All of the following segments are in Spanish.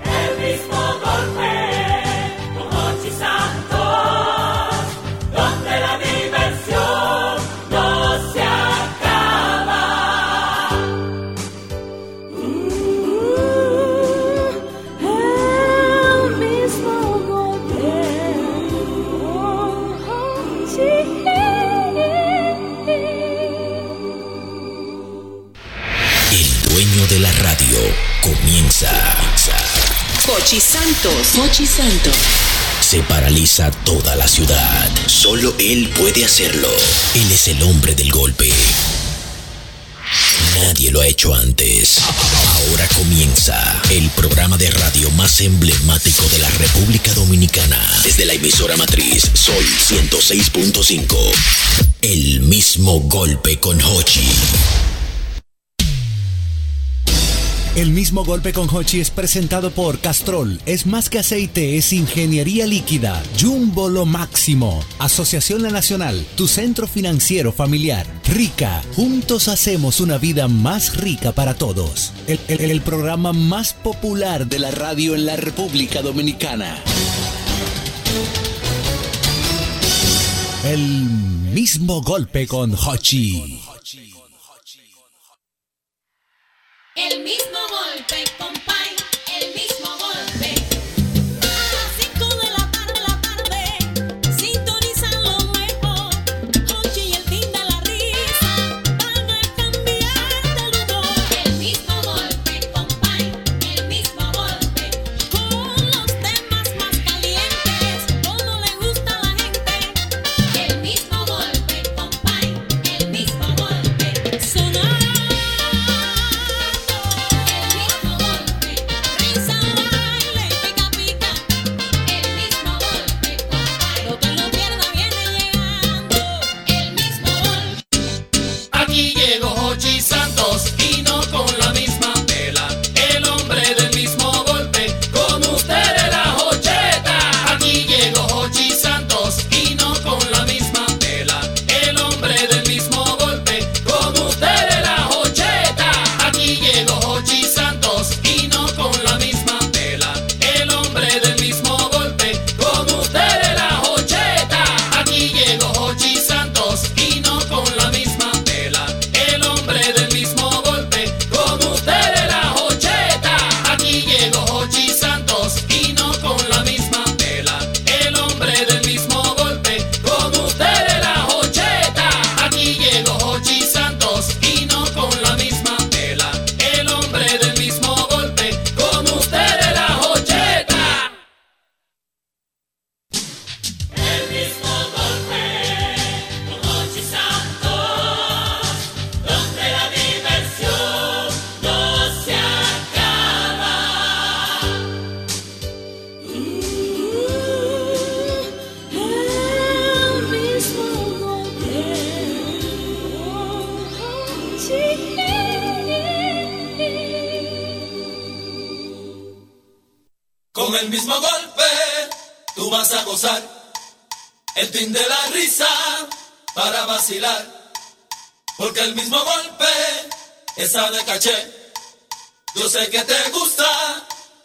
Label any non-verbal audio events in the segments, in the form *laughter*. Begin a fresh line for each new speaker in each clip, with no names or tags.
El mismo golpe, con Mochi Santos, donde la diversión no se acaba. Uh,
El mismo golpe
oh,
con
El dueño de la radio comienza.
Cochi Santos. Cochi Santos.
Se paraliza toda la ciudad. Solo él puede hacerlo. Él es el hombre del golpe. Nadie lo ha hecho antes. Ahora comienza el programa de radio más emblemático de la República Dominicana. Desde la emisora matriz Sol 106.5. El mismo golpe con Hochi.
El mismo golpe con Hochi es presentado por Castrol. Es más que aceite, es ingeniería líquida. Jumbo lo máximo. Asociación La Nacional, tu centro financiero familiar. Rica, juntos hacemos una vida más rica para todos. El, el- el programa más popular de la radio en la República Dominicana. El mismo golpe con Hochi.
El mismo golpe, compay, el mismo golpe. A las 5 de la tarde, la tarde, sintonizan lo nuevo. Hochi y el fin de la risa van a cambiar de humor. El mismo golpe, compay, el mismo golpe. Con los temas más calientes, como le gusta a la gente. El mismo golpe, compay, el mismo golpe. Sonar.
Aquí llegó Hochi Santos y no con la misma tela. El hombre del mismo golpe, con ustedes la Hocheta. Aquí llegó Hochi Santos y no con la misma tela. El hombre del mismo golpe, con ustedes la Hocheta. Aquí llegó Hochi Santos y no con la misma tela. El hombre del mismo golpe, con ustedes la Hocheta. Aquí llegó Hochi Santos y no con la misma tela. El hombre del mismo golpe, con ustedes la Hocheta. Aquí llegó Hochi Santos y no con la misma tela. El hombre del mismo golpe, con ustedes la Hocheta. Aquí llegó Hochi Santos y no con la misma tela. El hombre del mismo golpe, con ustedes la Hocheta.
El mismo golpe, con Mochi Santos, donde la diversión no se acaba. é
El mismo golpe con
é
Con el mismo golpe, tú vas a gozar. El fin de la risa para vacilar. Porque el mismo golpe, esa de caché. Yo sé que te gusta,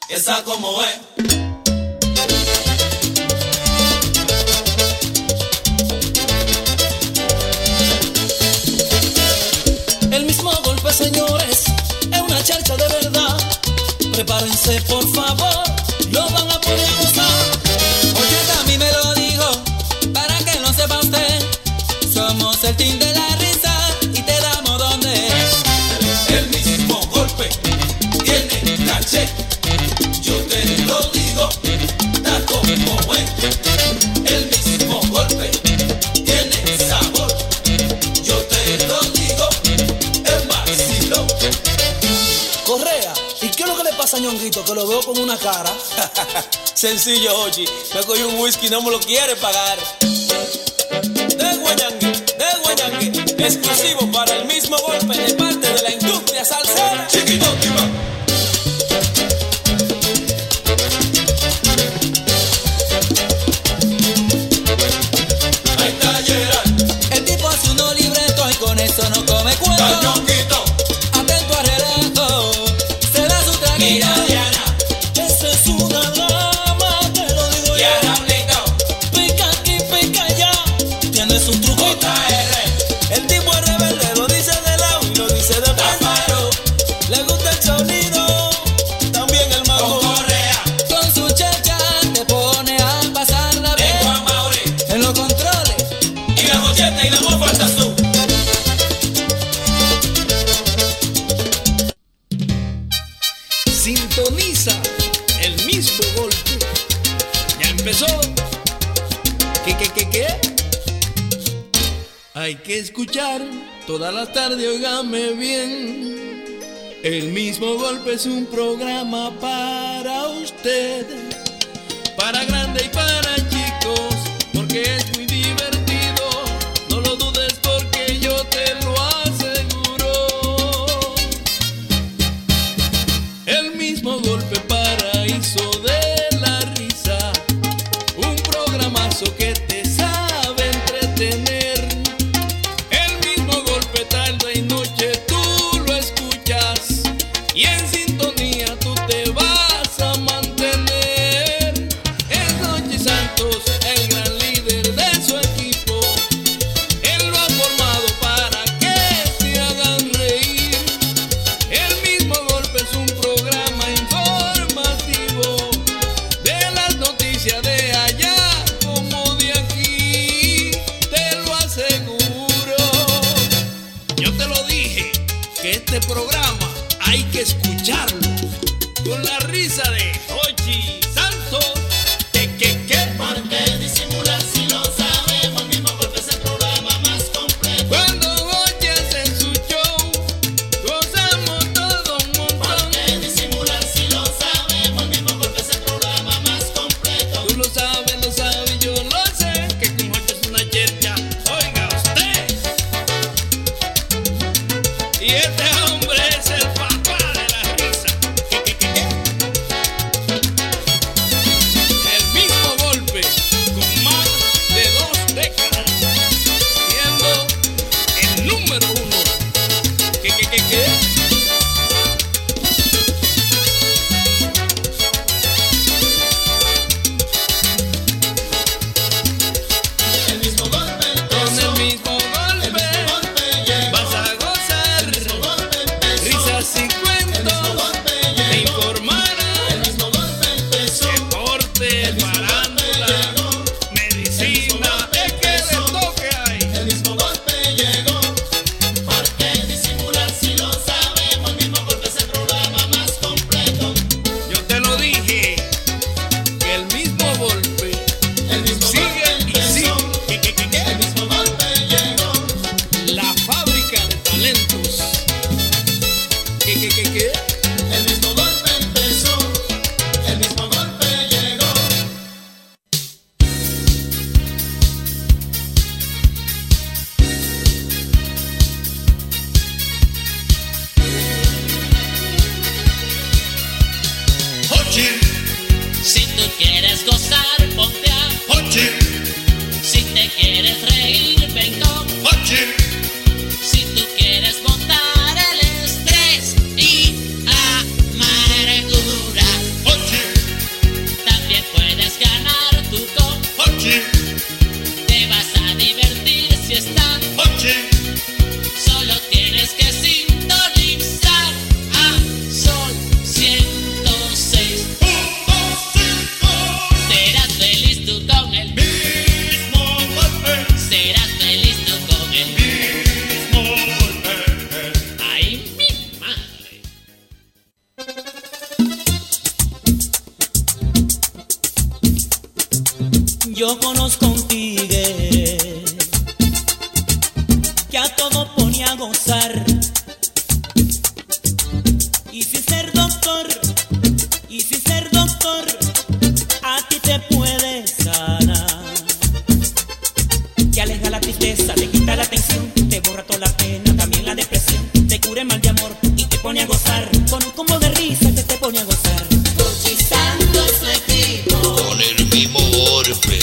esa como es.
El mismo golpe, señores, es una charcha de verdad. Prepárense, por favor, lo van a poner a gozar. Oye, a mí me lo digo, para que no sepa usted. Somos el team de la risa y te damos donde es. El mismo golpe tiene caché. Yo te lo digo, tal como es. El mismo golpe tiene sabor. Yo te lo digo, el vacilo.
Correa, ¿y qué es lo que le pasa a Ñonguito? Que lo veo con una cara.
Sencillo, Ochi. Me cogí un whisky, no me lo quiere pagar. De Guayangue, de Guayangue. Exclusivo para el mismo golpe de parte de la industria salsera. Chiquito,
¿Qué, qué, qué, qué? Hay que escuchar toda la tarde, óigame bien. El mismo golpe es un programa para usted, para grande y para chicos, porque es muy divertido. No lo dudes porque yo te lo aseguro. El mismo golpe paraíso de la risa, un programazo que te sabe entretener. El mismo golpe tarde y noche tú lo escuchas y en sintonía tú te vas a mantener. Es Noche Santos, el gran líder de su equipo. Él lo ha formado para que te hagan reír. El mismo golpe es un programa informativo de las noticias de allá como de aquí. Te lo aseguro. Yo te lo dije que este programa hay que escucharlo con la risa de Hochi Santos. Que, que, que. ¿Por qué disimular si lo sabemos? El mismo golpe es el programa más completo. Cuando Hochi hace su show, gozamos todo un montón. ¿Por qué disimular si lo sabemos? El mismo golpe es el programa más completo. Tú lo sabes, lo sabes, yo lo sé. Que con Hochi es una yerja. Oiga usted. Y este hombre es el papá de la risa. El mismo golpe con más de dos décadas. Siendo el número uno. ¿Qué, qué, qué, qué? El mismo golpe, con el mismo golpe, vas a gozar. Risas y cuentos, te informarán. El mismo golpe empezó. Deporte, farándula, medicina, es que de toque hay. El mismo golpe llegó. ¿Por qué disimular si lo sabemos? El mismo golpe es el programa más completo. Yo te lo dije, que el mismo golpe. El mismo golpe El mismo golpe llegó. La fábrica de talentos. ¿Qué, qué, qué, qué? El mismo golpe empezó. El mismo golpe llegó.
Hochi, si tú quieres gozar, ponte a Hochi. Si te quieres reír, ven con Hochi. Si tú quieres botar el estrés y amargura, Hochi. También puedes ganar tu con Hochi. Te vas a divertir si estás Hochi. Solo tienes que sintonizar a Sol 106. Serás feliz tú con el mismo golpe. Serás feliz tú con el mismo golpe. Ay, mi madre.
Yo conozco un tigre que a todo pone a gozar. Y sin ser doctor, y sin ser doctor, a ti te puede sanar. Te aleja la tristeza, te quita la tensión, te borra toda la pena, también la depresión. Te cura el mal de amor y te pone a gozar. Con un combo de risa que te pone a gozar.
Con el mismo golpe.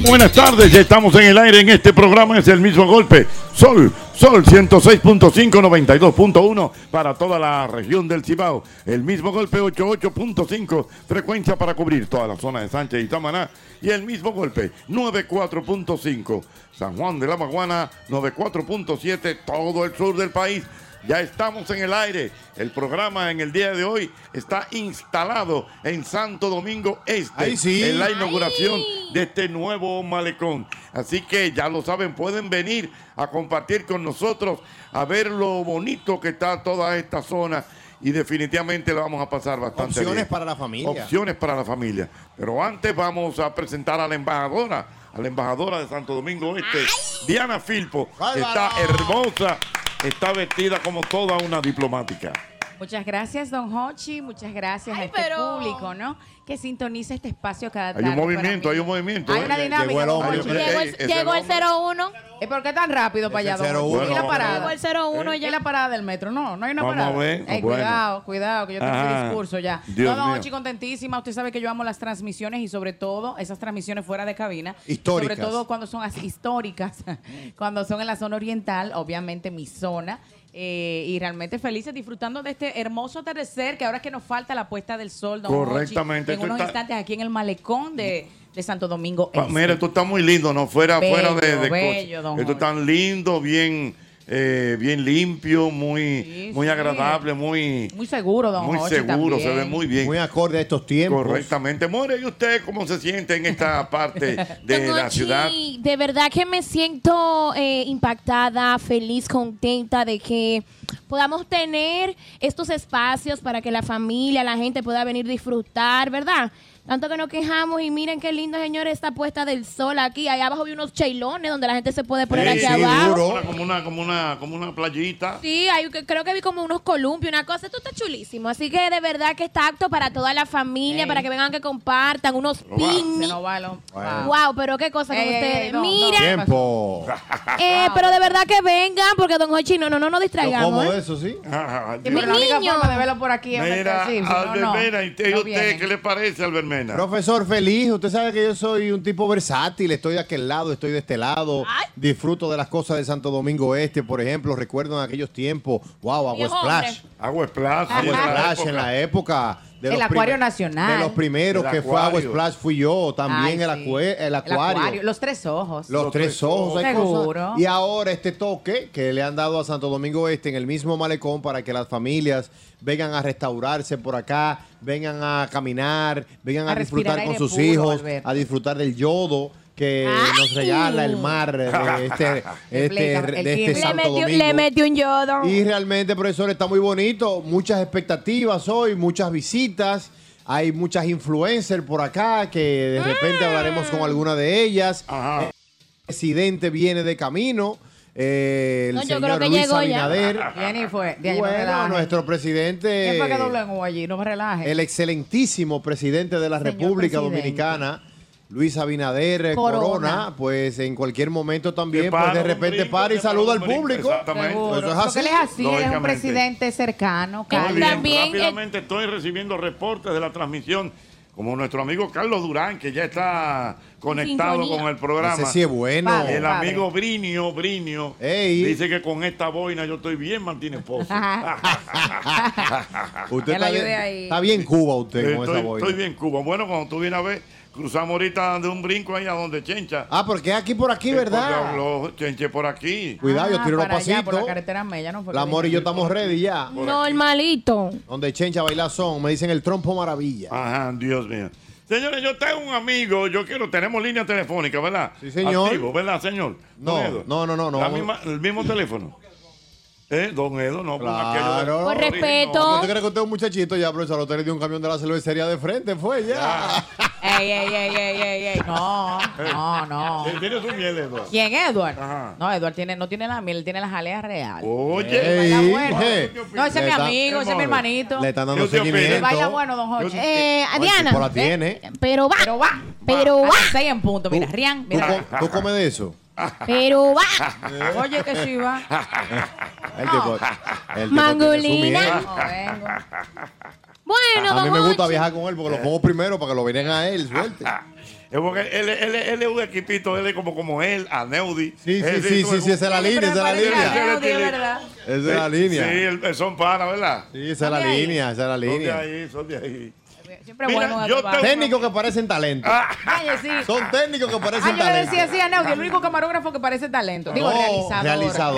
Buenas tardes, ya estamos en el aire en este programa, es el mismo golpe. Sol, Sol 106.5, 92.1 para toda la región del Cibao. El mismo golpe 88.5, frecuencia para cubrir toda la zona de Sánchez y Tamaná. Y el mismo golpe 94.5, San Juan de la Maguana 94.7, todo el sur del país. Ya estamos en el aire. El programa en el día de hoy está instalado en Santo Domingo Este.
Ahí sí.
En la inauguración de este nuevo malecón. Así que ya lo saben, pueden venir a compartir con nosotros, a ver lo bonito que está toda esta zona y definitivamente la vamos a pasar bastante
Opciones
bien.
para la familia.
Opciones para la familia. Pero antes vamos a presentar a la embajadora, a la embajadora de Santo Domingo Este, Diana Filpo. Está hermosa, está vestida como toda una diplomática.
Muchas gracias, don Hochi. Muchas gracias a este público, ¿no? Que sintoniza este espacio cada
Hay
tarde.
un movimiento, hay un movimiento.
Hay
¿eh?
una dinámica. don Hochi.
Ey, ese hombre.
01. ¿Y por qué tan rápido para allá, don Hochi?
01.
¿Y la parada?
Llegó
el 01 ya. ¿Y la parada del metro? No, no hay una
Vamos
parada.
a ver,
Ey,
bueno.
Cuidado, cuidado, que yo tengo
Ajá.
ese discurso ya. no,
Dios
don
mío.
Hochi, contentísima. Usted sabe que yo amo las transmisiones y sobre todo esas transmisiones fuera de cabina.
Históricas.
Sobre todo cuando son así, históricas, *laughs* cuando son en la zona oriental, obviamente mi zona. eh, y realmente felices disfrutando de este hermoso atardecer que ahora es que nos falta la puesta del sol, don Hochi,
Correctamente,
en
esto
unos
está-
instantes aquí en el malecón de, de Santo Domingo.
Pa-
Este.
mira, tú estás muy lindo, ¿no? Fuera,
Bello,
fuera de, de
bello,
cosas.
don
Esto
Jorge.
está lindo, bien, eh, bien limpio, muy, muy
sí.
agradable, muy,
Muy seguro, don
muy
Jorge,
seguro,
también.
se ve muy bien. Muy
acorde a estos tiempos.
Correctamente. More, ¿y usted cómo se siente en esta
*laughs*
parte de
Don
la
Ochi,
ciudad?
De verdad que me siento eh, impactada, feliz, contenta de que podamos tener estos espacios para que la familia, la gente pueda venir disfrutar, ¿verdad? Tanto que nos quejamos y miren qué lindo, señores, esta puesta del sol aquí. Allá abajo hay unos cheilones donde la gente se puede poner aquí abajo.
Como una, como una, como una playita.
Sí, hay, que- creo que vi como unos columpios, una cosa. Esto está chulísimo. Así que de verdad que está apto para toda la familia, para que vengan que compartan unos picnic.
Bueno.
Wow, pero qué cosa con
Ey, ey,
ustedes.
ey, don, *laughs*
Mira,
Tiempo.
*laughs* eh, pero de verdad que vengan, porque don Hochi, no, no, no nos
Yo como
distraigamos.
de
¿eh?
eso, sí.
Sí, pero la única
niño.
forma de verlo por aquí es
Mira,
meterse, si no, no.
Albermena, ¿y usted,
No
y usted
vienen.
qué le parece, Albermena?
Profesor, feliz. Usted sabe que yo soy un tipo versátil. Estoy de aquel lado, estoy de este lado. Disfruto de las cosas de Santo Domingo Este, por ejemplo. Recuerdo en aquellos tiempos. Wow, Agua
Viejo
Splash.
hombre.
Agua Splash.
Agua Splash en la época. De
El
los
Acuario
prim-
Nacional.
De los primeros
El
que fue Agua
Acuario.
Splash fui yo.
Ay,
También el,
sí.
acue- el acuario.
Los tres ojos.
Los, tres, ojos. hay cosas.
Seguro.
Y ahora este toque que le han dado a Santo Domingo Este en el mismo malecón para que las familias vengan a restaurarse por acá, vengan a caminar, vengan a,
A respirar
disfrutar con
aire
sus
puro,
hijos,
Alberto.
a disfrutar del yodo que nos regala el mar de este, este-
Explícame, el
de este
quinto. le,
Santo
metió,
Domingo.
le metió un yodo.
Y realmente, profesor, está muy bonito. Muchas expectativas hoy, muchas visitas. Hay muchas influencers por acá que de repente hablaremos
Ah.
con alguna de ellas. El presidente viene de camino. eh, el
No, yo
señor
creo que
Luis
llegó ya. Ah,
Abinader.
¿Quién y fue? De ahí no me
Bueno,
relaje.
nuestro presidente.
¿Quién fue que dobló en U allí? No me relaje.
El excelentísimo presidente de la
Señor
República
presidente.
Dominicana, Luis Abinader eh, Corona.
Corona.
pues en cualquier momento también,
Que para
pues de
un
repente
brinco,
para y
que
saluda al
para un brinco,
público.
exactamente. Seguro.
Eso es
Porque
así.
él es así, él es un
Lógicamente.
presidente cercano.
Muy bien,
cálido.
rápidamente estoy recibiendo reportes de la transmisión, como nuestro amigo Carlos Durán, que ya está conectado
Sintonía.
con el programa.
Ese sí es bueno. Padre,
el
padre.
amigo Brinio, Brinio, dice que con esta boina yo estoy bien, Martínez *laughs* Pozo.
Usted
Ya la
está
ayudé
bien,
ahí.
está bien Cuba usted con
estoy,
esa boina.
estoy bien, Cuba. Bueno, cuando tú vienes a ver, cruzamos ahorita de un brinco ahí a donde Chencha.
Ah, porque es aquí por aquí, ¿verdad?
Los Chenche por aquí.
Cuidado, yo tiro unos
Ah, para allá, por la
pasitos.
carretera Mella, no fue
La
que
Mori y
dije.
yo estamos ready ya.
Normalito.
Donde Chencha baila son, me dicen el trompo maravilla.
Ajá, Dios mío. Señores, yo tengo un amigo, yo quiero, tenemos línea telefónica, ¿verdad? Sí,
señor.
Activo, ¿verdad, señor?
No,
Don Edo.
no, no, no, no.
La misma- el mismo teléfono. ¿Eh? Don Edo, no, con aquello de-
Claro.
Por respeto.
¿Usted cree que usted es un muchachito ya, profesor? Usted le dio un camión de la cervecería de frente, fue ya.
Ey, ey, ey, ey, ey, ey. No, no, no.
Eh, Tiene su miel, Edo.
¿Quién, Edward? No, Edward tiene, no tiene la miel, él tiene la jalea real.
Oye.
Eh.
Él baila
Ey,
bueno.
je.
No, ese es mi
Le está-
amigo, ese es mi hermanito.
Le están dando
Él
seguimiento.
baila bueno, don Jorge.
Eh,
Ay,
Diana.
si por Pues la tiene.
Pero va.
Pero va.
Pero
A
va.
las seis en punto. Mira, Rian,
¿Tú,
mira.
co- tú comes de eso?
Pero
*laughs*
va.
Oye, que sí va.
El tipo, el tipo
Mangolina.
tiene su miel.
*laughs* Bueno,
A mí
don
me gusta
Hochi.
viajar con él porque lo pongo primero para que lo vienen a él, suerte.
Es porque él, él- él es un equipito, él es como, como él, a Neudi.
Sí, sí, sí, sí, sí, esa es la línea, esa es la línea.
Neudi, es verdad.
Esa es la línea.
Sí, el- son para, ¿verdad?
Sí, esa es la línea, esa es la línea.
Son de ahí, son de ahí.
Siempre
Mira,
bueno
yo Ah.
yo
tengo-
Técnicos que parecen talento.
Oye, sí.
Son técnicos que
Ah,
parecen
yo le
talento.
decía así a Neudi, el único camarógrafo que parece talento. Digo,
No,
realizador.
realizador.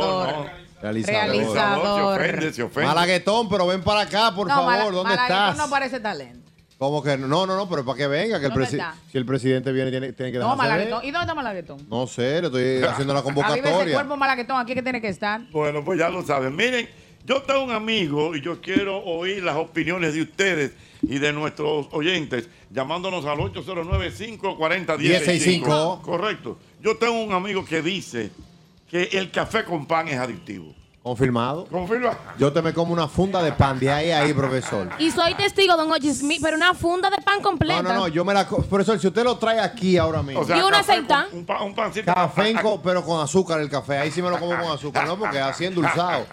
Realizador.
No, Realizador.
Realizador.
Se ofende, se ofende.
Malaguetón, pero ven para acá, por
No,
favor.
Mala-
¿Dónde
Malaguetón
estás?
no parece talento.
Como que no, no, no, pero para que venga, que el
No,
presi-
verdad.
si el presidente viene tiene, tiene que
No,
dejarse ver.
Malaguetón. ¿Y dónde está Malaguetón?
No sé, le estoy haciendo la
A ese
convocatoria.
cuerpo Malaguetón aquí que tiene que estar.
Bueno, pues ya lo saben. Miren, Yo tengo un amigo y yo quiero oír las opiniones de ustedes y de nuestros oyentes llamándonos al 809-540-165.
165.
Correcto. Yo tengo un amigo que dice que el café con pan es adictivo.
Confirmado.
Confirma.
Yo te me como una funda de pan de ahí a ahí, profesor.
Y soy testigo, don Ochi Smith, pero una funda de pan completa.
No, no, no, yo me la... co- Profesor, si usted lo trae aquí ahora mismo.
y una aceita.
Un, pancito.
Café, en co- pero con azúcar el café. Ahí sí me lo como con azúcar, ¿no? Porque así endulzado.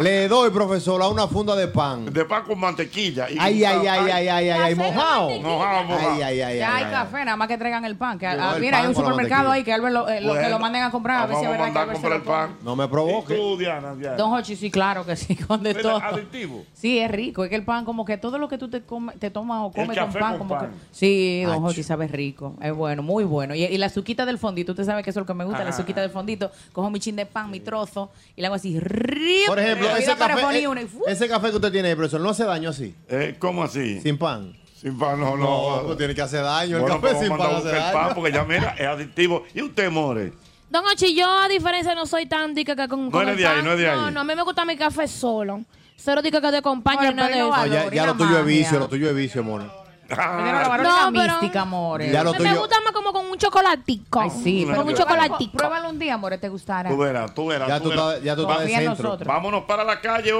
Le doy, profesor, a una funda de pan.
De pan con mantequilla. y-
Ay, ay, ay, ay, ay, ay, ay, mojado.
Mojado, mojado.
Ay, ay, ay,
Ya hay
ay, ay.
café, nada más que traigan el pan. Que,
Llegó
ah,
el
mira, hay
pan
un
con la
supermercado
mantequilla.
ahí que Albert lo, eh, lo- que
Bueno.
lo manden a comprar, a ver si es
Vamos a
verdad que
mandar a
Albert se
comprar
lo
el pan.
No me provoque.
Tú, Diana, Diana.
Don Hochi, sí, claro que sí, *laughs* con de
Pero
todo.
adictivo.
Sí, es rico. Es que el pan, como que todo lo que tú te, come- te tomas o comes con
café
pan,
con
como
pan.
que. Sí, don Hochi sabe rico. Es bueno, muy bueno. Y, y la suquita del fondito, usted sabe que eso es lo que me gusta, la
Ajá.
suquita del fondito. Cojo mi chin de pan, mi trozo, y le hago así. río,
Por ejemplo,
le doy
ese
la parafoní,
café,
una y fu-
eh, ese café que usted tiene ahí, profesor, ¿no hace daño así?
Eh, ¿Cómo así?
Sin pan.
Sin pan, no,
No, pues tiene que hacer daño. El
Bueno,
café
pues
sin
vamos a
pan hace
buscar el
daño.
pan porque ya mira, es adictivo. ¿Y usted, More?
Don Ochi, yo a diferencia no soy tan dica que con, con
eres
el
de ahí,
pan.
no eres de
No,
ahí.
no, a mí me gusta mi café solo. Cero dica que te acompaña
Ahora,
y nada
pero
de
no
eso.
No, ya, ya lo tuyo es vicio, lo tuyo es vicio, mono.
ah.
Primero la varona mística, amores.
Ya lo
me, me
tuyo-
gusta más como con un chocolatico.
sí,
con
pero-
un chocolatico.
Pruébalo un día, amores, te gustará.
Tú verás, tú verás.
Ya tú
verás.
estás- ya tú estás Confía de en centro. nosotros.
Vámonos para la calle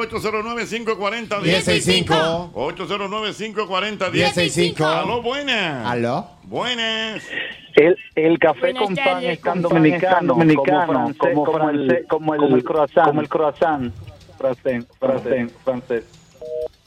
809-540-165.
165.
809-540-165.
165.
Aló, buenas.
¿Aló?
Buenas.
El, el café
Buenas
con
tardes,
pan es
con
tan dominicano,
pan es tan
como
dominicano,
francés, como,
como
francés,
francés,
como el,
como el
croissant,
como el
croissant, francés, francés, francés.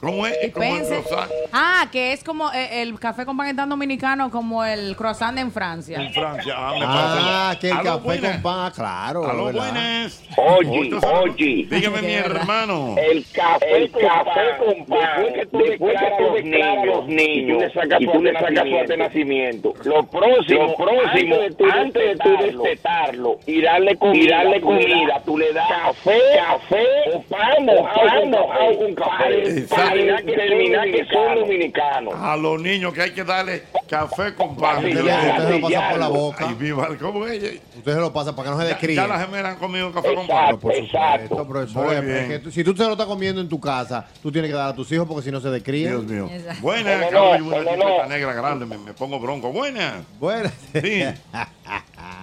¿Cómo es? ¿Cómo es
Pense-
el croissant?
Ah, que es como eh, el café con pan tan dominicano como el croissant en Francia.
En Francia. Ah, me
Ah,
parece-
que el
Aló,
café
buenas.
con pan, ah, claro.
Aló,
¿verdad?
buenas.
Oye, oye.
Dígame, mi hermano.
El café, el café con pan, después que tú declaras a los niños y tú le sacas su de nacimiento, lo próximo,
lo próximo,
antes de tú
antes de tú
destetarlo y darle comida,
y darle
tú le das-
comida,
tú le das café, café o pan o pan o con café, para determinar que son dominicanos.
A los niños que hay que darle café con pan.
Usted lo- usted se lo pasa por la boca.
Ay, viva, ¿cómo es?
Usted se lo pasa para que no se descríe.
Ya las gemelas han comido café con pan.
Exacto, profesor.
Muy
es
bien.
que tú- si tú te lo estás comiendo en tu casa, tú tienes que dar a tus hijos porque si no se descríen. Dios
mío.
Buena,
Buenas, Carlos, y una chuleta negra grande, me, me pongo bronco. Buenas.
Buenas.
Sí.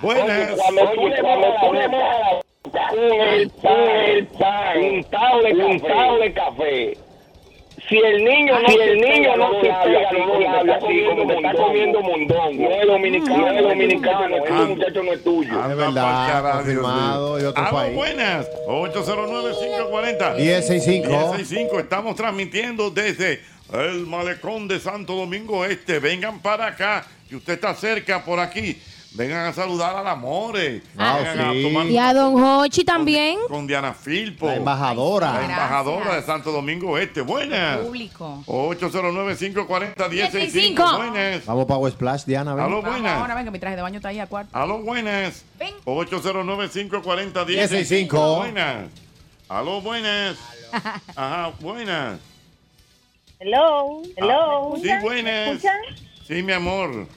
Buenas.
Cuando tú le
cuando
cuando tú le el pan, el pan, un table, un table café. Si el niño no,
Si
se
el niño
pega
no
los
se
labios,
pega los
así como
labios,
está
así como
comiendo
que está
mondongo,
comiendo mondongo.
No es dominicano,
Mm.
no es dominicano, este
Ah.
muchacho no es tuyo.
Es verdad, confirmado y otro
Aló,
país.
buenas. 809-540.
1065.
1065. Estamos transmitiendo desde el malecón de Santo Domingo Este. Vengan para acá. Si usted está cerca por aquí, vengan a saludar al Amore.
Ah,
vengan
sí.
a tomar
Y a don Hochi también.
con Diana Filpo.
La embajadora.
La embajadora de
Gracias.
Santo Domingo Este. Buenas.
Público.
809-540-165. Buenas.
Vamos para West Splash, Diana. ven.
Aló, buenas.
Ahora ven que mi traje de baño está ahí a
*laughs*
cuarto.
Aló, buenas. 809-540-165.
1065.
Buenas. Aló,
*laughs*
buenas. Ajá, buenas.
Hello,
hello.
hello.
Sí, buenas. Sí, mi amor.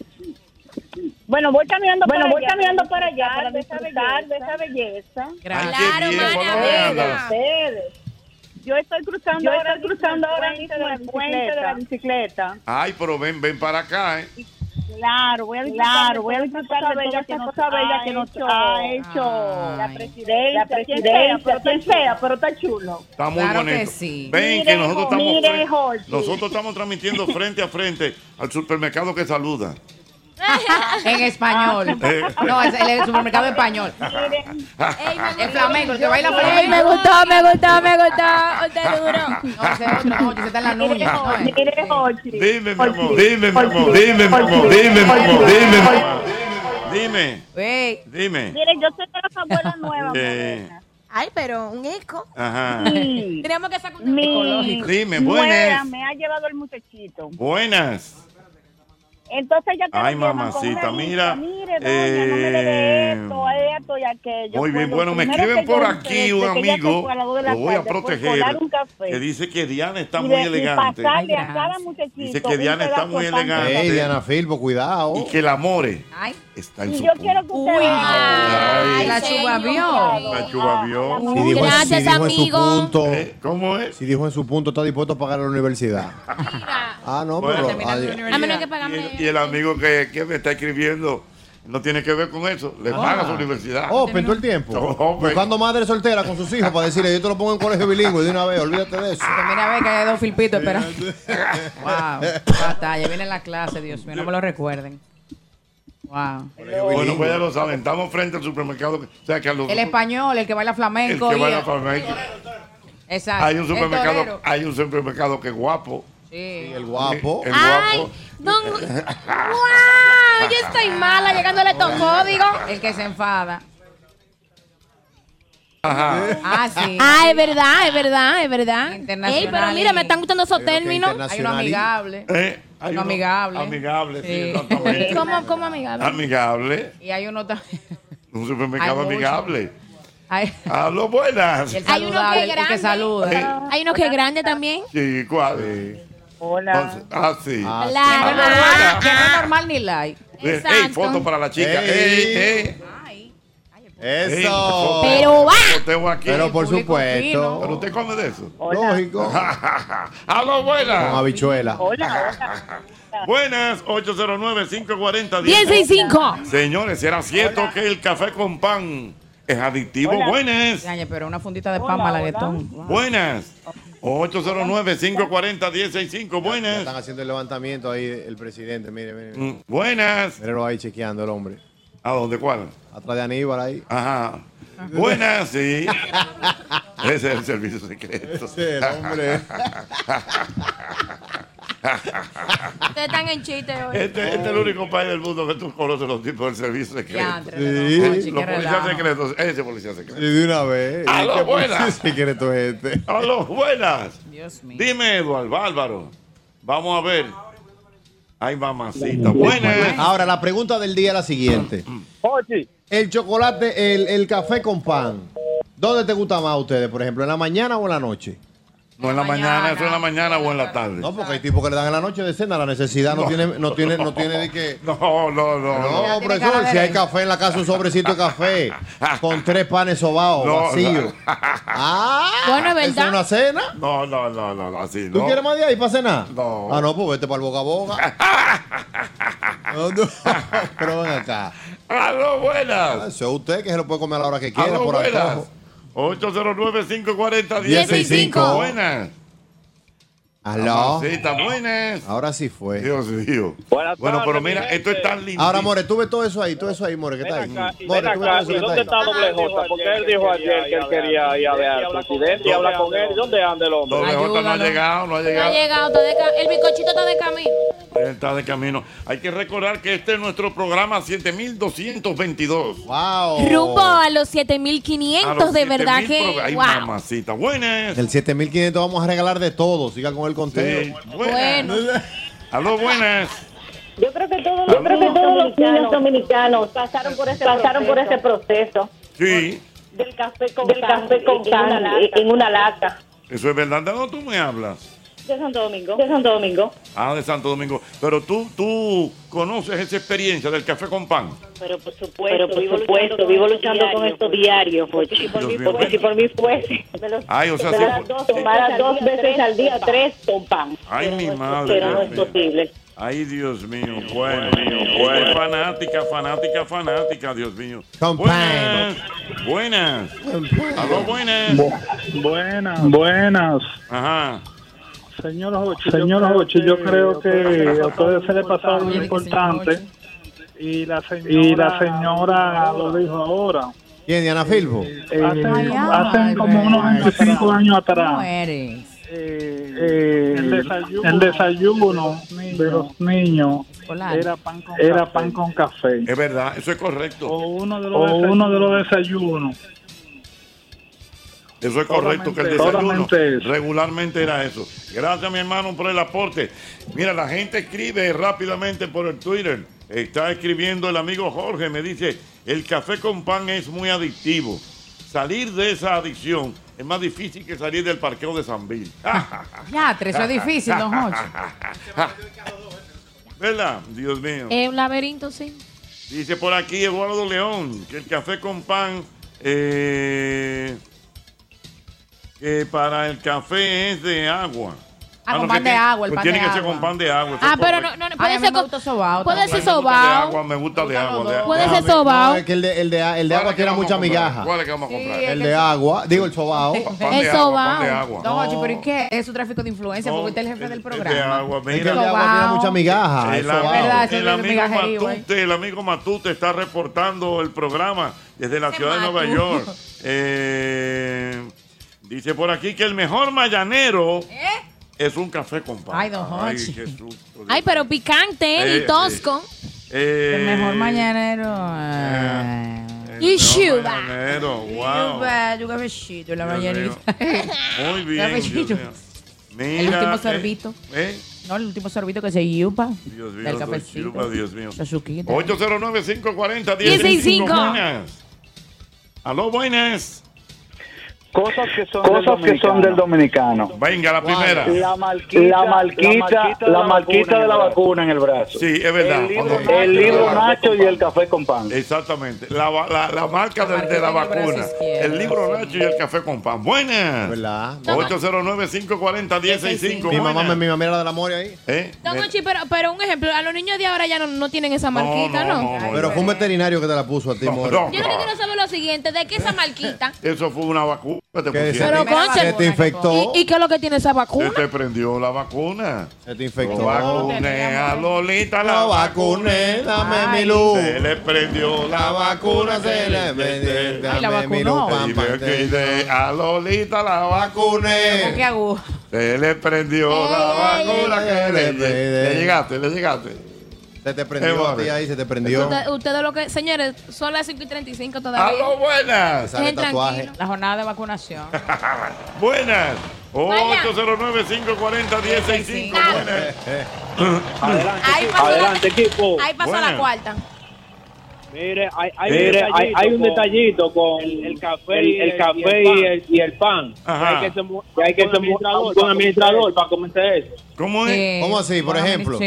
Bueno, voy caminando
Bueno,
para
voy
allá.
caminando para allá
para
para
disfrutar
disfrutar
de esa belleza.
Gracias. Ay, qué bien, ¿cómo andas?
Ustedes. Yo estoy cruzando,
Yo
ahora,
estoy cruzando
mismo el
ahora mismo
puente de la
el puente de la
bicicleta.
Ay, pero ven, ven para acá, ¿eh?
Claro, voy a disfrutar,
Claro,
de
voy a
toda
disfrutar
esta
de toda esta
cosa bella que nos ha hecho la presidencia,
La
quien sea,
presidencia, quien sea, pero está chulo.
Está muy
Claro
bonito.
que sí.
Ven,
Mire,
que nosotros
Jorge,
estamos,
mire,
fren-
Jorge.
nosotros estamos transmitiendo frente a frente al supermercado que saluda.
En español.
Eh.
No, es el supermercado español. Es flamenco, te baila flamenco.
Ey, me gustó, me gustó, me gustó.
*laughs*
Usted duro.
Mire, Jorge.
Dime, mi amor. Dime, mi amor. Dime, mi amor. Dime, mi amor. Dime, mi amor. Dime. Dime.
Mire, yo soy de las abuelas
*laughs*
nuevas.
Eh,
Ay, pero un eco.
ajá.
Tenemos que sacar un
Ecológico. Ah. Dime, buenas.
me ha llevado el muchachito.
Buenas.
Entonces ya te
Ay,
lo llevan con una
mamacita,
lista,
mira,
mire,
doña, no me debe
Eh,
esto, esto y aquello.
Muy bien,
Cuando
bueno, me
primero
escriben
que yo
por
entré,
aquí un
que ya se
amigo,
fue a las dos de la
lo voy a
tarde, fue
proteger,
colar un café.
que dice que Diana está
pues. Y
muy
de- y
elegante.
pasarle a cada muchachito
Dice que
un
Diana está
pedazo
muy
de pan.
elegante.
Ey, Diana Filpo, cuidado.
Y que el amore
Ay.
está en
Y
su
yo quiero que ustedes...
Ay,
la
*laughs*
chubavió.
la chubavió.
Si dijo, si dijo en su punto,
¿Eh? ¿Cómo es?
Si dijo en su punto, está dispuesto a pagar a
*laughs*
la universidad. ah, no,
Bueno.
pero. adiós.
A menos que pagame.
Y el amigo que, que me está escribiendo no tiene que ver con eso, le
Ah.
paga su universidad.
Open Oh, todo el tiempo. Buscando madre soltera con sus hijos para decirle, yo te lo pongo en colegio bilingüe de una vez, olvídate de eso.
Mira, ve que hay dos filpitos esperando. wow, batalla, viene la clase, Dios mío, no me lo recuerden. Wow.
Bueno, pues ya lo saben, estamos frente al supermercado. O sea, que a los-
El español, el que baila
el
flamenco.
que
y
va a
el-
la farmacia.
Exacto.
Hay un
Ah, el
supermercado,
torero.
hay un supermercado que es guapo.
Sí.
El guapo. El
Ay,
guapo.
don.
*laughs*
¡Wow! Yo estoy mala llegándole a estos códigos.
El que se enfada.
Ajá.
Ah, sí.
Ah, es verdad, es verdad, es verdad.
Internacional
Ey, pero mira, me están gustando esos términos.
Hay uno amigable.
Eh, hay
Uno amigable.
Amigable, sí,
Sí.
*laughs*
exactamente.
¿Cómo, cómo amigable?
Ah, Amigable.
Y hay uno también.
Un supermercado
Hay mucho.
amigable.
Hay,
Aló, buenas.
el
Hay uno que
saludable,
es
el que
grande.
saluda.
Hay uno que es grande también.
Sí, ¿cuál? Hola. Ah,
Ah, sí.
sí. Aló,
Claro.
buenas.
Que no es normal ni like.
Ey, foto para la chica.
Ey.
Ey, ey. Ey,
Eso.
foto.
Pero
Foteo aquí.
por supuesto.
Pero usted come de eso.
Lógico.
*laughs* Aló, buenas.
Con habichuela.
Buenas, 809-540.
1065.
Señores, ¿será cierto que el café con pan es adictivo?
Hola.
Buenas.
Yañe, Pero una fundita de pan malaguetón.
Buenas. 809-540-165.
Ya
Buenas.
Están haciendo el levantamiento ahí el presidente, mire, mire.
Mm, Buenas.
Míralo ahí chequeando el hombre.
Mm. ¿A dónde cuál?
Atrás de Aníbal ahí. Ah.
Ajá. Buenas, sí. Ese es el servicio secreto.
Ese es el hombre.
Ustedes están en chiste hoy.
Este, este es el único país del mundo que tú conoces los tipos del servicio secreto.
Diantre,
Sí. no, chiqui,
Los policías
relajo.
secretos, ese policía secreto.
Y de una
*laughs*
vez. pues,
Aló,
¿Qué *laughs*
buenas.
secreto es este?
Aló, buenas.
Dios mío.
Dime, Eduardo Álvaro. Vamos a ver. Ay, mamacita. Buenas.
Ahora, la pregunta del día es la siguiente. El chocolate, el, el café con pan. ¿Dónde te gusta más a ustedes? Por ejemplo, ¿en la mañana o en la noche?
No, en la mañana, eso en la mañana o en la tarde.
No, porque hay tipos que le dan en la noche de cena. La necesidad no, tiene, no tiene,
*laughs*
no tiene de que.
No, no, no.
No,
no.
profesor, si hay café en la casa, un sobrecito de
*laughs*
café con tres panes sobados,
No,
vacío.
no.
*laughs* Ah,
Bueno, es
¿eso
verdad.
una cena?
No, no, no, no, no, así
¿Tú
no.
quieres más de ahí para cenar?
No.
Ah, no, pues vete para el boca a
*laughs*
boca. No, no, *laughs* Pero ven acá. Ah,
Aló, buenas.
Eso es usted que se lo puede comer a la hora que quiera
Aló,
por
buenas.
acá.
809-540-165. Buenas.
Aló.
Mamacita, buenas.
Ahora sí fue.
Dios mío. Bueno, pero mira, esto es tan lindo.
Ahora, More, tú ves todo eso ahí, todo eso ahí, More, que está ahí. More, tú ves todo eso Ah, que
¿Dónde
está
está
ahí.
doble J? Porque él Ah, dijo ayer que él quería ir a ver al presidente y hablar con él. ¿Dónde anda el hombre?
Doble J no ha llegado,
No
no ha
ha
llegado.
llegado, está de ca- el bizcochito está de camino.
Está de camino. Hay que recordar que este es nuestro programa 7222.
¡Wow!
Rumbo a los
Oh. A
7500,
los
de verdad
7000
que.
pro- Ay,
wow.
mamacita. Buenas.
Del 7500 vamos a regalar de todo. Siga con el conteo.
Sí, buenas. Aló, buenas.
Yo creo que todos
los- Yo creo que
todos los niños dominicanos pasaron por ese, pasaron por ese proceso
Sí,
del café con café con pan en una lata.
eso es verdad. ¿De dónde tú me hablas?
De Santo Domingo. De Santo Domingo.
Ah, de Santo Domingo. Pero tú, tú conoces esa experiencia del café con pan.
Pero
pues,
por supuesto, vivo, luchando, con esto diario, Porque si por,
Dios
mí,
mío.
porque si por mí fuese, me lo
Ay, o sea, sí,
tomara dos, tomara dos veces al día tres con pan.
Ay, mi madre.
Pero no
Dios
es
mío.
posible.
Ay, Dios mío. Bueno, bueno. Fanática, fanática, fanática, Dios mío.
Con
Buenas. Buenas. Aló, buenas.
Buenas, buenas.
Ajá.
Señor Hochi, Señor Hochi, yo creo que a ustedes se le pasó algo importante y la señora, y la señora lo dijo ahora.
¿Quién, Diana Filbo?
Hace, hace como unos 25 años
¿Cómo
atrás,
eres?
eh, el desayuno, de los niños
Hola.
era pan con era pan con café.
Es verdad, eso es correcto.
o uno de los desayunos.
Eso es correcto, que el
Solamente
desayuno regularmente era eso. Gracias, mi hermano, por el aporte. Mira, la gente escribe rápidamente por el Twitter. Está escribiendo el amigo Jorge, me dice, el café con pan es muy adictivo. Salir de esa adicción es más difícil que salir del parqueo de San Bill. *laughs*
Ya, tres, eso es difícil, don Jorge.
*laughs* ¿Verdad? Dios mío.
Eh.
Es un laberinto, sí.
Dice por aquí Eduardo León que el café con pan, eh, que para el café es de agua.
Ah, con
no,
pan
que
de
tiene-
agua, el
pues
pan
tiene
de
que ser
agua. pues.
con pan de agua.
Ah,
eso
pero
es
no, no, no,
Ay,
puede
a mí
ser
me
con-
gusta sobao.
Puede
Me
ser
gusta de
sobao.
agua, Me gusta de agua. de agua.
Puede ser
Déjame-
sobao.
no, es que el de, el de, el de agua tiene mucha migaja.
¿Cuál es que vamos a comprar?
El de agua, digo el sobao.
pan de
El
agua, pan de agua.
Don Jorge, pero ¿y qué? Es su tráfico de influencia, porque usted es el jefe del
Es
programa.
de agua,
Es que el de
mira.
agua tiene mucha
El,
migaja. eso va.
amigo-
Verdad, eso es
el amigo
migajerío,
Matute, el amigo Matute está reportando el programa desde la ciudad de Nueva
Matu.
York. Eh, dice por aquí que el mejor mayanero
¿Eh?
es un café con pan.
Ay, don Jorge.
qué susto.
Ay, pero picante
Eh,
y tosco.
Eh,
El mejor mañanero. ah.
Y chuba.
mayanero, wow.
Yuba, yuga besito, la
Dios
mañanita.
Muy
La
bien. Dios
besito.
mío.
El
Mira,
último
eh,
sorbito.
eh,
No, el último sorbito que se yupa.
Dios mío,
Del
don
cafecito.
Chuba, Dios mío.
La suquita.
809-540-1065. Buenas. Aló, buenas.
Cosas que son,
Cosas que son del dominicano.
Venga, la primera.
La marquita, la marquita, la marquita de la vacuna en el brazo.
Sí, es verdad.
El libro, el libro Nacho y el café con pan.
Exactamente. La, va- la, la marca de, de la vacuna. El libro Nacho y el café con pan. Buenas.
¿Verdad?
809-540-1065.
Mi mamá me-
Buenas.
mi mamá era de la Moria ahí.
¿Eh?
Don Ochi, pero, pero un ejemplo, a los niños de ahora ya no, no tienen esa marquita, ¿no?
Pero fue un veterinario que te la puso a ti, Moria.
Yo lo que quiero saber es lo siguiente, ¿de qué esa marquita?
Eso fue una vacuna. que Te
Que se,
pusieron.
te- se te infectó.
¿Y, y qué es lo que tiene esa vacuna?
Se te prendió la vacuna. Se
te infectó.
Lo vacuné a Lolita, la,
La
vacuné,
vacuné, dame mi luz.
Se le prendió la vacuna, se le prendió,
Ay, la
dame mi
vacunó.
luz, pam, pam, te- a Lolita la vacuné.
¿Qué hago?
Se le prendió la vacuna, que le,
Ey, ey, ey.
le llegaste, le llegaste.
Se te prendió a ti ahí, se te prendió.
Usted- Ustedes lo que, señores, son las 5 y 35 todavía.
¡Aló, buenas!
Sale Estén tatuaje. tranquilos.
La jornada de vacunación.
*laughs* buenas.
Vaya.
809-540-1065. Buenas.
*laughs*
Ahí
pasó la-
Adelante, equipo.
Ahí pasó
Buenas.
la cuarta.
Mire, hay,
hay un
hay,
detallito
un
con
detallito con el,
café
el,
y el-
café
y el
y el, y el pan.
Ajá.
Que hay que ser, mu- que hay que ser mu-
administrador
un
para
administrador para comenzar eso.
¿Cómo
es?
¿Cómo así, por ejemplo?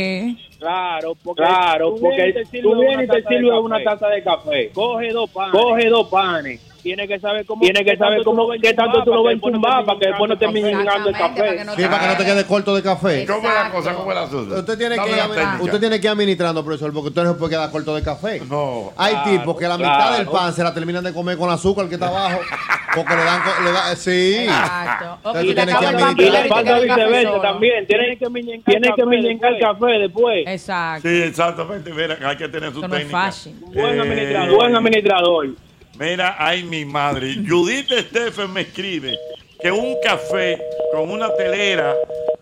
Claro, porque, claro,
tú
porque
vienes y te sirves
tú
una
vienes y
taza
te
de
sirves
café.
una taza de café. Coge dos panes. Coge
Coge
dos panes.
Tiene que saber cómo.
Tienes que saber cómo qué tanto tú lo ves chumbar para que después no termines llegando el café.
Sí, para que no te quede corto de café.
¿Cómo es la cosa? ¿Cómo es el asunto?
Usted tiene,
Dame
que ir,
la
admi-
técnica.
usted tiene que ir administrando, profesor, porque usted no se puede quedar corto de café.
No.
Hay
Claro,
tipos que la mitad
claro.
del pan se la terminan de comer con azúcar que está abajo, porque le dan. co- Le da, sí.
Exacto.
Entonces
Y
tú
le
tienes que
acaba el
administrar.
pan, y le pasa viceversa también. Tienes que Tienes que meñengar el café después.
Exacto.
Sí, exactamente. Mira, hay que tener su
Eso no es
técnica. Eh,
fácil. Buen administrador. Buen administrador.
Mira, ay, mi madre. Judith Stephen me escribe que un café con una telera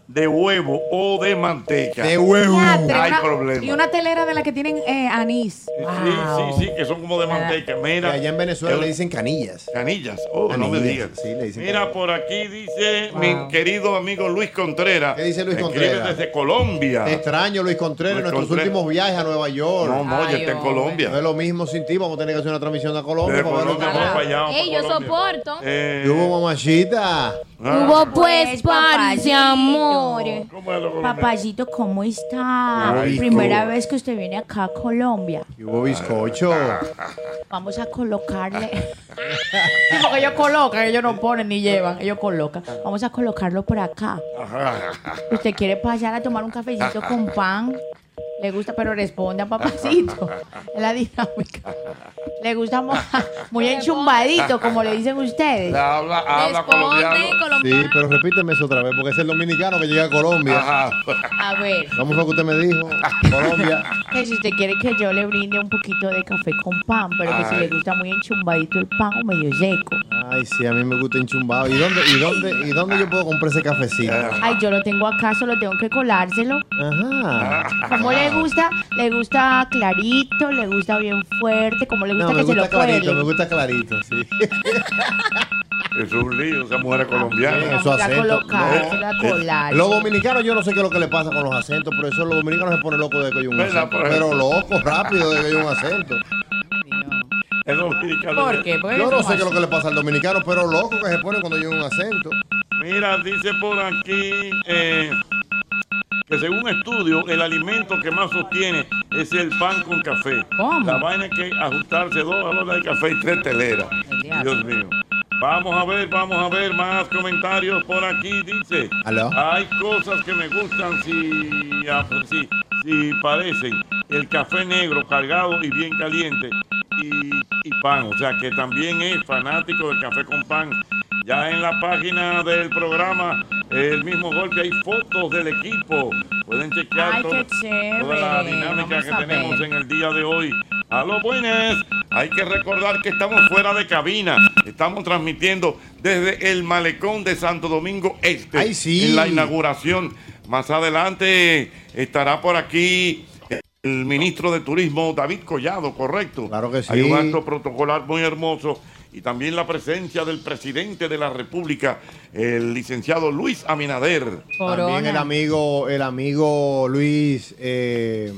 de huevo o de manteca.
De huevo.
Tener
pues, Hay
una-
problema.
Y una telera de la que tienen eh, anís.
Sí, sí, sí, que son como de manteca. Mira.
Que allá en Venezuela
Eh,
le dicen canillas.
Canillas. Oh, no me digas.
Sí, le dicen.
Mira, por aquí dice mi querido amigo Luis Contreras. ¿Qué
Ah. dice Luis Contreras?
desde Colombia.
Te extraño, Luis Contreras,
Luis
nuestros
Contreras.
últimos viajes a Nueva York.
No, no, ya está en Colombia.
No es lo mismo sin ti, vamos a tener que hacer una transmisión a Colombia.
Desde
para ver lo
Colombia,
que-
vamos para allá, vamos
Ey, yo
para Colombia.
soporto.
Eh, Ah.
¿Qué hubo, mamachita?
Hubo pues parce, amor.
Papayito, ¿cómo está?
Ay,
Primera
tú.
vez que usted viene acá a Colombia.
¿Qué hubo, bizcocho?
Ah.
Vamos a
*laughs*
colocarle.
Sí, porque ellos colocan, ellos no ponen ni llevan, ellos colocan.
Vamos a colocarlo por acá. ¿Usted quiere pasar a tomar un cafecito con pan?
Le gusta, pero responde a papacito. Es la dinámica. Le
*laughs*
gusta mo- muy enchumbadito, como le dicen ustedes.
habla,
habla colombiano.
Sí, pero repíteme eso otra vez, porque es el dominicano que llega a Colombia.
A ver,
¿Cómo fue que usted me dijo? Colombia.
que si usted quiere que yo le brinde un poquito de café con pan, pero que si
Ay.
le gusta muy enchumbadito el pan o medio seco.
Ay, sí, a mí me gusta enchumbado. ¿Y dónde, y dónde, y dónde yo puedo comprar ese cafecito?
Ah.
Ay, yo lo tengo acá, solo tengo que colárselo.
Ajá.
¿Cómo le
Ah.
gusta? ¿Le gusta clarito? ¿Le gusta bien fuerte? ¿Cómo le gusta
No,
que
me
se lo
gusta clarito,
cuele?
me gusta clarito, sí.
es un lío, esa mujer colombiana.
Su acento.
colocaron,
No,
la
eh,
colaron.
Los dominicanos, yo no sé qué es lo que le pasa con los acentos, pero eso los dominicanos se ponen locos de que hay un
¿Verdad,
acento.
por
Pero
ejemplo?
locos, rápido de que hay un acento.
Es dominicano.
¿Por qué? Porque eh, Yo no sé qué es lo que le pasa al dominicano, pero loco que se pone cuando hay un acento.
Mira, dice por aquí eh, que según un estudio, el alimento que más sostiene es el pan con café. La vaina es que ajustarse dos galones de café y tres teleras. Dios mío. Vamos a ver, vamos a ver más comentarios por aquí. Dice,
¿Aló?
hay cosas que me gustan si, ah, pues sí, si parecen el café negro cargado y bien caliente y, y pan. O sea, que también es fanático del café con pan. Ya en la página del programa, eh, el mismo golpe, hay fotos del equipo. Pueden chequear
Ay,
todo-
qué chévere.
toda la dinámica
Vamos
que
a
tenemos
ver.
en el día de hoy. A los buenos, hay que recordar que estamos fuera de cabina. Estamos transmitiendo desde el malecón de Santo Domingo Este.
Ay, sí.
En la inauguración. Más adelante estará por aquí el ministro de Turismo, David Collado, correcto. Claro
que sí.
Hay un acto protocolar muy hermoso y también la presencia del presidente de la República, el licenciado Luis Aminader.
También el amigo, el amigo Luis eh,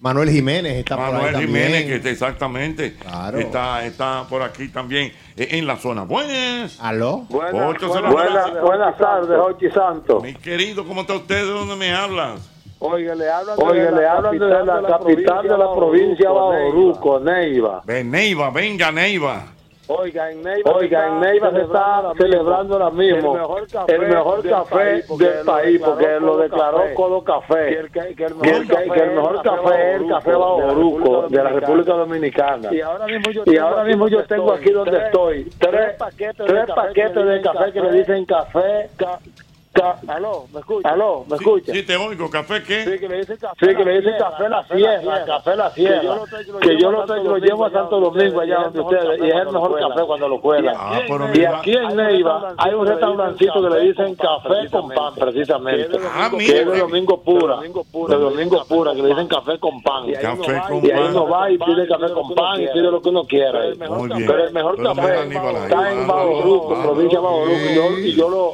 Manuel Jiménez está por ahí
Manuel
también.
Jiménez, que está exactamente está, está por aquí también eh, en la zona. Buenas.
¿Aló?
Buenas,
Buenas, buenas tardes, Jochi Santos.
Mi querido, ¿cómo está usted? ¿De dónde me hablas?
Oiga, le hablan,
Oiga,
de,
le
la
hablan
capital
desde la
de la capital de la provincia de Bauruco, Neiva.
Ven, Neiva, venga, Neiva.
Oiga, en Neiva, se está celebrando ahora mismo el mejor café, del, país, porque lo declaró Codo Café. Que el, que, el mejor café, es el café Bajoruco de la República Dominicana. Y ahora mismo yo, tengo aquí donde estoy tres paquetes, de café que le dicen café. Aló, ¿me escucha? Aló, ¿me escucha?
Sí, te oigo, café qué?
Sí, que le dicen café, la sierra, café la sierra. Que yo lo, tra- lo llevo a Santo Domingo allá donde ustedes y es el mejor café cuando lo cuelan.
Ah, pero
Y
mira.
aquí en Neiva hay un restaurancito que le dicen café con pan precisamente.
Ah,
Que
mira.
es de domingo pura, de domingo pura, que le dicen café con pan. Y
Café con
ahí
pan.
uno va y pide café con pan y pide lo que uno quiera.
Muy bien.
Pero el mejor
Pero
café
mira, Aníbal, ahí
está
va,
en Bajoruco,
va,
provincia de
va,
Bajoruco. Y yo- Y yo lo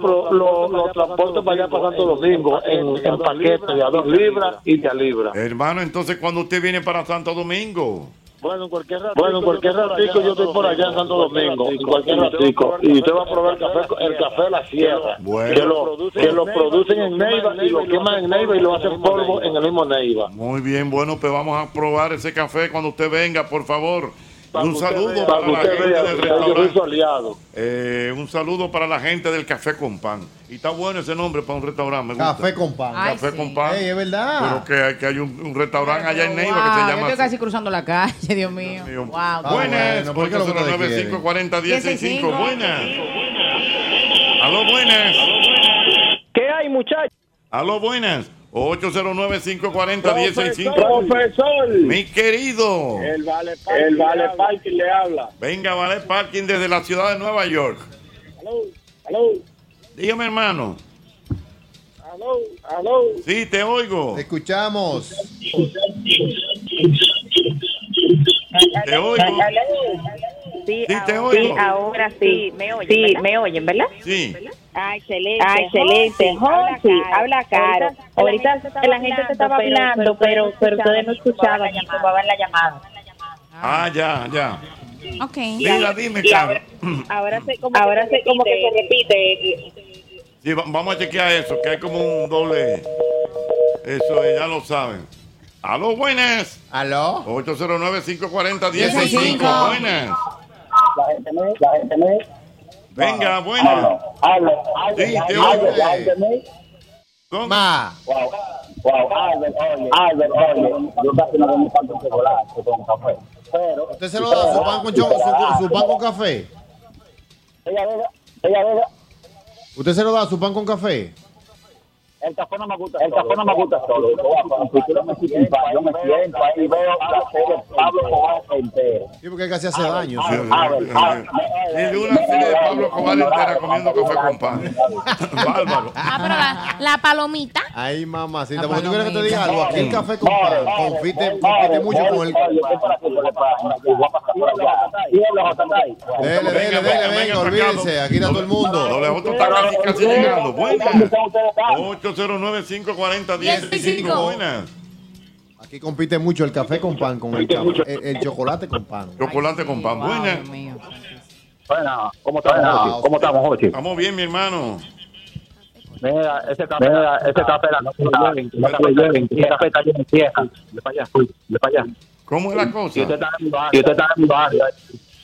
lo, pro- lo, lo transporto para allá pasando los Domingo en, en paquete de a dos libras y de a libra.
Hermano, entonces, cuando usted viene para Santo Domingo?
Bueno, en cualquier ratico, bueno, en cualquier ratico yo estoy por allá en Santo Domingo, en cualquier ratico. Y usted va a probar café, el café de la sierra,
Bueno.
que, lo, que lo producen en Neiva y lo queman en Neiva y lo hacen polvo en el mismo Neiva.
Muy bien, bueno, pues vamos a probar ese café cuando usted venga, por favor. Y un saludo para
Para que
la
usted
gente
vea,
del
que yo soy su
restaurante.
aliado.
Eh, un saludo para la gente del Café con Pan. Y está bueno ese nombre para un restaurante. me gusta.
Café con pan.
Café con Pan.
Ey, es verdad.
Pero que, hay- que hay un, un restaurante allá en Neiva
Wow,
que
yo
se llama
estoy
así.
casi cruzando la calle, Dios mío.
mío.
Wow.
Buenas,
Ah, bueno, ¿por qué lo que ustedes
809 540 1065
15.
Buenas. Aló, buenas.
¿Qué hay, muchachos?
Aló, buenas. 809-540-1065.
Profesor,
Mi querido.
vale el vale parking le habla.
Venga, vale parking desde la ciudad de Nueva York.
Aló, aló,
Dígame, hermano.
aló, aló.
Sí, te oigo.
Te escuchamos.
Te oigo.
Sí,
Sí, te
ahora,
oigo.
sí, ahora sí. me oyen, sí, me oyen, ¿verdad?
Sí.
Ah, excelente. Ah, excelente. Josi, habla caro. Ahorita la gente te estaba hablando, pero, pero ustedes no escuchaban y tomaban la llamada.
Ah, ya, ya.
Ok.
Mira, dime,
Y
Carlos. *clears throat*
ahora, ahora se como, ahora se, como que se repite.
Sí, va- vamos a chequear eso, que hay como un doble. Eso eh, ya lo saben. Aló, buenas.
Aló.
809-540-1065. Buenas.
La gente me, la gente me.
Venga, buenas.
Aló, aló,
Sí, te
aló,
oigo.
aló.
Ma.
Wow, wow, Albert, oye, Albert, oye, yo casi no como pan con chocolate, con café. Pero,
¿Usted se lo da su pan con, cho- su, su pan con café?
Ella, ella, ella, ella,
¿Usted se lo da su pan con café?
el café no me gusta El café no me gusta solo. Yo me siento ahí, veo la serie
Pablo Cobal entero.
Sí, porque casi hace
Ah,
daño.
Sí, Ni de una serie de Pablo Cobal entera comiendo café con pan. *laughs* Bárbaro.
Ah, pero la, la palomita.
Ahí, mamacita, porque tú quieres que te diga algo. Aquí el café con pan, confite, confite mucho con el. Dele, dele, dele, venga, olvídense. Aquí está todo el mundo.
Los lejotos están casi, casi llegando. Buenas. 809-540-1025. Buenas.
Aquí compite mucho el café con pan, con el,
Compite
café-
mucho.
el, el chocolate con pan.
Chocolate con pan. Buenas.
Bueno, ¿cómo estamos,
Buenas.
Jochi? ¿Cómo estamos, Jochi?
Estamos bien, mi hermano.
Mira, ese café, mira, ese café, la noche está bien, ese café está bien, ese
ah,
café está bien, vieja. De para allá, de para allá.
¿Cómo es la cosa?
Y usted está en mi barrio. Y usted está en mi barrio.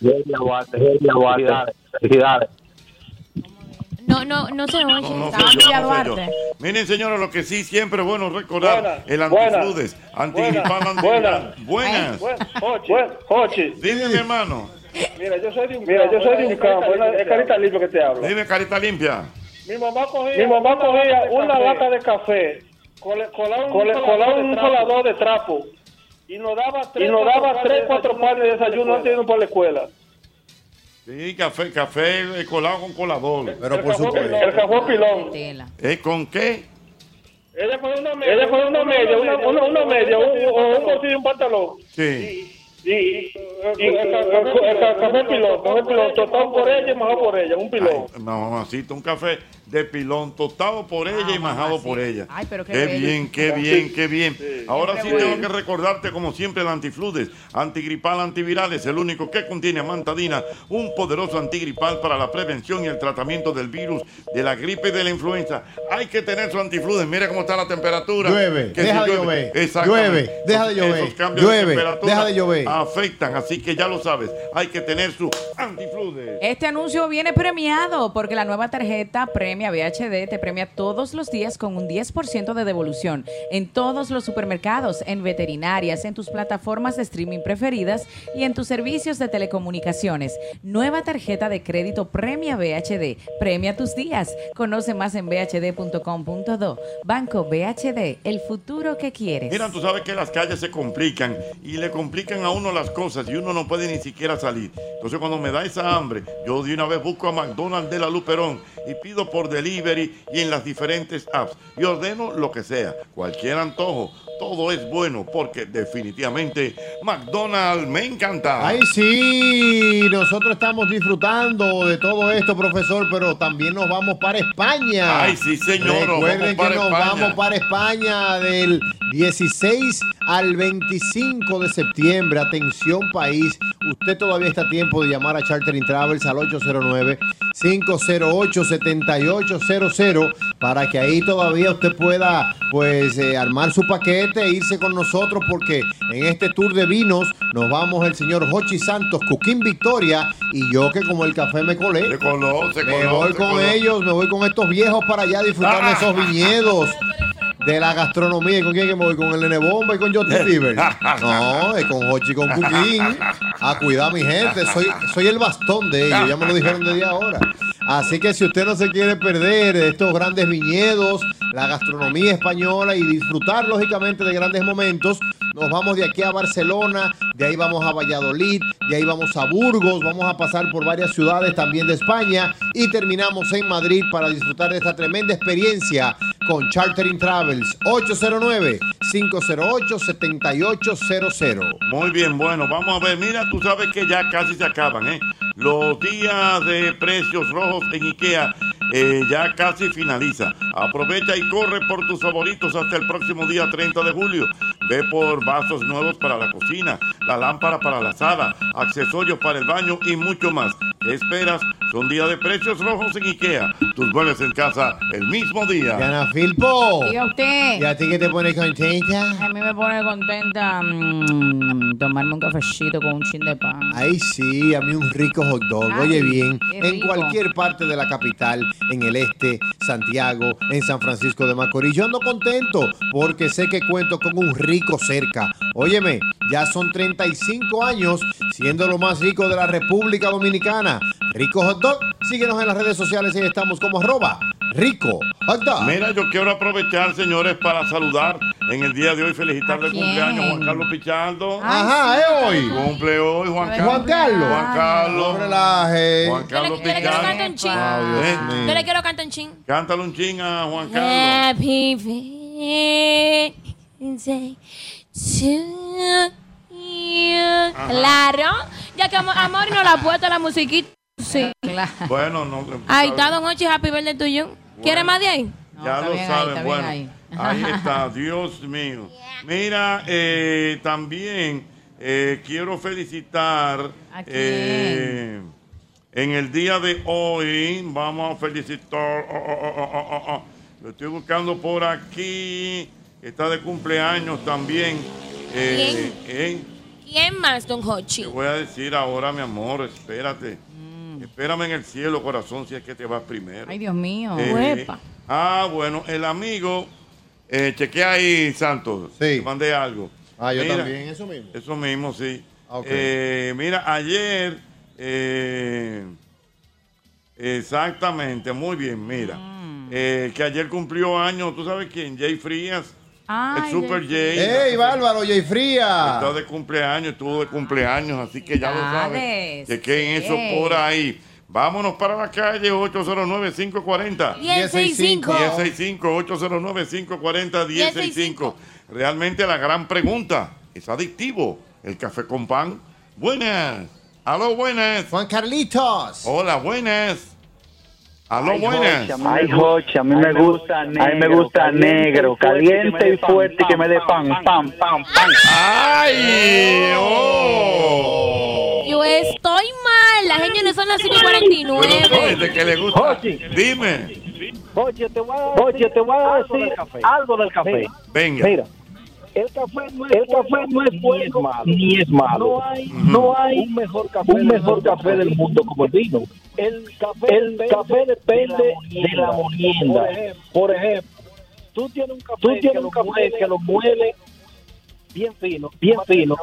Delia Duarte, Delia Duarte. Felicidades, Felicidades.
No, no, no se oye.
No, no
Estaba
soy yo,
Delia
no soy yo.
Duarte.
Miren, señores, lo que sí siempre es bueno recordar,
Buenas,
el
buenas,
antifludes, antigripal,
buenas,
antigripal. Buenas.
Jochi.
Dime, mi hermano.
Mira, yo soy de un
Mira, yo soy de un
es carita
campo, es la-
limpia.
es carita limpia que te hablo.
Dime, carita limpia.
Mi mamá cogía,
Mi mamá cogía una lata
de café, cole- colaba un,
Cole- colaba
colador,
un
de
colador
trapo, y nos daba tres,
y nos daba
cuatro
tres, cuatro panes de desayuno antes de irnos para la escuela.
Sí, café, café eh, colado con colador. Pero
por cajón supuesto. pilón, el cajón pilón.
¿Eh, ¿Con qué?
Ella fue una media,
Ella fue una media, una, una, una media, un, o un bolsillo
bolsillo.
y un pantalón.
Sí.
Y, y, y el, ca- el ca- el ca- café pilón, café pilón, tostado por ella y mojado por ella, un pilón.
Ay, mamacita, un café de pilón tostado por ella y majado por ella.
Ay, pero qué bello.
bien, qué bien, qué bien. Ahora sí
Siempre
tengo que
bueno.
recordarte, como siempre, el antifludes, antigripal, antiviral, es el único que contiene amantadina, un poderoso antigripal para la prevención y el tratamiento del virus, de la gripe y de la influenza. Hay que tener su antifludes. Mira cómo está la temperatura.
Llueve,
Que
deja
si
de
llueve,
llover.
exactamente.
Llueve, deja de llover.
Esos cambios
Llueve,
temperatura
deja de llover.
Afectan, así que ya lo sabes. Hay que tener su
Este anuncio viene premiado porque la nueva tarjeta Premia VHD te premia todos los días con un 10% de devolución en todos los supermercados, en veterinarias, en tus plataformas de streaming preferidas y en tus servicios de telecomunicaciones. Nueva tarjeta de crédito Premia VHD. Premia tus días. Conoce más en bhd.com.do. Banco BHD, el futuro que quieres.
Mira, tú sabes que las calles se complican y le complican a uno las cosas y uno no puede ni siquiera salir. Entonces cuando me da esa hambre, yo de una vez busco a McDonald's de la Luperón y pido por delivery y en las diferentes apps y ordeno lo que sea, cualquier antojo. Todo es bueno porque definitivamente McDonald's me encanta.
Ay, sí, nosotros estamos disfrutando de todo esto, profesor, pero también nos vamos para España.
Ay, sí, señor, nos vamos
Recuerden
para
que nos
España.
vamos para España del 16 al 25 de septiembre. Atención, país. Usted todavía está a tiempo de llamar a Chartering Travels al 809-508-7800 para que ahí todavía usted pueda pues eh, armar su paquete e irse con nosotros porque en este tour de vinos nos vamos el señor Jochi Santos, Cuquín Victoria y yo que como el café me colé.
se
me
coló,
voy
se
con
coló. Ah.
ellos, me voy con estos viejos para allá a disfrutar de esos viñedos. De la gastronomía, ¿Y ¿con quién que me voy? ¿Con el Nene Bomba y con Justin Bieber? No, es con Hochi y con Cuquín. A cuidar a mi gente, soy, soy el bastón de ellos, ya me lo dijeron de día ahora. Así que si usted no se quiere perder estos grandes viñedos, la gastronomía española y disfrutar lógicamente de grandes momentos, nos vamos de aquí a Barcelona, de ahí vamos a Valladolid, de ahí vamos a Burgos, vamos a pasar por varias ciudades también de España y terminamos en Madrid para disfrutar de esta tremenda experiencia con Chartering Travels 809-508-7800.
Muy bien, bueno, vamos a ver. Mira, tú sabes que ya casi se acaban, ¿eh? Los días de precios rojos en IKEA eh, ya casi finaliza. Aprovecha y corre por tus favoritos hasta el próximo día 30 de julio. Ve por vasos nuevos para la cocina, la lámpara para la sala, accesorios para el baño y mucho más. ¿Qué esperas? Son días de precios rojos en IKEA. Tus muebles en casa el mismo día.
Diana Filpo.
Diga usted.
¿Y a ti qué te pone contenta?
A mí me pone contenta mm, tomarme un cafecito con un chin de pan.
Ay, sí, a mí un rico hot dog.
Ay,
Oye bien,
qué
en
rico.
cualquier parte de la capital, en el este, Santiago, en San Francisco de Macorís, yo ando contento porque sé que cuento con un rico cerca. Óyeme, ya son 35 años siendo lo más rico de la República Dominicana. Rico hot dog, síguenos en las redes sociales y estamos como arroba Rico.
Mira, yo quiero aprovechar, señores, para saludar en el día de hoy, felicitar de
quién?
cumpleaños a Juan Carlos Pichardo.
Ay, Ajá, sí. ¿es hoy?
Cumple hoy, Juan
Juan
Carlos.
Carlos.
Juan Carlos.
No relaje.
Juan Carlos
Yo le quiero
Pichardo.
cantar un ching.
Ay, Ah, Dios mío.
Yo le quiero cantar un ching.
Cántale un ching a Juan
Eh.
Carlos.
Happy birthday to you. Claro. Ya que amo- Amor no la ha puesto la musiquita. Sí.
Bueno, no.
Ahí está, don Ochi, happy birthday to you. ¿Quieres más de ahí?
Ya
está
lo
bien ahí,
saben,
está bien
bueno. Ahí.
ahí. *laughs*
está, Dios mío. Mira, eh, también eh, quiero felicitar eh, en el día de hoy, vamos a felicitar, oh, oh, oh, oh, oh, oh, oh. lo estoy buscando por aquí, está de cumpleaños también. Eh, eh,
¿Quién más, don Hochi?
te voy a decir ahora, mi amor, espérate.
Mm.
Espérame en el cielo, corazón, si es que te vas primero.
Ay, Dios mío.
Eh, ah, bueno, el amigo, eh, chequea ahí, Santos. Sí. mandé algo.
Ah, yo también, eso mismo.
Eso mismo, sí.
ok.
Eh, mira, ayer, eh, exactamente, muy bien, mira. Eh, que ayer cumplió años, ¿tú sabes quién? Jay Frías. el Super Jay.
¡Ey, bárbaro, Jay Fría!
Está de cumpleaños, estuvo de cumpleaños, así que ya lo saben.
Felicidades.
Chequen eso
Sí.
por ahí. Vámonos para la calle 809-540.
1065.
1065-809-540-1065. Realmente la gran pregunta. ¿Es adictivo el café con pan? Buenas. Aló, buenas.
Juan Carlitos.
Hola, buenas. Aló,
Ay,
buenas.
Jochi, a mí me Ay, gusta- Jochi, a mí me gusta negro, caliente y caliente y fuerte que me dé pan, pan, pan, pan.
¡Ay! ¡Oh!
Yo estoy mal. Las señores son las
Pero
5.49.
tú eres de que le gusta. Dime.
Oye, te voy a decir, algo, del café.
Venga.
Mira, el café no es, el café no es bueno ni es malo. No hay, no hay un mejor café, del mundo como el vino. El café, depende de la molienda. Por ejemplo, tú tienes un café, que, lo muele, bien fino, bien fino,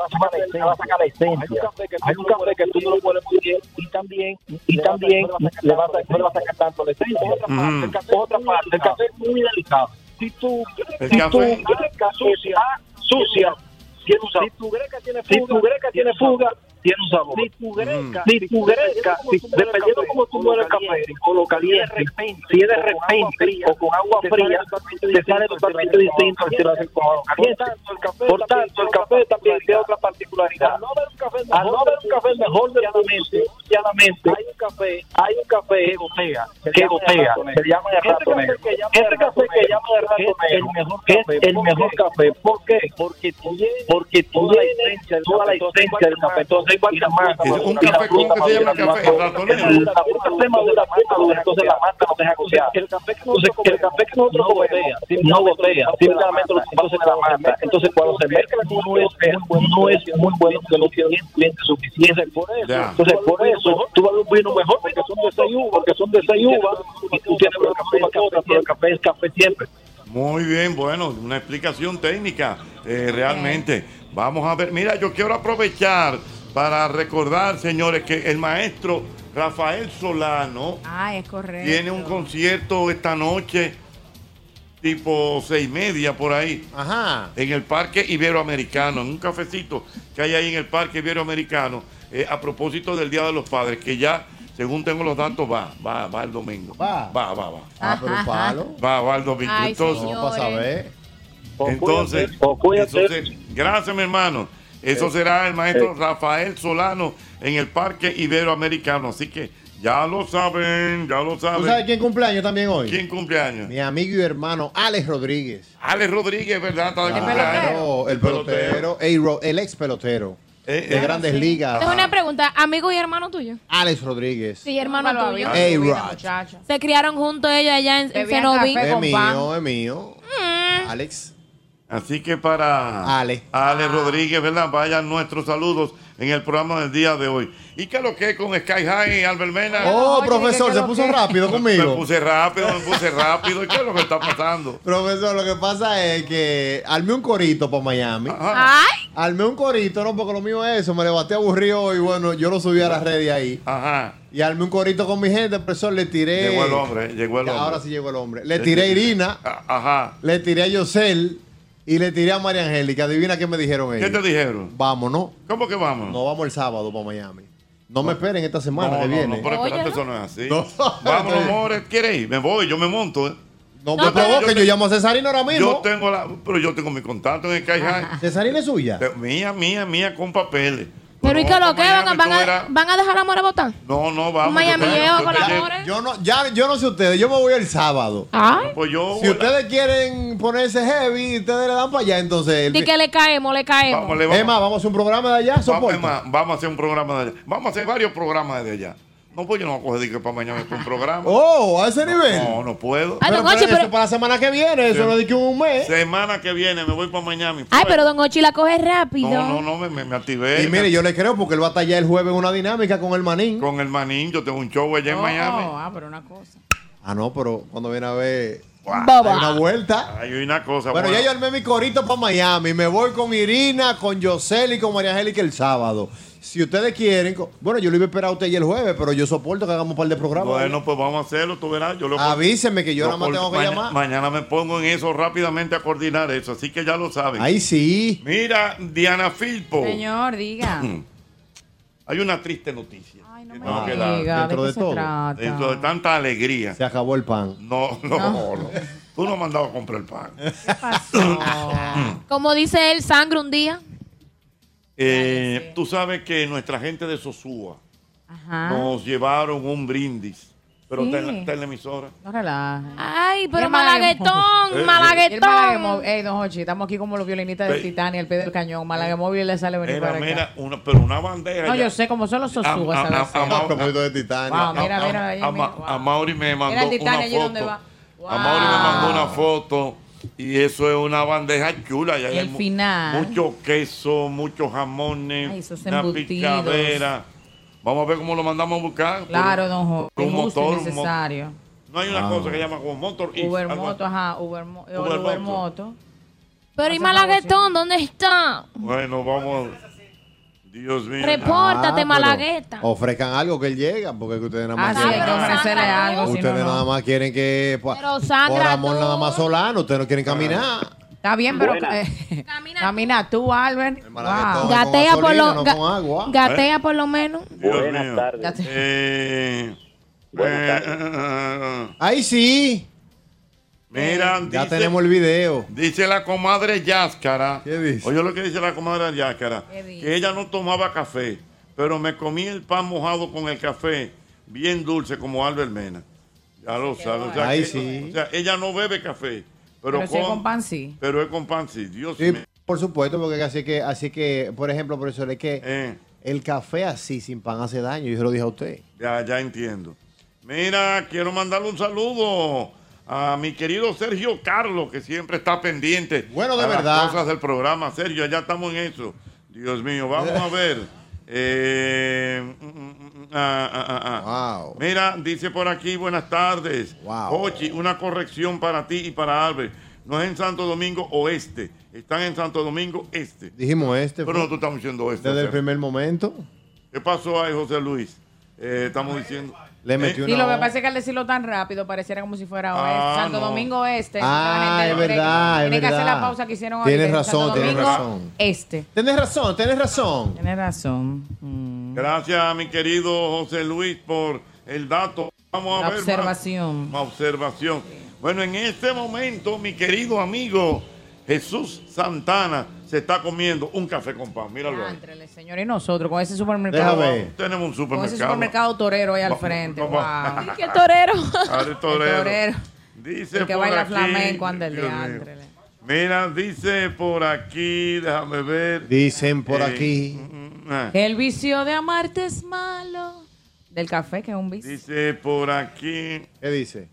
te va a sacar la esencia. Hay un café que tú no lo mueles muy bien y también y también le vas a, no le vas a sacar tanto la esencia. Otra
Mm.
parte, el café, otra parte, el café es muy delicado. Si tú
El
si tu
café-
greca sucia, ah, sucia, tiene un sabor. Si tu greca tiene fuga, si tu greca tiene fuga, tiene un sabor. Si tu
Mm.
greca, si tu greca, si- dependiendo cómo tú mueves el café o lo caliente, si es de repente o con agua fría, te sale totalmente distinto al si lo haces con agua caliente. Por tanto, el café también tiene otra particularidad. Al no haber un café mejor del mundo, claramente, hay un café, hay un café que gotea, que gotea, se llama el rato negro. Este café que llama el rato negro es el mejor café. ¿Por qué? Porque tiene, porque toda la esencia, toda la esencia del café. Entonces, igual que mata. Un café con que se llama café, el rato negro. La fruta se madura, madura, entonces la mata no deja gotear. Entonces, el café que nosotros comemos no gotea, simplemente los vasos en la mata. Entonces, cuando se mezcla no es no es muy bueno que no tiene cliente suficiente. Por eso, entonces, por eso, tú vas a un vino mejor porque son de seis uvas, porque son de seis uvas y tú tienes el café, el café, pero el café es café siempre.
Muy bien, bueno, una explicación técnica, eh, realmente. Vamos a ver, mira, yo quiero aprovechar para recordar, señores, que el maestro Rafael Solano
Ah, es correcto.
tiene un concierto esta noche, tipo seis y media por ahí. Ajá. En el Parque Iberoamericano, en un cafecito que hay ahí en el Parque Iberoamericano, eh, a propósito del Día de los Padres, que ya, según tengo los datos, va, va, va el domingo.
Va.
Va, va, va.
Ah, pero *laughs* palo.
Va, va el domingo.
Ay,
Entonces,
señores. No, para saber.
entonces, entonces, gracias, mi hermano. Eso
Eh,
será el maestro
eh.
Rafael Solano en el Parque Iberoamericano. Así que ya lo saben, ya lo
¿Tú sabes
saben.
quién cumpleaños también hoy?
¿Quién cumpleaños?
*laughs* Mi amigo y hermano Alex Rodríguez.
Alex Rodríguez, ¿verdad? Está de cumpleaños.
Claro, el pelotero. Ey, Ro- El ex pelotero. de
eh,
grandes
sí.
ligas.
Es una pregunta, amigo y hermano tuyo.
Alex Rodríguez.
Sí, hermano
lo
tuyo.
había subido, A-Rod.
Se criaron juntos ellos allá en, en
Bebían
Cenoví.
Es mío, es mío.
Alex. Así que para Ale, Rodríguez, ¿verdad? Vayan nuestros saludos en el programa del día de hoy. ¿Y qué lo que es con Sky High, Albert Mena?
Oh, Oye, profesor, ¿qué se lo puso que? rápido
*laughs*
conmigo.
Me puse rápido, me puse rápido. ¿Y qué es lo que está pasando?
Profesor, lo que pasa es que armé un corito para Miami.
Ay,
Armé un corito, no, porque lo mío es eso. Me levanté aburrido y bueno, yo lo subí a las redes ahí.
Ajá.
Y armé un corito con mi gente, profesor, le tiré.
Llegó el hombre, eh, llegó el hombre.
Eh, Ahora sí llegó el hombre. Le tiré a Irina.
Ajá.
Le tiré a Yosel. Y le tiré a María Angélica. Adivina qué me dijeron ellos.
¿Qué te dijeron?
Vámonos.
¿Cómo que vamos?
No vamos el sábado para Miami. No me esperen esta semana
No,
que
no,
viene.
no, pero espérate, eso no es así.
*laughs*
Vámonos, More, ¿quieres ir? Me voy, yo me monto. ¿eh?
No, me provoque, yo,
te-
llamo a Cesarino ahora mismo.
Yo tengo la, pero yo tengo mi contacto en el Kai
¿Cesarina es suya?
Mía, mía, mía, con papeles.
Pero ¿y qué lo que van, van a,
verás.
van a dejar a More votar?
No, no,
Un
vamos.
Miamieo
yo
con
te
la
llevo-
More.
Yo no, ya, yo no sé ustedes, yo me voy el sábado.
Ay.
Pues yo.
Si ustedes quieren ponerse heavy, ustedes le dan para allá, entonces. el-
Di que le caemos, le caemos.
Vamos, le vamos.
Emma, vamos a hacer un programa de allá,
Vamos,
soporta.
Emma, vamos a hacer un programa de allá. Vamos a hacer varios programas de allá. No, pues yo no voy a coger de que para mañana con un programa.
Oh, a ese nivel.
No, no puedo.
Ay, don Ochi,
Eso
pero,
para la semana que viene, eso
Sí.
no es de que un mes.
Semana que viene me voy para Miami. pues.
ay, pero Don Ochi la coge rápido.
No, no, no, me, me, me activé.
Y mire, yo le creo porque él va a estar ya el jueves en una dinámica con el manín.
Con el manín, yo tengo un show allá en Miami.
ah, pero una cosa.
Ah, no, pero cuando viene a ver.
Boba.
Hay una vuelta.
Hay una cosa.
Bueno,
buena.
ya yo armé mi corito para Miami. Me voy con Irina, con Yosel y con María Angélica el sábado. Si ustedes quieren, co- bueno, yo lo iba a esperar a usted y el jueves, pero yo soporto que hagamos un par de programas.
Bueno, pues vamos a hacerlo, tú verás. Yo lo
Avíseme que yo
lo
nada más
col-
tengo que
maña-
llamar.
Mañana me pongo en eso rápidamente a coordinar eso, así que ya lo saben.
Ahí sí.
Mira, Diana Filpo, Mm.
Señor, diga.
*laughs* hay una triste noticia. Ay, no
me diga, ¿de Dentro qué de se todo. trata?
Dentro de tanta alegría.
Se acabó el pan.
No, no, no. Tú no me has mandado a comprar
*laughs*
el pan. Mm.
Como dice él, sangre un día.
Eh, Tú sabes que nuestra gente de Sosúa
Ajá.
nos llevaron un brindis, pero
Ah. Sí.
está, en la, está en la emisora.
No relajes.
Ay, pero
El malaguemo. *laughs*
malaguetón,
Eh,
El
malaguetón.
malaguemo. Ey, don Hochi, estamos aquí como los violinistas de
Ey.
Titania, el pie del cañón. Malaguemóvil le sale venir
Era,
para acá.
mira, una, pero una bandera.
No,
ya.
yo sé, como son los
A- a- a-
sosugas.
a- a-
de Titania.
Wow, mira,
a-
mira, ahí,
a-
mira,
a- a Mauri me mandó
Mira el
una
Titania allí donde
foto.
va.
A Mauri me mandó una foto y eso es una bandeja chula. Y ahí
El
mu-
final.
Mucho queso, muchos jamones,
Ay, esos
una
embutidos.
picadera. Vamos a ver cómo lo mandamos a buscar.
Claro, don Hochi.
Por un
justo y
motor, un mo-
necesario.
No hay una
Ah.
cosa que llama como motor y
Uber
algo
Moto, ajá. Uber, Mo- eh,
Uber
Uber
Moto.
Moto.
Pero y malaguetón, ¿dónde está?
así. Bueno, vamos. Dios mío.
Repórtate,
Ah, pero
malagueta.
Ofrezcan algo que él llega, porque que ustedes nada
Ah,
más.
sí, hay que ofrecerle algo. si no,
ustedes
no.
nada más quieren que. po-
Pero,
por
Sandra,
amor
tú-
nada más solano, ustedes no quieren caminar.
Está bien, pero
Buena.
eh, *laughs* camina, tú, Albert. Wow.
Gatea por
gasolina,
lo
no
ga-
con agua.
gatea por lo menos.
Eh, Dios
Buenas
mío.
tardes.
Eh, eh, eh, eh,
Ahí sí. Eh,
Mira,
Ya
dice-
tenemos el video.
Dice la comadre Yáscara.
¿Qué dice?
Oye lo que dice la comadre Yáscara.
¿Qué dice?
Que ella no tomaba café, pero me comí el pan mojado con el café, bien dulce como Albert Mena. Ya lo sabe. O sea,
Ay,
que-
sí.
o sea, ella no bebe café, pero,
Pero, si es
con-
con pan, sí.
pero es con pan, sí. Dios
Sí,
mío.
por supuesto, porque así que, así que, por ejemplo, profesor, es que
Eh.
el café así sin pan hace daño. Yo se lo dije a usted.
Ya, ya entiendo. Mira, quiero mandarle un saludo a mi querido Sergio Carlos, que siempre está pendiente.
Bueno, de
a las
verdad.
cosas del programa, Sergio, ya estamos en eso. Dios mío, vamos a ver.
*laughs*
Eh, mm, mm, mm, ah, ah, ah, ah. Mira, dice por aquí, buenas tardes. Ochi, una corrección para ti y para Albert. No es en Santo Domingo Oeste, están en Santo Domingo Este.
Dijimos este.
Pero
fue-
no, tú estamos diciendo Oeste. o
desde el
sea,
primer momento.
¿Qué pasó ahí, José Luis? Eh, estamos diciendo. ¿eh?
Le metió
Sí, lo que pasa es que al decirlo tan rápido pareciera como si fuera oeste.
Ah,
Santo
no.
Domingo Este.
Ah,
La gente
es
cree que-
verdad, es
Tiene que hacer
verdad.
la pausa que hicieron
Tienes
ahorita en
razón,
Santo
tienes
Domingo
razón.
Este.
Tienes razón, tienes razón.
Tienes razón.
Gracias a mi querido José Luis por el dato. Vamos a
La
ver. más-
observación.
Una observación. Bueno, en este momento, mi querido amigo Jesús Santana se está comiando un café con pan. Míralo ahí.
Señores, nosotros con ese supermercado.
Tenemos un
Con ese
supermercado.
supermercado torero ahí al
Va-
frente.
va- va-
Wow.
*laughs*
¡Qué torero!
*laughs*
Abre torero.
torero.
Dice
El que
por
baila
aquí-
flamenco anda el
Dios mío.
diantre.
Mira, dice por aquí, déjame ver.
Dicen por
Eh,
aquí.
mm, mm, ah.
El vicio de amarte es malo. Del café, que es un vicio.
Dice por aquí.
¿Qué dice?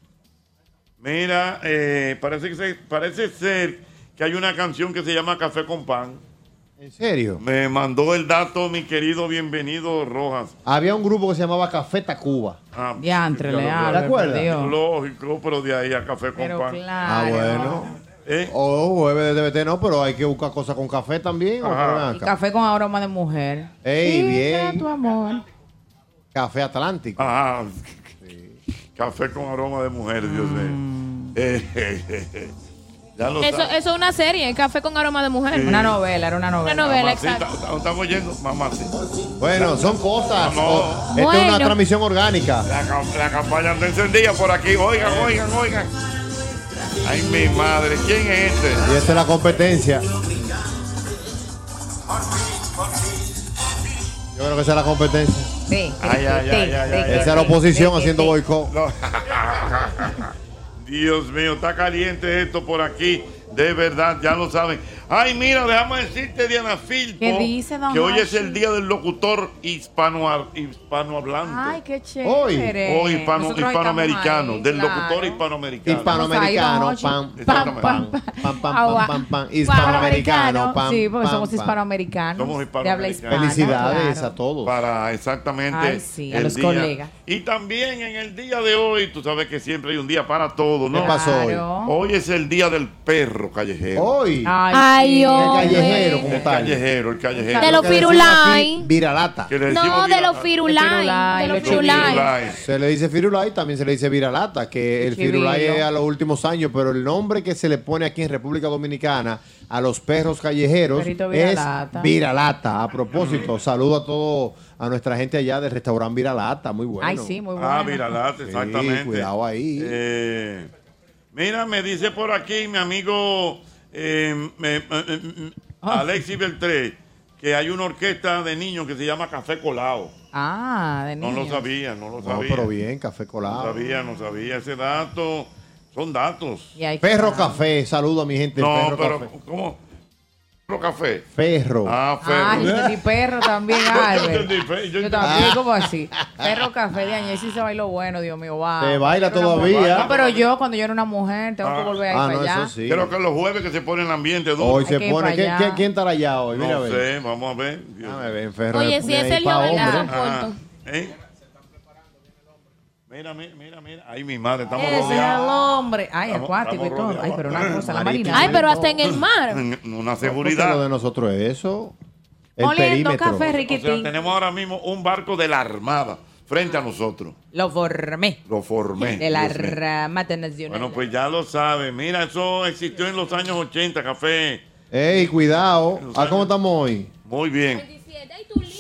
Mira, eh, parece, que se- parece ser que hay una canción que se llama Café con Pan.
¿En serio?
Me mandó el dato mi querido bienvenido Rojas.
Había un grupo que se llamaba Café Tacuba.
Ah,
Diantre,
ya lo-
le
ya
hablo,
lo-
¿Te acuerdas? Ah,
perdió.
Lógico, pero de ahí a Café con
Pero
Pan.
claro.
bueno.
Eh.
O jueves de DBT no, pero hay que buscar cosas con café también. o
Ajá.
con
Y
acá.
café con aroma de mujer.
Ey,
Sí,
bien.
está tu amor.
Café Atlántico.
Ah, café con aroma de mujer, Dios mío. Eh, *laughs* eh, eh, eh. Ya lo
Eso,
sabes.
eso es una serie, Café con aroma de mujer.
Sí.
Una novela,
Mamacita,
exacto.
estamos- Estamos yendo, mamacita.
Bueno, son cosas. O- Esta es una
Bueno.
transmisión orgánica.
La, cam- la campaña está encendida por aquí. Oigan, oigan, oigan. Ay, mi madre, ¿quién es este?
Y esta es la competencia. Yo creo que esa es la competencia.
Sí.
Ay, ay, ay, ay, ay.
Esa es la oposición haciendo boicot.
No. Dios mío, está caliente esto por aquí. De verdad, ya lo saben. Ay, mira, déjame decirte, Diana Filpo,
¿Qué dice, don
que hoy es
Hachi?
el día del locutor hispano, hispanohablante.
Ay, qué chévere.
Hoy, hoy hispano-
Nosotros estamos
hispanoamericano,
ahí,
del
claro.
locutor hispanoamericano.
Hispanoamericano, pam, pam, pam, pam, pam, pam, pam, pam. Hispanoamericano, pam.
Sí, porque
pam,
somos
pam.
hispanoamericanos.
Somos
De habla hispana.
hispanoamericanos.
Felicidades
claro.
a todos.
Para exactamente
Ay, sí, a
el
los
día.
colegas.
Y también en el día de hoy, tú sabes que siempre hay un día para todo, ¿no?
¿Qué pasó hoy? Claro.
Hoy es el día del perro callejero.
Hoy.
Ay,
Ay, hombre.
callejero como
el
tal.
callejero, el callejero.
De los
Lo que decimos
firulais.
aquí,
Viralata.
que le
No,
decimos
de los
Firulais,
firulais. De los firulais.
Se le dice firulai, también se le dice viralata, que el
Qué
firulai
bello.
es a los últimos años, pero el nombre que se le pone aquí en República Dominicana a los perros callejeros
Perrito
es
viralata.
viralata. A propósito, saludo a todo a nuestra gente allá del restaurante Viralata, muy bueno.
Ay, sí, muy bueno.
Ah, viralata, exactamente.
cuidado ahí.
Eh, mira, me dice por aquí mi amigo eh, me- eh, eh,
Ah.
Alexis Beltré que hay una orquesta de niños que se llama Café Colao.
Ah, de
No
niño.
lo sabía, no lo
No,
sabía.
pero bien, café
No
colado.
sabía, no sabía. Ese dato son datos.
Y hay que-
Perro café, saludo a mi gente.
No,
perro
pero
café.
¿cómo? Perro café.
Ferro.
Ah,
Ay, yo
ferro.
entendí perro
*laughs*
también, Albert.
entendí perro, yo
Yo también,
Ah.
entendí.
como así. Perro café de año. Y sí se bailó bueno, Dios mío, wow.
Se baila
Yo era una
todavía.
Ah,
mujer. No, pero yo, cuando yo era una mujer, tengo que volver a ir
Ah,
para
no,
allá.
eso sí.
Creo que los jueves que se pone el ambiente duro.
Hoy se
que ir
pone.
para
¿Quién,
allá.
quién, quién estará allá hoy? Mira, a
No
ver.
sé, vamos a ver. Déjame
ver, Ferro
Oye,
le
si
pone
es
ahí
el
pa'
Joel,
hombre.
ah. Punto.
¿Eh? Mira, mira, mira, mira. Ay, mi madre, estamos
Ese es el
rodeados.
hombre. Ay,
Estamos-
acuático y
estamos
todo. Ay, pero una
rodeados.
cosa, la
Marítimo.
marina.
Ay, pero hasta en el mar.
*laughs* Una
Porque Lo
seguridad.
de nosotros es eso. El
Oliendo
perímetro.
café
O sea,
riquitín.
tenemos ahora mismo un barco de la Armada frente a nosotros.
Lo formé.
Lo
*laughs*
formé.
De la
Dios mío.
rama nacional.
Bueno, pues ya lo saben. Mira, eso existió en los años 80, café.
Ey, cuidado. Ah, ¿cómo estamos hoy?
Muy bien.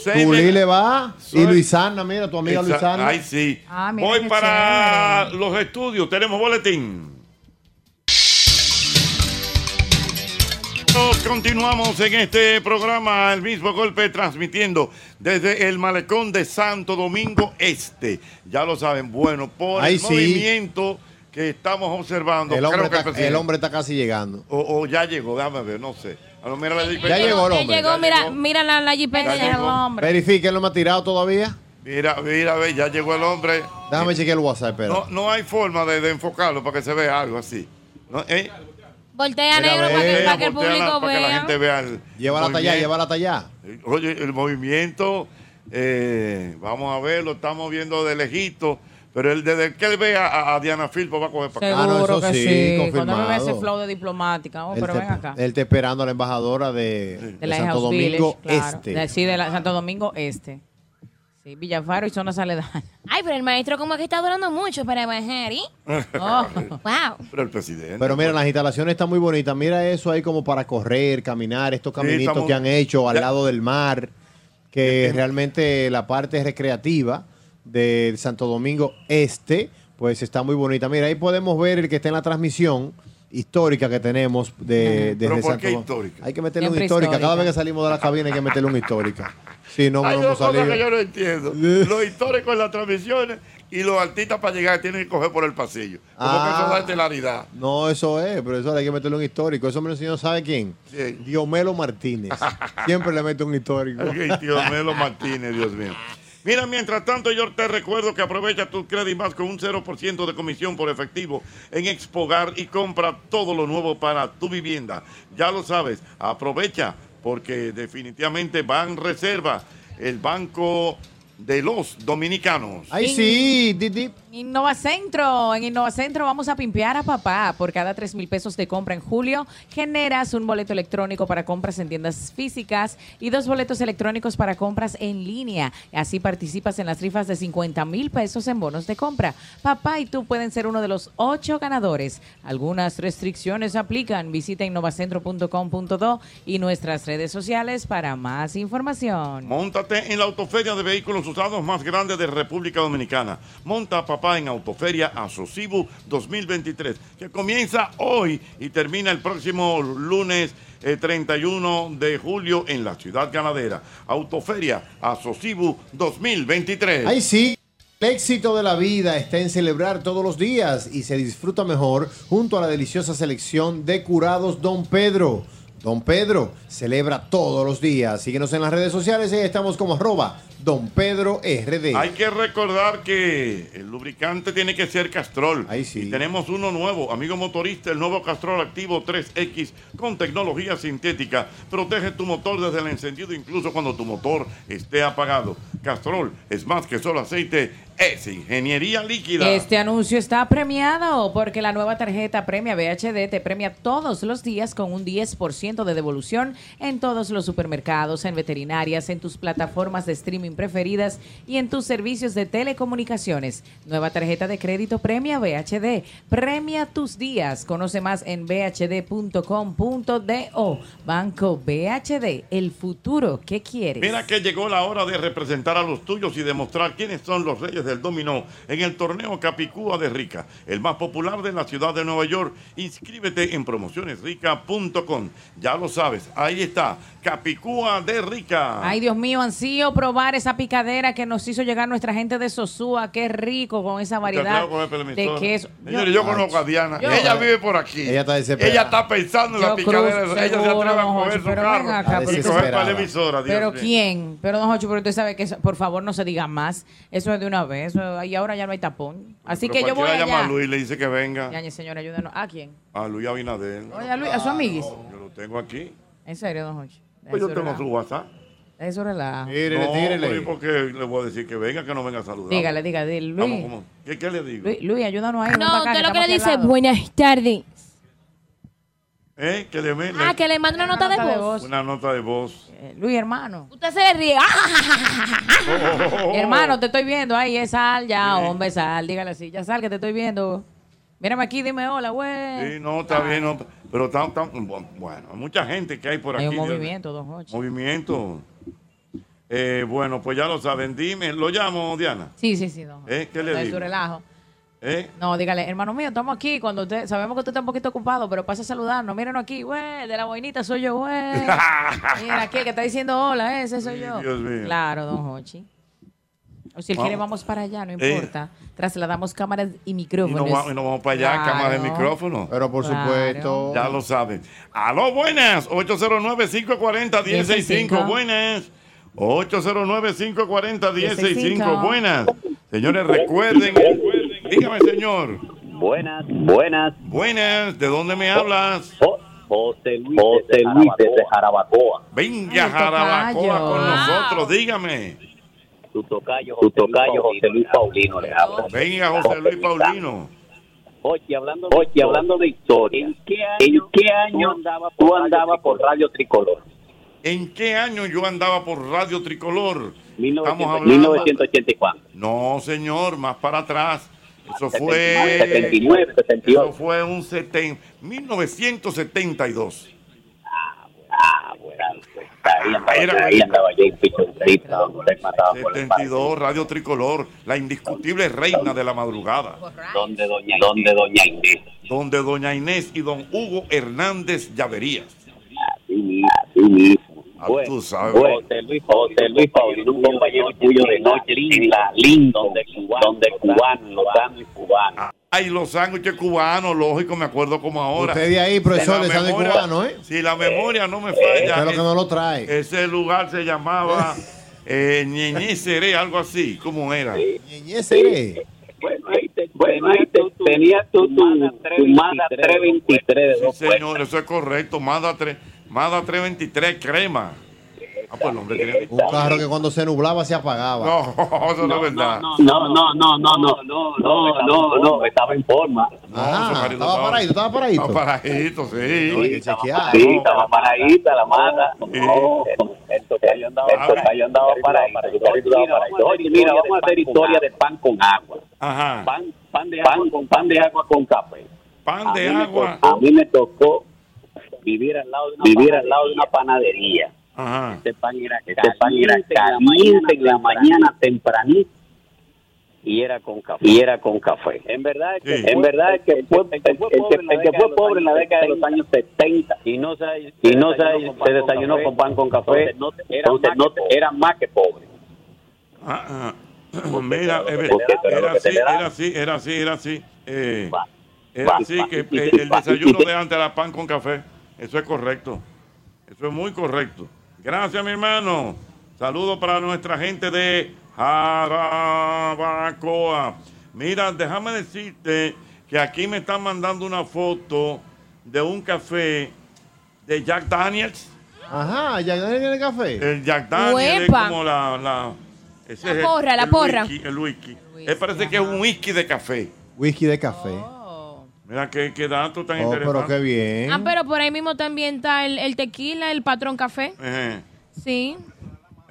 Seis
Tulí
de-
le va.
Soy-
Y Luisana, mira, tu amiga
Exa-
Luisana.
Ay, sí.
Ah, mira
Voy
qué
para los estudios. Tenemos boletín. Nos Continuamos en este programa, el mismo golpe transmitiendo desde el malecón de Santo Domingo Este. Ya lo saben, bueno, por
Ay,
el
sí.
movimiento que estamos observando.
el, hombre
creo que
está,
presidente-
el hombre está casi llegando.
O, o ya llegó, déjame ver, no sé. A lo mejor le-
Ya llegó el
Ya
hombre.
llegó, mira, mira la, la jipeta.
Ya llegó.
Verifique, él no me ha tirado todavía.
Mira, mira, ve, ya llegó el hombre.
Déjame chequear el WhatsApp, pero.
No, no hay forma de, de enfocarlo para que se vea algo así. No, ¿eh?
Voltea
Mira,
negro
ve,
para que, para que el
voltea la-
público
para que la
vea.
gente vea el
Llévala hasta allá,
movimiento.
llévala hasta allá.
Oye, el movimiento, eh, vamos a verlo, estamos viendo de lejito, pero el desde que él vea a, a Diana Filpo va a coger para acá.
Seguro
Ah, eso
que
sí,
sí. Cuando me ve ese
confirmado.
flow de diplomática. Oh,
Él,
pero
te-
ven acá.
él está esperando a la embajadora de, de
de la
Santo
House Village,
Domingo
claro.
Este.
De- sí, de la- Santo Domingo Este. Sí, Villafaro y zonas aledañas.
Ay, pero el maestro como que está durando mucho para bajar,
*laughs*
¿y? Oh, Wow.
Pero el presidente.
Pero mira, las instalaciones están muy bonitas. Mira eso ahí como para correr, caminar, estos caminitos
estamos-
que han hecho al
Ya-
lado del mar, que realmente la parte recreativa del Santo Domingo Este, pues está muy bonita. Mira, ahí podemos ver el que está en la transmisión histórica que tenemos de, desde
¿Pero por
Santo
qué
Domingo.
histórica?
Hay que meterle una
Siempre
histórica. Cada
histórica.
vez que salimos de la cabina hay que meterle una histórica. Si no, no
Hay
hemos
dos cosas
salido.
que yo no
*laughs*
entiendo. Los históricos en las transmisiones y los artistas para llegar tienen que coger por el pasillo. Como
Ah.
que eso da estelaridad.
No, eso es, pero eso hay que meterle un histórico. Eso me lo enseñó, ¿sabe quién?
¿Quién?
Diomelo Martínez.
*laughs*
Siempre le mete un histórico.
Ok, tío
*laughs*
Melo Martínez, Dios mío. Mira, mientras tanto, yo te recuerdo que aprovecha tu crédito más con un 0% de comisión por efectivo en Expogar y compra todo lo nuevo para tu vivienda. Ya lo sabes, aprovecha porque definitivamente van reserva el banco de los dominicanos.
Ay, sí, Didi.
Innovacentro. En Innovacentro vamos a pimpear a papá. Por cada 3 mil pesos de compra en julio, generas un boleto electrónico para compras en tiendas físicas y dos boletos electrónicos para compras en línea. Así participas en las rifas de 50 mil pesos en bonos de compra. Papá y tú pueden ser uno de los ocho ganadores. Algunas restricciones aplican. Visita innovacentro.com.do y nuestras redes sociales para más información.
Móntate en la autoferia de vehículos usados más grande de República Dominicana. Monta a papá en Autoferia Asocibu 2023, que comienza hoy y termina el próximo lunes eh, 31 de julio en la ciudad ganadera. Autoferia Asocibu 2023.
Ahí sí. El éxito de la vida está en celebrar todos los días y se disfruta mejor junto a la deliciosa selección de curados Don Pedro. Don Pedro celebra todos los días. Síguenos en las redes sociales y ahí estamos como arroba Don Pedro RD.
Hay que recordar que el lubricante tiene que ser Castrol. Ahí sí. Y tenemos uno nuevo, amigo motorista, el nuevo Castrol Activo 3X con tecnología sintética. Protege tu motor desde el encendido incluso cuando tu motor esté apagado. Castrol es más que solo aceite, es ingeniería líquida.
Este anuncio está premiado porque la nueva tarjeta Premia BHD te premia todos los días con un 10% de devolución en todos los supermercados, en veterinarias, en tus plataformas de streaming preferidas y en tus servicios de telecomunicaciones. Nueva tarjeta de crédito Premia BHD. Premia tus días. Conoce más en bhd.com.do. Banco BHD, el futuro que quieres.
Mira que llegó la hora de representar a los tuyos y demostrar quiénes son los reyes del dominó en el torneo Capicúa de Rica, el más popular de la ciudad de Nueva York. Inscríbete en promocionesrica.com. Ya lo sabes, ahí está, Capicúa de Rica.
Ay, Dios mío, ansío probar esa picadera que nos hizo llegar nuestra gente de Sosúa. Qué rico con esa variedad
atrevo a comer
de
permiso.
queso. Ah.
Señores, yo, conozco a Diana.
yo-
ella vive por aquí.
Ella está desesperada.
Ella está pensando en la
Yo
picadera.
cruz,
ella se
seguro,
atreve a
don
coger
Jorge,
su
pero
carro
ven acá,
y
pero-
coger para la emisora. Dios
pero
mío.
quién, pero don Jocho, pero usted sabe que eso- por favor no se diga más. Eso es de una vez. Eso- y ahora ya no hay tapón. Así
Pero
que yo voy
cualquiera llama
allá.
a Luis ¿eh? y le dice que venga.
Yañez, señor, ayúdenos. ¿A quién?
A Luis Abinader.
Oye, a Luis, a su amiguis.
Yo lo tengo aquí.
En serio, don Jocho.
Pues yo tengo su WhatsApp.
Eso relaja.
No, Luis, porque le voy a decir que venga, que no venga a saludar.
Dígale, dígale, Luis.
Vamos, ¿cómo? ¿Qué, qué le digo?
Luis, Luis, ayúdanos ahí. ven para
No,
acá,
usted lo que
estamos
le dice,
aquí al lado.
buenas tardes.
¿Eh? Que le, me-
Ah, que le manda una nota de voz.
Una nota
*laughs*
de voz.
Luis, hermano.
Usted se ríe. ¡Ah!
Oh.
Mi Ah, hermano, te estoy viendo. Ahí es sal, ya, hombre, sal. Dígale así, ya sal, que te estoy viendo. Mírame aquí, dime hola, güey.
Sí, no, está bien, no, pero está, está- bueno, hay mucha gente que hay por
Hay un
aquí. Dios mío.
movimiento, don Jorge.
Movimiento. Eh, bueno, pues ya lo saben, dime, lo llamo, Diana.
Sí, sí, sí, don Jorge.
¿Eh? ¿Qué le
Entonces,
digo?
su relajo.
¿Eh?
No, dígale, hermano mío, estamos aquí. Cuando usted, sabemos que usted está un poquito ocupado, pero pasa a saludarnos. Mírenos aquí, güey, de la boinita soy yo, güey.
*laughs*
Mira aquí, el que está diciendo hola, ese soy yo.
Oh, Dios mío.
Claro, don Hochi. O si él
Vamos.
quiere, vamos para allá, no
Eh.
importa. Trasladamos cámaras y
Y no,
micrófonos.
va- y no vamos para allá,
Claro.
cámara de micrófono.
Pero por
Claro. supuesto.
Ya lo saben. Aló, buenas. 809-540-1065. Buenas. 809-540-1065. Buenas. Señores, recuerden. Dígame, señor.
Buenas. Buenas.
Buenas. ¿De dónde me hablas?
José Luis, José Luis desde Jarabacoa.
Venga,
Ay, tocayo.
Jarabacoa con
Ah.
Wow.
nosotros. Dígame.
Tu tocayo, José, Luis, Paulino le habla.
Venga, José Luis Paulino.
Oye, hablando de, historia, hablando de historia, ¿en qué año, tú andabas por, Radio Tricolor?
¿En qué año yo andaba por Radio Tricolor? Estamos
1984.
No, señor, más para atrás. Eso
79,
fue.
79, 78.
Eso fue un 70, 1972.
Ahí andaba,
Era-
ahí andaba yo un pichoncito, donde mataba por la espalda.
72, Radio Tricolor, la indiscutible reina de la madrugada.
Donde doña, donde doña Inés.
Donde Doña Inés y Don Hugo Hernández Llaverías. Ah, tú sabes.
Bueno, José Luis, José Luis Paulino, un compañero tuyo de noche, linda, lindo, donde cubano, donde cubano, los y cubanos.
Ay, los sándwiches cubanos, lógico, me acuerdo como ahora.
Usted de ahí, profesor,
Si la
de sándwich
memoria-
cubano, ¿eh?
Si la memoria no me
Usted
falla.
es lo que no lo trae.
Ese lugar se
*laughs*
llamaba eh, Ñeñeceré, algo así. ¿Cómo era?
Ñeñeceré.
Bueno, ahí te- tenías tú tu, tu Mazda 323 de
Sí,
dos puertas.
señor, eso es correcto. Mada, 3, Mada 323, crema. Ah, pues el hombre tiene-
Un carro que cuando se nublaba se apagaba.
No, *laughs* eso no es verdad.
No, no, no, no, no, no, no, no, no, estaba en forma.
Ah, estaba paradito, estaba paradito.
Estaba paradito, sí.
Sí, estaba paradita la mata. No, el tocayo andaba, el tocayo andaba paradito. el tocayo andaba paradito. Oye, mira, vamos a hacer historia de pan con agua.
Ajá.
Pan, pan de agua con pan de agua con café.
Pan de agua.
a mí me tocó vivir al lado de una, panadería.
Ajá.
Este pan era este pan era caliente en la mañana tempranito y era con café. Y era con café. En verdad es que,
Sí.
en verdad es que fue, el que, el que fue pobre en la década de los años 70 y no se, y no se, se desayunó con pan con café, entonces no te- era más que pobre.
Ah, ah. *coughs* Mira, eh,
porque te da
era
lo que
así,
te da.
era así, era así, era así. Eh, era
va,
así
va.
que eh, el desayuno de antes era pan con café. Eso es correcto. Eso es muy correcto. Gracias, mi hermano. Saludos para nuestra gente de Jarabacoa. Mira, déjame decirte que aquí me están mandando una foto de un café de Jack Daniels.
Ajá, Jack Daniel tiene café.
El Jack Daniel es
Uepa.
como la... la- ese
La
es el-
porra, la
el
porra.
whisky, el whisky. Eh, parece que es un whisky de café.
Whisky de café.
Mira qué, qué dato tan
Oh,
Oh, interesante.
pero qué bien.
¿Eh?
Ah, pero por ahí mismo también está el, el tequila, el patrón café.
Ejé.
Sí.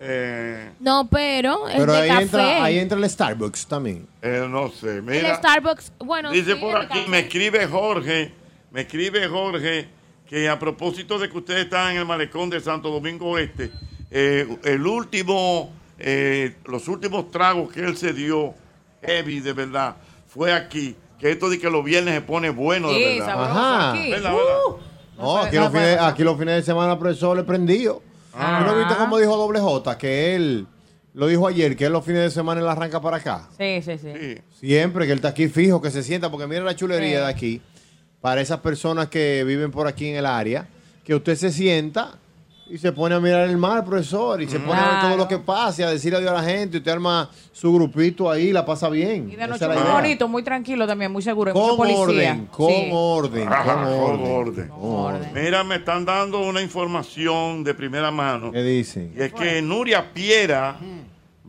Eh,
No, pero el
Pero
de
ahí
café.
entra, ahí entra el Starbucks también.
Eh, no sé,
el
mira.
Starbucks, bueno,
Dice
sí,
por
el de
aquí,
café.
me escribe Jorge, me escribe Jorge, que a propósito de que ustedes están en el malecón de Santo Domingo Este, eh, el último, eh, los últimos tragos que él se dio, heavy de verdad, fue aquí. Que esto de que los viernes se pone bueno,
Sí,
de verdad.
sabroso Ajá. aquí.
¿Verdad, verdad?
Uh. No, Oh, aquí los, fines, aquí los fines de semana, profesor, le prendió.
Ah.
¿Tú no viste cómo dijo Doble J? Que él lo dijo ayer, que él los fines de semana él arranca para acá.
Sí, sí, sí.
Siempre que él está aquí fijo, que se sienta, porque mira la chulería
Sí.
de aquí. Para esas personas que viven por aquí en el área, que usted se sienta y se pone a mirar el mar, profesor, y se pone a ver todo lo que pasa, y a decir adiós a la gente, y usted arma su grupito ahí, la pasa bien.
Y de noche
Esa es la
muy
idea.
bonito, muy tranquilo también, muy seguro. Con mucho
Con
policía.
orden, con
Sí.
orden,
Ajá,
con
con
orden.
orden.
Oh,
Mira, me están dando una información de primera mano.
¿Qué dicen?
Y es que Nuria Piera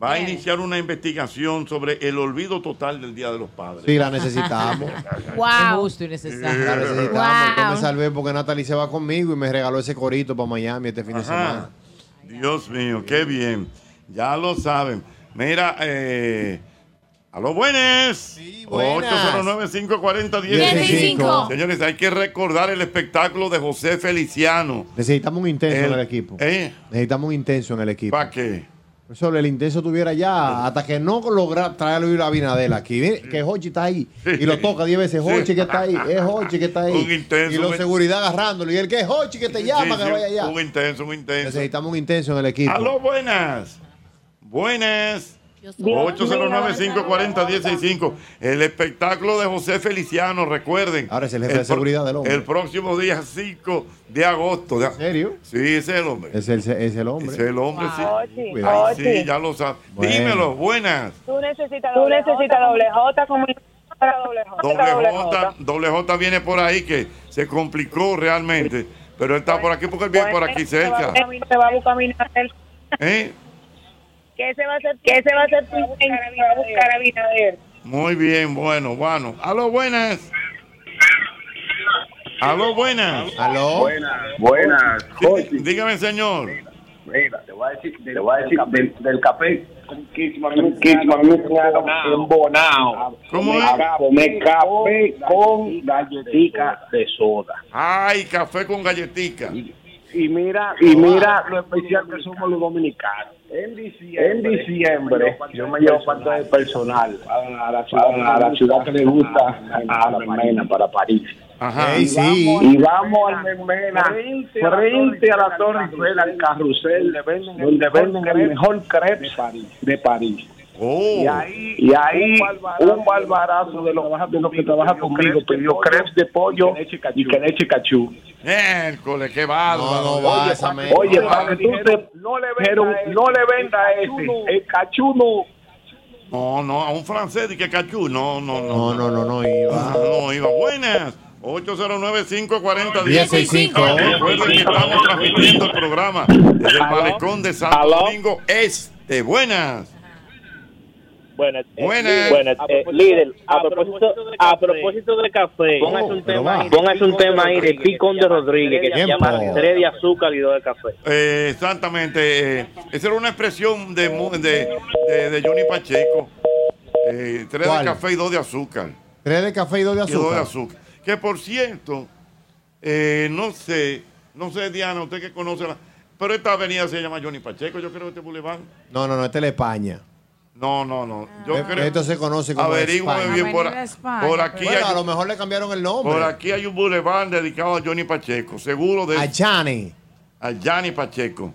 va a iniciar una investigación sobre el olvido total del Día de los Padres.
Sí, la necesitamos.
Wow. Justo y necesario.
La necesitamos. Yo
Wow.
me salvé porque Natalie se va conmigo y me regaló ese corito para Miami este fin de
Ajá.
semana.
*laughs* Dios mío, qué bien. Ya lo saben. Mira, eh, a los buenos. 809-540-1065.
1065.
Señores, hay que recordar el espectáculo de José Feliciano.
Necesitamos un intenso
El-
en el equipo.
¿Eh?
Necesitamos un intenso en el equipo.
¿Para qué?
Solo el intenso tuviera ya hasta que no logra traer a Luis Abinadel aquí. Mire, que Hochi está ahí y lo toca 10 veces.
Sí.
Hochi que está ahí, es Hochi que está ahí.
Un intenso,
y los
un-
seguridad agarrándolo. Y el que es Hochi que te llama
Sí,
que
sí,
vaya allá.
Un intenso, un intenso.
Necesitamos un intenso en el equipo.
Aló, buenas. Buenas. 809-540-165. El espectáculo de José Feliciano, recuerden. Ahora es
el jefe de seguridad del hombre.
El próximo día 5 de agosto. ¿En
serio?
Sí, ese es el hombre.
Es el, es el hombre.
Ese Es el hombre, sí.
Oye,
Ay,
oye.
sí, ya lo sabes.
Bueno.
Dímelo, buenas.
Tú necesitas
Tú
doble
necesitas
J,
doble
J, comunicadora doble J.
Doble J, doble J viene por ahí que se complicó realmente. Pero él está por aquí porque él viene por aquí cerca.
Se va a buscar mi Abinader.
¿Eh?
¿Qué se va a hacer? ¿Qué se va a hacer? Se va a buscar a Abinader.
Muy bien, bueno, bueno. Aló, buenas. Aló, buenas.
Aló.
Buenas.
buenas.
Dígame, señor.
Mira, te voy a decir, te voy a decir del, del café.
Embonao.
¿Cómo
me
es?
Acabo, me café con galletica de soda.
Ay, café con galletica.
Y mira, y mira lo especial que somos los dominicanos. En diciembre, en diciembre yo me llevo parte del personal a la ciudad, a la ciudad que le gusta, a la Memena, para París.
Ajá.
Y, vamos, y vamos al Memena,
Frente a la
frente a la Torre Eiffel, al carrusel, donde venden el mejor crepe de París.
Oh.
Y ahí, y ahí un barbarazo de los, de los que trabaja conmigo pidió crepes de pollo y que leche cachú.
Miércoles, qué bárbaro.
No, no va
Oye,
esa
pa-
mierda.
oye, pa-
Para que tú te- pero no le venda a ese. El cachuno.
No, no, a un francés de que cachú. No, no, no.
No, no, no, no iba.
No, iba. Buenas. 809-540-165. Recuerden que estamos transmitiendo el programa desde el malecón de Santo Domingo Este. Buenas.
Buenas. eh,
Buenas.
buenas, eh, líder, a
a
propósito, a propósito del café, póngase un tema, póngase un tema ahí de Picón de Rodríguez que se
Tiempo.
llama tres de azúcar y dos de café.
Eh, exactamente. eh, esa era una expresión de, mu- de, de, de Johnny Pacheco. Eh, tres
¿Cuál?
de café y dos de azúcar.
Tres de café y dos de
Y dos de
azúcar.
azúcar. Que por cierto, eh, no sé, no sé, Diana, usted que conoce la. Pero esta avenida se llama Johnny Pacheco, yo creo, este boulevard.
No, no, no, este es la España.
No, no, no. Yo
Eh,
creo.
esto se conoce como
Averígüeme
España.
bien por,
Avenida España,
por aquí.
pero-
hay-
Bueno, a lo mejor le cambiaron el nombre.
Por aquí hay un boulevard dedicado a Johnny Pacheco, seguro de. A
Johnny.
A Johnny Pacheco.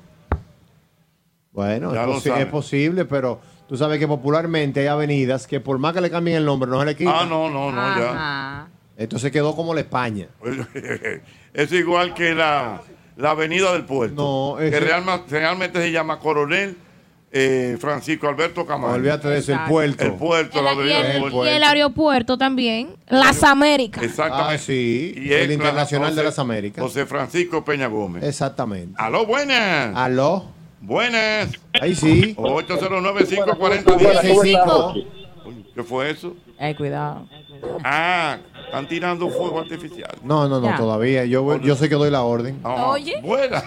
Bueno,
Ya
es,
lo
posi-
saben.
es posible, pero tú sabes que popularmente hay avenidas que por más que le cambien el nombre no se le quita.
Ah, no, no, no,
Esto se quedó como la España.
ya. *laughs* es igual que la, la avenida del puerto.
No,
que
ese-
realma- realmente se llama Coronel eh, Francisco Alberto Camacho.
Olvídate de eso, el Exacto. puerto.
El puerto, la
Y
avenida del
el,
puerto.
y el aeropuerto también. Las Américas.
Exactamente.
Ah, sí.
Y
el
es
Internacional
José-
de las Américas.
José Francisco Peña Gómez.
Exactamente.
Aló, buenas.
Aló.
Buenas.
Ahí sí.
809-540-165. ¿Qué fue eso?
Eh, cuidado.
Ah, están tirando fuego artificial.
No, no, no,
Ya.
todavía. Yo, voy- yo sé que doy la orden.
Ah,
Oye.
Buenas.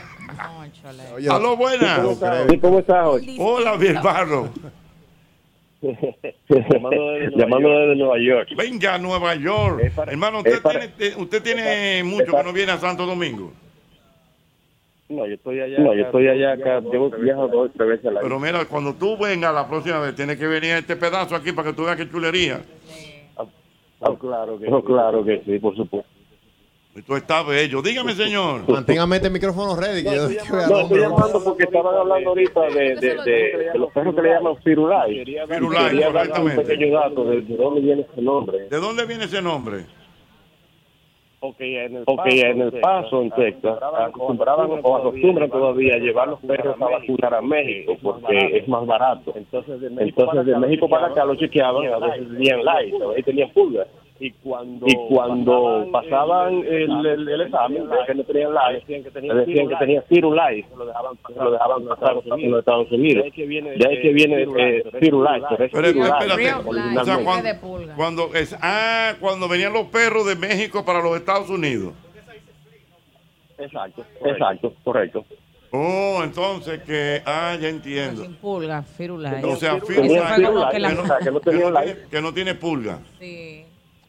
Aló, buenas.
¿Cómo estás?
¿Cómo estás hoy? Hola, mi hermano.
Llamando desde Nueva Llamando York. desde Nueva York.
Venga a Nueva York. hermano, usted tiene, usted tiene mucho que no viene a Santo Domingo.
No, yo estoy allá. No, yo estoy allá acá. Yo viajo dos tres veces al año.
Pero mira, cuando tú vengas la próxima vez, tienes que venir a este pedazo aquí para que tú veas qué chulería.
claro que sí. claro que sí, por supuesto.
Tú estás bello. Dígame, señor.
Manténgame este micrófono ready. que yo- que vea
No,
el
estoy
hombre.
llamando porque estaban hablando ahorita de, de, de- de los perros que le llaman Firulais.
Firulais,
Quería dar un
correctamente.
pequeño dato de, de dónde viene ese nombre.
¿De dónde viene ese nombre?
Ok, en el, en el paso, en Texas, acostumbraban o acostumbran todavía a llevar los perros a vacunar a México porque es más barato. Entonces, de Entonces, de México para acá lo chequeaban, a veces tenían light, a veces tenían pulgas.
Y cuando,
Y cuando pasaban el, el, el examen, decían que no tenían light, le decían que tenía Firulais, lo dejaban pasar, lo dejaban pasar en los Estados Unidos. De ahí que viene eh, Firulais, pero es
Pero espérate,
Firulais,
o sea,
originalmente.
cuando, cuando es, ah, cuando venían los perros de México para los Estados Unidos.
Exacto, exacto, correcto.
Oh, entonces que, ah, ya entiendo.
Pulga, firula. eh.
O sea,
Eso fue como
firula,
que la-
que no tiene- que no tiene pulga.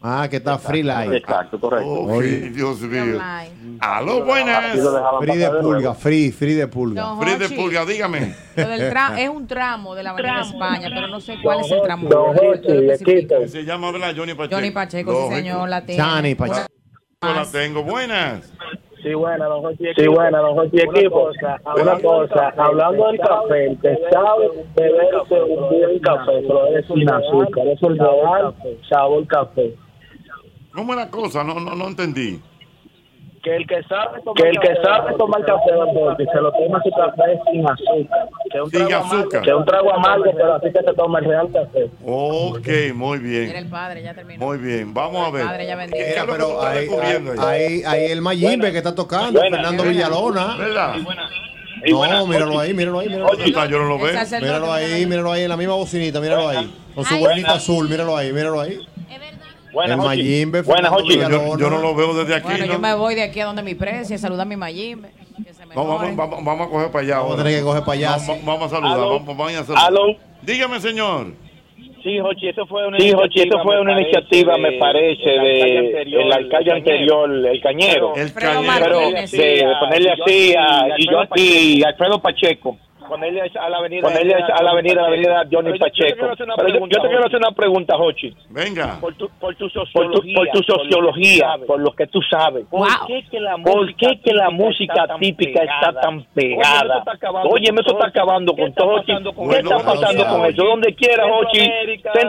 Ah, que está free light.
Exacto, correcto.
Oye.
Dios mío. Aló, buenas.
Free de pulga, free, free de pulga.
Don Free de Hochi. pulga,
dígame.
Lo del tra- es un tramo de la avenida de España, pero no sé cuál es el tramo.
Se llama, ¿verdad? Johnny Pacheco.
Johnny Pacheco, sí,
Lógico.
señor, la tiene.
Chani, Pacheco.
Yo la tengo. Buenas.
Sí, buena, don Jorge.
Sí, buena, don Jorge,
Una
equipo.
cosa,
Una
Una cosa, hablando del café, el pescado beberse un buen café, pero es sin azúcar, eso es el real sabor café.
¿Cómo es la cosa? No, no, no entendí.
Que el que sabe tomar, que el que sabe tomar café, don Jorge, se lo toma su café sin azúcar. Que un
Sin
trago amargo-
azúcar.
que un trago amargo, pero así que se toma el real café.
Ok, muy bien.
Era el *laughs* padre, ya terminó.
Muy bien. Vamos a ver.
Padre, ya bendito.
Mira,
Carlos,
pero ahí, ahí, ahí, el Mayimbe que está tocando,
Buena.
Fernando
Buena.
Villalona.
¿Verdad?
Y
No,
buena.
míralo ahí, míralo ahí, míralo
Oye, está, yo no lo El veo. sacerdote,
Míralo ahí, míralo ahí, en la misma bocinita, míralo ahí. Con su
Ay.
bolita azul, míralo ahí, míralo ahí.
Buenas,
El
Jochi.
Mayimbe,
Buenas,
Fernando
Jochi. Yo-
Villalona.
yo no lo veo desde aquí,
Bueno,
¿no?
yo me voy de aquí a donde mi precio, a saludar a mi Mayimbe.
No, vamos,
¿eh?
vamos, vamos a coger para allá. Vamos
a tener que coger para allá.
Vamos, vamos a saludar.
Aló.
Vamos, vamos a saludar.
Aló.
Dígame, señor.
Sí, Jochi, eso fue una Sí, Jochi, eso fue una iniciativa, me parece, de el alcalde anterior, el Cañero.
El
Pero Martínez. de de ponerle así a y yo y Alfredo Pacheco. Ponerle a la avenida. Ponerle a la avenida, la avenida Johnny Pacheco. Pero yo, yo te quiero hacer una pregunta, Jochi.
Venga.
Por tu, por tu sociología. Por tu, sociología, por lo que tú sabes. ¿Por qué que la
¿Por qué que la música
típica está tan pegada? Oye,
Óyeme,
esto está acabando con todo. Jochi. ¿Qué está
esto?
pasando con eso? Donde quiera, Jochi,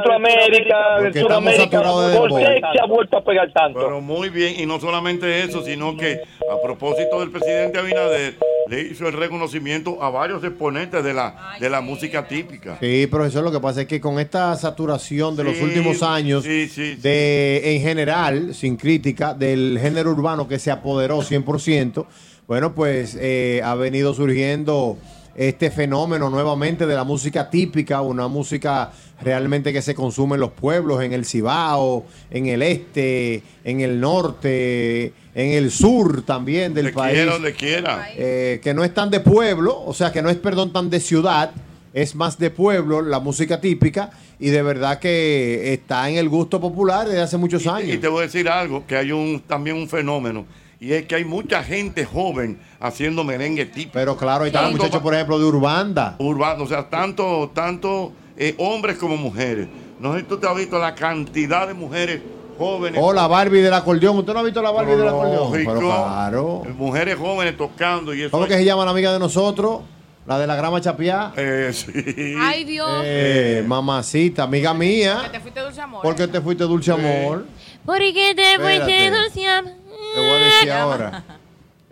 Centroamérica,
Porque estamos
Sudamérica,
saturados de
¿por qué
dembow.
se ha vuelto a pegar tanto?
Pero muy bien, y no solamente eso, sino que a propósito del presidente Abinader, le hizo el reconocimiento a varios exponentes de la, de la música típica.
Sí, profesor, lo que pasa es que con esta saturación de los
Sí,
últimos años,
sí, sí,
de en general, sin crítica, del género urbano que se apoderó 100%, bueno, pues eh, ha venido surgiendo este fenómeno nuevamente de la música típica, una música realmente que se consume en los pueblos, en el Cibao, en el este, en el norte, en el sur también del
Le
país
quiera donde quiera.
eh, que no es tan de pueblo, o sea, que no es, perdón, tan de ciudad, es más de pueblo, la música típica, y de verdad que está en el gusto popular desde hace muchos años.
Y te voy a decir algo, que hay un también un fenómeno, y es que hay mucha gente joven haciendo merengue típico.
Pero claro, ahí está el
Tanto
muchacho, por ejemplo, de Urbanda.
urbano, o sea, tanto, tanto eh, hombres como mujeres. No sé si tú te has visto la cantidad de mujeres jóvenes.
O la Barbie del acordeón. ¿Usted no ha visto la Barbie del acordeón?
Lógico.
Pero claro.
Mujeres jóvenes tocando y eso.
¿Cómo que
es-
se llama la amiga de nosotros? La de la grama chapiá.
Eh, sí.
Ay, Dios.
Eh, mamacita, amiga mía.
te fuiste dulce amor.
Porque te fuiste dulce amor.
Porque te fuiste
Espérate.
dulce amor.
Te voy a decir ahora.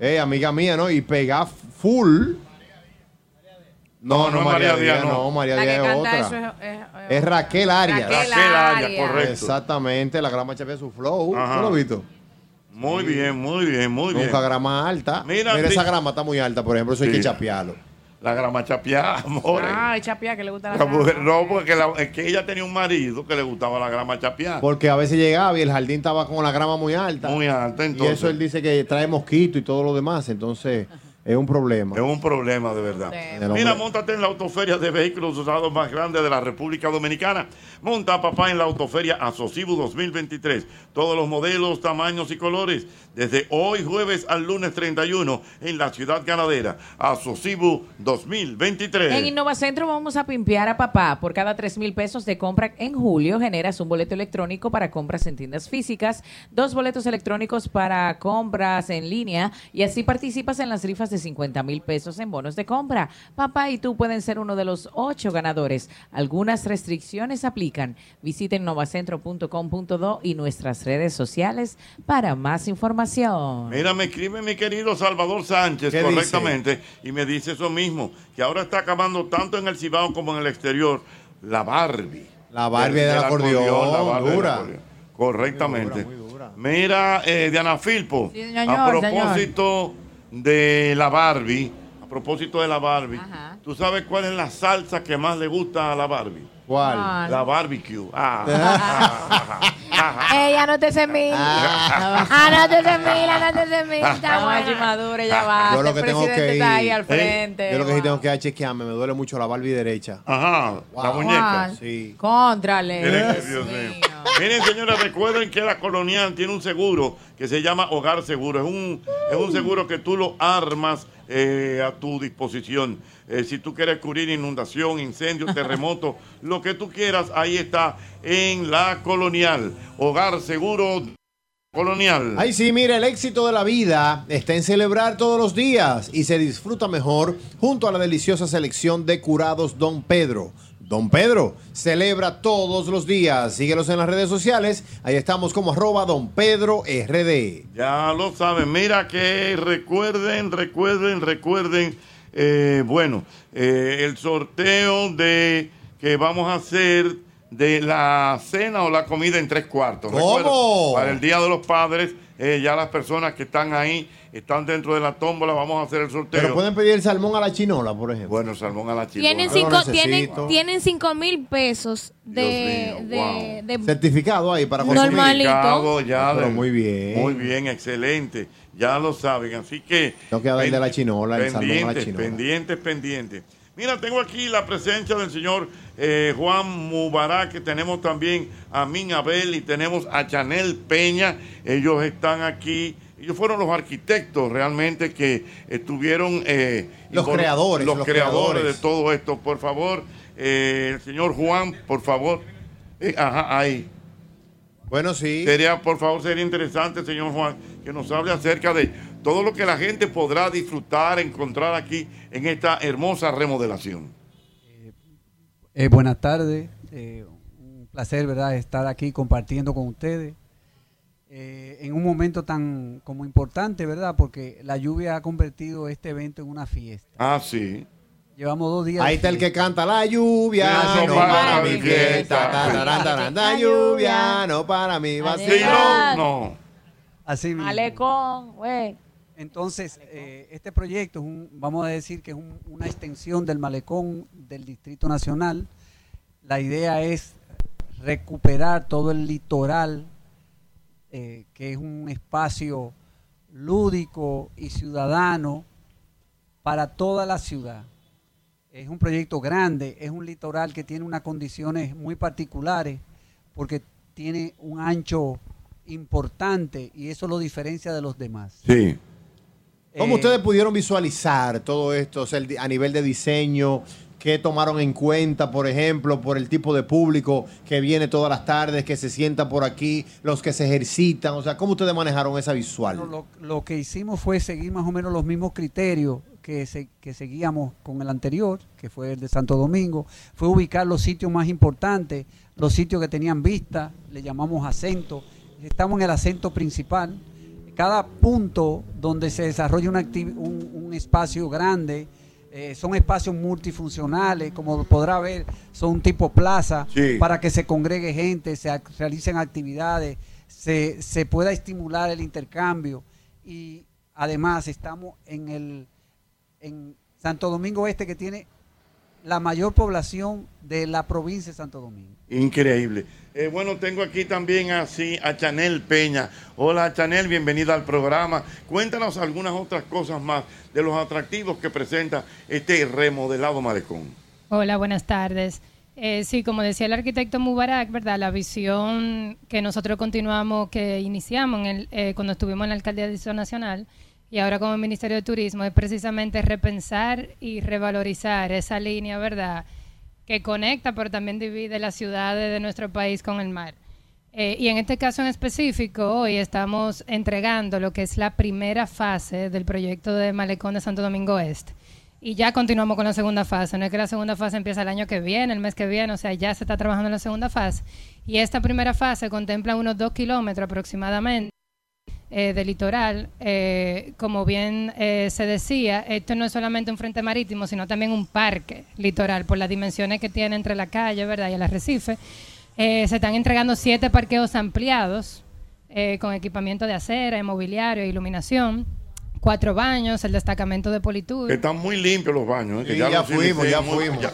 Eh, amiga mía, ¿no? Y pegar full. No, no,
no es
María,
María
Díaz,
Díaz,
no.
no.
María
La que
Díaz es
canta
otra.
eso
es, Raquel Arias.
Raquel Raquel Arias, Arias. correcto.
Exactamente, la grama chapea su flow.
Ajá.
¿Tú lo has visto?
Muy bien, muy bien, muy bien.
Nunca grama alta. Mira,
Mira, di-
esa grama está muy alta, por ejemplo, eso hay que
Sí.
chapearlo.
La grama chapeada, amores.
Ah.
Ay, chapia, que le gusta la
La mujer, no, porque la- es que ella tenía un marido que le gustaba la grama chapeada.
Porque a veces llegaba y el jardín estaba con la grama muy alta.
Muy alta,
Y
entonces.
eso él dice que trae mosquito y todo lo demás. Entonces, es un problema. Es
un problema, de verdad. Mira, montate en la autoferia de vehículos usados más grande de la República Dominicana. Monta a papá en la autoferia Asocibu 2023. Todos los modelos, tamaños y colores. Desde hoy jueves al lunes 31 en la ciudad ganadera. Asocibu 2023.
En Innovacentro vamos a pimpear a papá. Por cada 3 mil pesos de compra en julio generas un boleto electrónico para compras en tiendas físicas, dos boletos electrónicos para compras en línea y así participas en las rifas de 50 mil pesos en bonos de compra. Papá y tú pueden ser uno de los ocho ganadores. Algunas restricciones aplican. Visita innovacentro.com.do y nuestras redes sociales para más información.
Mira, me escribe mi querido Salvador Sánchez
¿Qué
correctamente y me dice eso mismo, que ahora está acabando tanto en el Cibao como en el exterior la Barbie.
La Barbie del acordeón, dura.
Correctamente. Mira, eh, Diana Filpo,
Sí,
a
señor,
propósito de la Barbie, a propósito de la Barbie, ¿tú sabes cuál es la salsa que más le gusta a la Barbie?
¿Cuál? Ah.
¿Cuál?
La barbecue. Ah.
Ey, anótese mil. Anótese mil, anótese mil. Está buena.
Maduro, *laughs* ya va.
Ah, Yo lo
el
que tengo
presidente
que ir.
está ahí al
¿eh?
frente.
Yo lo que sí tengo que ir a chequearme. Me duele mucho la Barbie derecha.
Ajá. La
muñeca.
Sí.
Contrale.
Miren, Dios mío. Miren, señores, recuerden que la Colonial tiene un seguro que se llama Hogar Seguro. Es un, es un seguro que tú lo armas eh, a tu disposición. Eh, si tú quieres cubrir inundación, incendio, *laughs* terremoto, lo que tú quieras, ahí está en la Colonial. Hogar Seguro Colonial.
Ay, sí, mira, el éxito de la vida está en celebrar todos los días y se disfruta mejor junto a la deliciosa selección de curados Don Pedro. Don Pedro celebra todos los días. Síguelos en las redes sociales. Ahí estamos como arroba Don Pedro RD.
Ya lo saben, mira que recuerden, recuerden, recuerden, eh, bueno, eh, el sorteo de que vamos a hacer de la cena o la comida en tres cuartos.
¿Cómo?
Recuerden, Para el Día de los Padres, eh, ya las personas que están ahí, están dentro de la tómbola, vamos a hacer el sorteo.
Pero pueden pedir el salmón a la chinola, por ejemplo.
Bueno, salmón a la chinola.
Tienen cinco, tienen, tienen cinco mil pesos de, de, de-
Certificado ahí para consumir.
Normalito. Certificado
ya
Ah, Pero
de-
muy bien.
Muy bien, excelente. Ya lo saben, así que...
Tengo que darle a la chinola, el salmón a la
Pendientes,
chinola.
pendientes, pendientes. Mira, tengo aquí la presencia del señor eh, Juan Mubarak, que tenemos también a Min Abel y tenemos a Chanel Peña. Ellos están aquí. Ellos fueron los arquitectos realmente que estuvieron... eh,
Los
invol-
creadores,
Los,
los
creadores de
creadores.
todo esto. Por favor, eh, el señor Juan, por favor. Eh, ajá, ahí.
Bueno, sí.
Sería, por favor, sería interesante, señor Juan, que nos hable acerca de todo lo que la gente podrá disfrutar, encontrar aquí en esta hermosa remodelación.
Eh, buenas tardes, eh, un placer, ¿verdad?, estar aquí compartiendo con ustedes.
eh, en un momento tan como importante, ¿verdad? Porque la lluvia ha convertido este evento en una fiesta.
Ah, sí.
Llevamos dos días.
Ahí está el que canta la lluvia,
Eso
no
para
para
mi
mi
fiesta.
fiesta. tararán, tararán, La lluvia, no para mi vacío.
Adiós. No.
Así mismo.
Alecón, güey.
Entonces, eh, este proyecto es un, vamos a decir que es un- una extensión del malecón del Distrito Nacional. La idea es recuperar todo el litoral, eh, que es un espacio lúdico y ciudadano para toda la ciudad. Es un proyecto grande, es un litoral que tiene unas condiciones muy particulares porque tiene un ancho importante y eso lo diferencia de los demás.
Sí.
¿Cómo
Eh,
ustedes pudieron visualizar todo esto o sea, el di- a nivel de diseño? ¿Qué tomaron en cuenta, por ejemplo, por el tipo de público que viene todas las tardes, que se sienta por aquí, los que se ejercitan? O sea, ¿cómo ustedes manejaron esa visual?
Lo, lo que hicimos fue seguir más o menos los mismos criterios que, se- que seguíamos con el anterior, que fue el de Santo Domingo, fue ubicar los sitios más importantes, los sitios que tenían vista, le llamamos acento, estamos en el acento principal, cada punto donde se desarrolla una acti- un, un espacio grande, eh, son espacios multifuncionales, como podrá ver, son un tipo plaza,
Sí.
para que se congregue gente, se ac- realicen actividades, se, se pueda estimular el intercambio. Y además estamos en el en Santo Domingo Este, que tiene la mayor población de la provincia de Santo Domingo.
Increíble. Eh, bueno, tengo aquí también a, sí, a Chanel Peña. Hola Chanel, bienvenida al programa. Cuéntanos algunas otras cosas más de los atractivos que presenta este remodelado malecón.
Hola, buenas tardes. Eh, sí, como decía el arquitecto Mubarak, ¿verdad? La visión que nosotros continuamos, que iniciamos en el- eh, cuando estuvimos en la alcaldía de Distrito Nacional y ahora como Ministerio de Turismo es precisamente repensar y revalorizar esa línea, ¿verdad? Que conecta, pero también divide las ciudades de nuestro país con el mar. Eh, y en este caso en específico, hoy estamos entregando lo que es la primera fase del proyecto de Malecón de Santo Domingo Este. Y ya continuamos con la segunda fase. No es que la segunda fase empieza el año que viene, el mes que viene, o sea, ya se está trabajando en la segunda fase. Y esta primera fase contempla unos dos kilómetros aproximadamente eh, de litoral. Eh, como bien eh, se decía, esto no es solamente un frente marítimo, sino también un parque litoral, por las dimensiones que tiene entre la calle, ¿verdad? Y el arrecife. Eh, se están entregando siete parqueos ampliados eh, con equipamiento de acera, inmobiliario, iluminación, cuatro baños, el destacamento de Politur.
Que están muy limpios los baños. eh, que
Sí,
ya
ya
los
fuimos,
utilicé
ya
muy-
fuimos.
ya-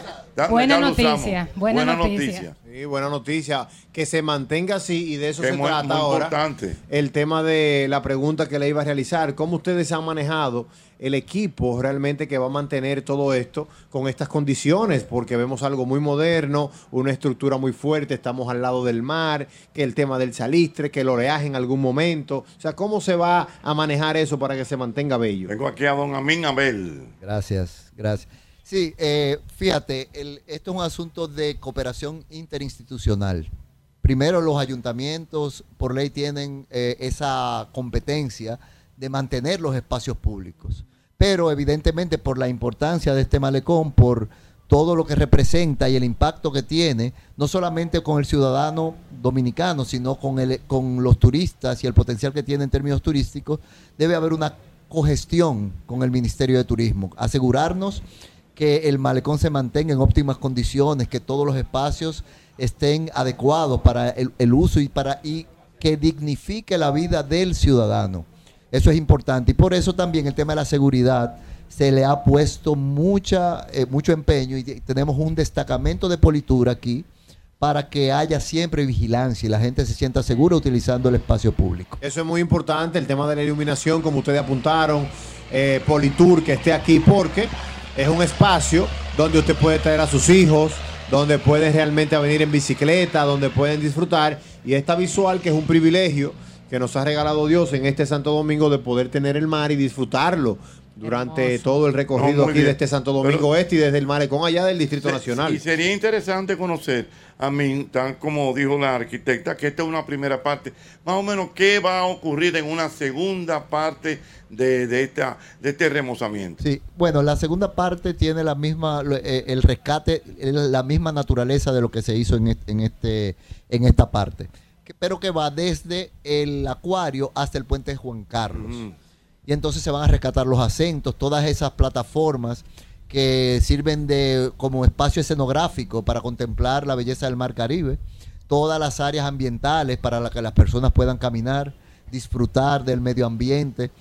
Buena
ya lo
noticia,
usamos.
buena noticia.
Sí, buena noticia. Que se mantenga así y de eso
Que
se
es muy-
trata
muy
ahora.
importante.
El tema de la pregunta que le iba a realizar, ¿cómo ustedes han manejado el equipo realmente que va a mantener todo esto con estas condiciones? Porque vemos algo muy moderno, una estructura muy fuerte, estamos al lado del mar, que el tema del salistre, que el oleaje en algún momento. O sea, ¿cómo se va a manejar eso para que se mantenga bello?
Tengo aquí a don Amín Abel.
Gracias, gracias. Sí, eh, fíjate, el- esto es un asunto de cooperación interinstitucional. Primero, los ayuntamientos por ley tienen eh, esa competencia de mantener los espacios públicos. Pero evidentemente por la importancia de este malecón, por todo lo que representa y el impacto que tiene, no solamente con el ciudadano dominicano, sino con, el, con los turistas y el potencial que tiene en términos turísticos, debe haber una cogestión con el Ministerio de Turismo. Asegurarnos que el malecón se mantenga en óptimas condiciones, que todos los espacios estén adecuados para el, el uso y para y que dignifique la vida del ciudadano. Eso es importante. Y por eso también el tema de la seguridad se le ha puesto mucha, eh, mucho empeño y te- tenemos un destacamento de politura aquí para que haya siempre vigilancia y la gente se sienta segura utilizando el espacio público.
Eso es muy importante, el tema de la iluminación, como ustedes apuntaron, eh, Politur que esté aquí, porque es un espacio donde usted puede traer a sus hijos, donde pueden realmente venir en bicicleta, donde pueden disfrutar, y esta visual que es un privilegio que nos ha regalado Dios en este Santo Domingo de poder tener el mar y disfrutarlo durante todo el
No,
recorrido
muy
aquí
bien.
de este Santo Domingo Este y desde el malecón allá del Distrito Nacional.
*laughs* Y sería interesante conocer, a mí, tal como dijo la arquitecta, que esta es una primera parte, más o menos qué va a ocurrir en una segunda parte de, de esta, de este remozamiento.
Sí, bueno, la segunda parte tiene la misma, lo- eh, el rescate, el- la misma naturaleza de lo que se hizo en este, en este, en esta parte. que- pero que va desde el acuario hasta el puente Juan Carlos. Y entonces se van a rescatar los acentos, todas esas plataformas que sirven de como espacio escenográfico para contemplar la belleza del mar Caribe, todas las áreas ambientales para las que las personas puedan caminar, disfrutar del medio ambiente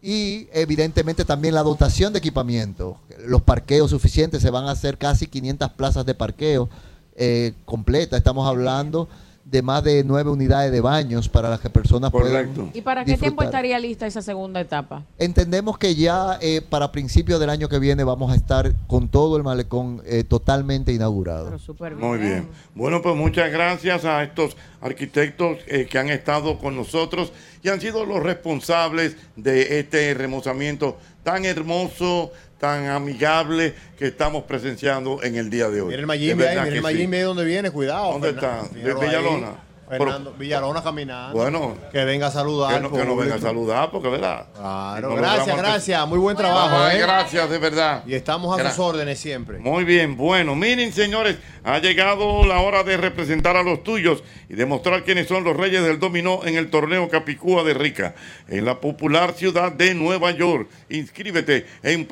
y evidentemente también la dotación de equipamiento. Los parqueos suficientes, se van a hacer casi 500 plazas de parqueo eh, completa. Estamos hablando de más de nueve unidades de baños para las que personas puedan
¿Y para qué tiempo
disfrutar.
estaría lista esa segunda etapa?
Entendemos que ya eh, para principios del año que viene vamos a estar con todo el malecón eh, totalmente inaugurado.
Muy bien. Bueno, pues muchas gracias a estos arquitectos eh, que han estado con nosotros y han sido los responsables de este remozamiento tan hermoso, tan amigable que estamos presenciando en el día de hoy.
Mira el
De
Mayimbe
verdad
ahí, mira
que
el
sí.
Mayimbe ahí donde viene, cuidado.
¿Dónde
Fernan-
está? ¿De
míralo ahí.
Villalona?
Fernando, Villalona caminando.
Bueno.
Que venga a saludar.
Que no- que nos
público.
venga a saludar, porque verdad.
Claro,
No
gracias,
logramos-
gracias. Muy buen trabajo.
Ay,
¿eh?
Gracias, de verdad.
Y estamos a
Gra-
sus órdenes siempre.
Muy bien, bueno, miren señores, ha llegado la hora de representar a los tuyos y demostrar quiénes son los reyes del dominó en el torneo Capicúa de Rica, en la popular ciudad de Nueva York. Inscríbete en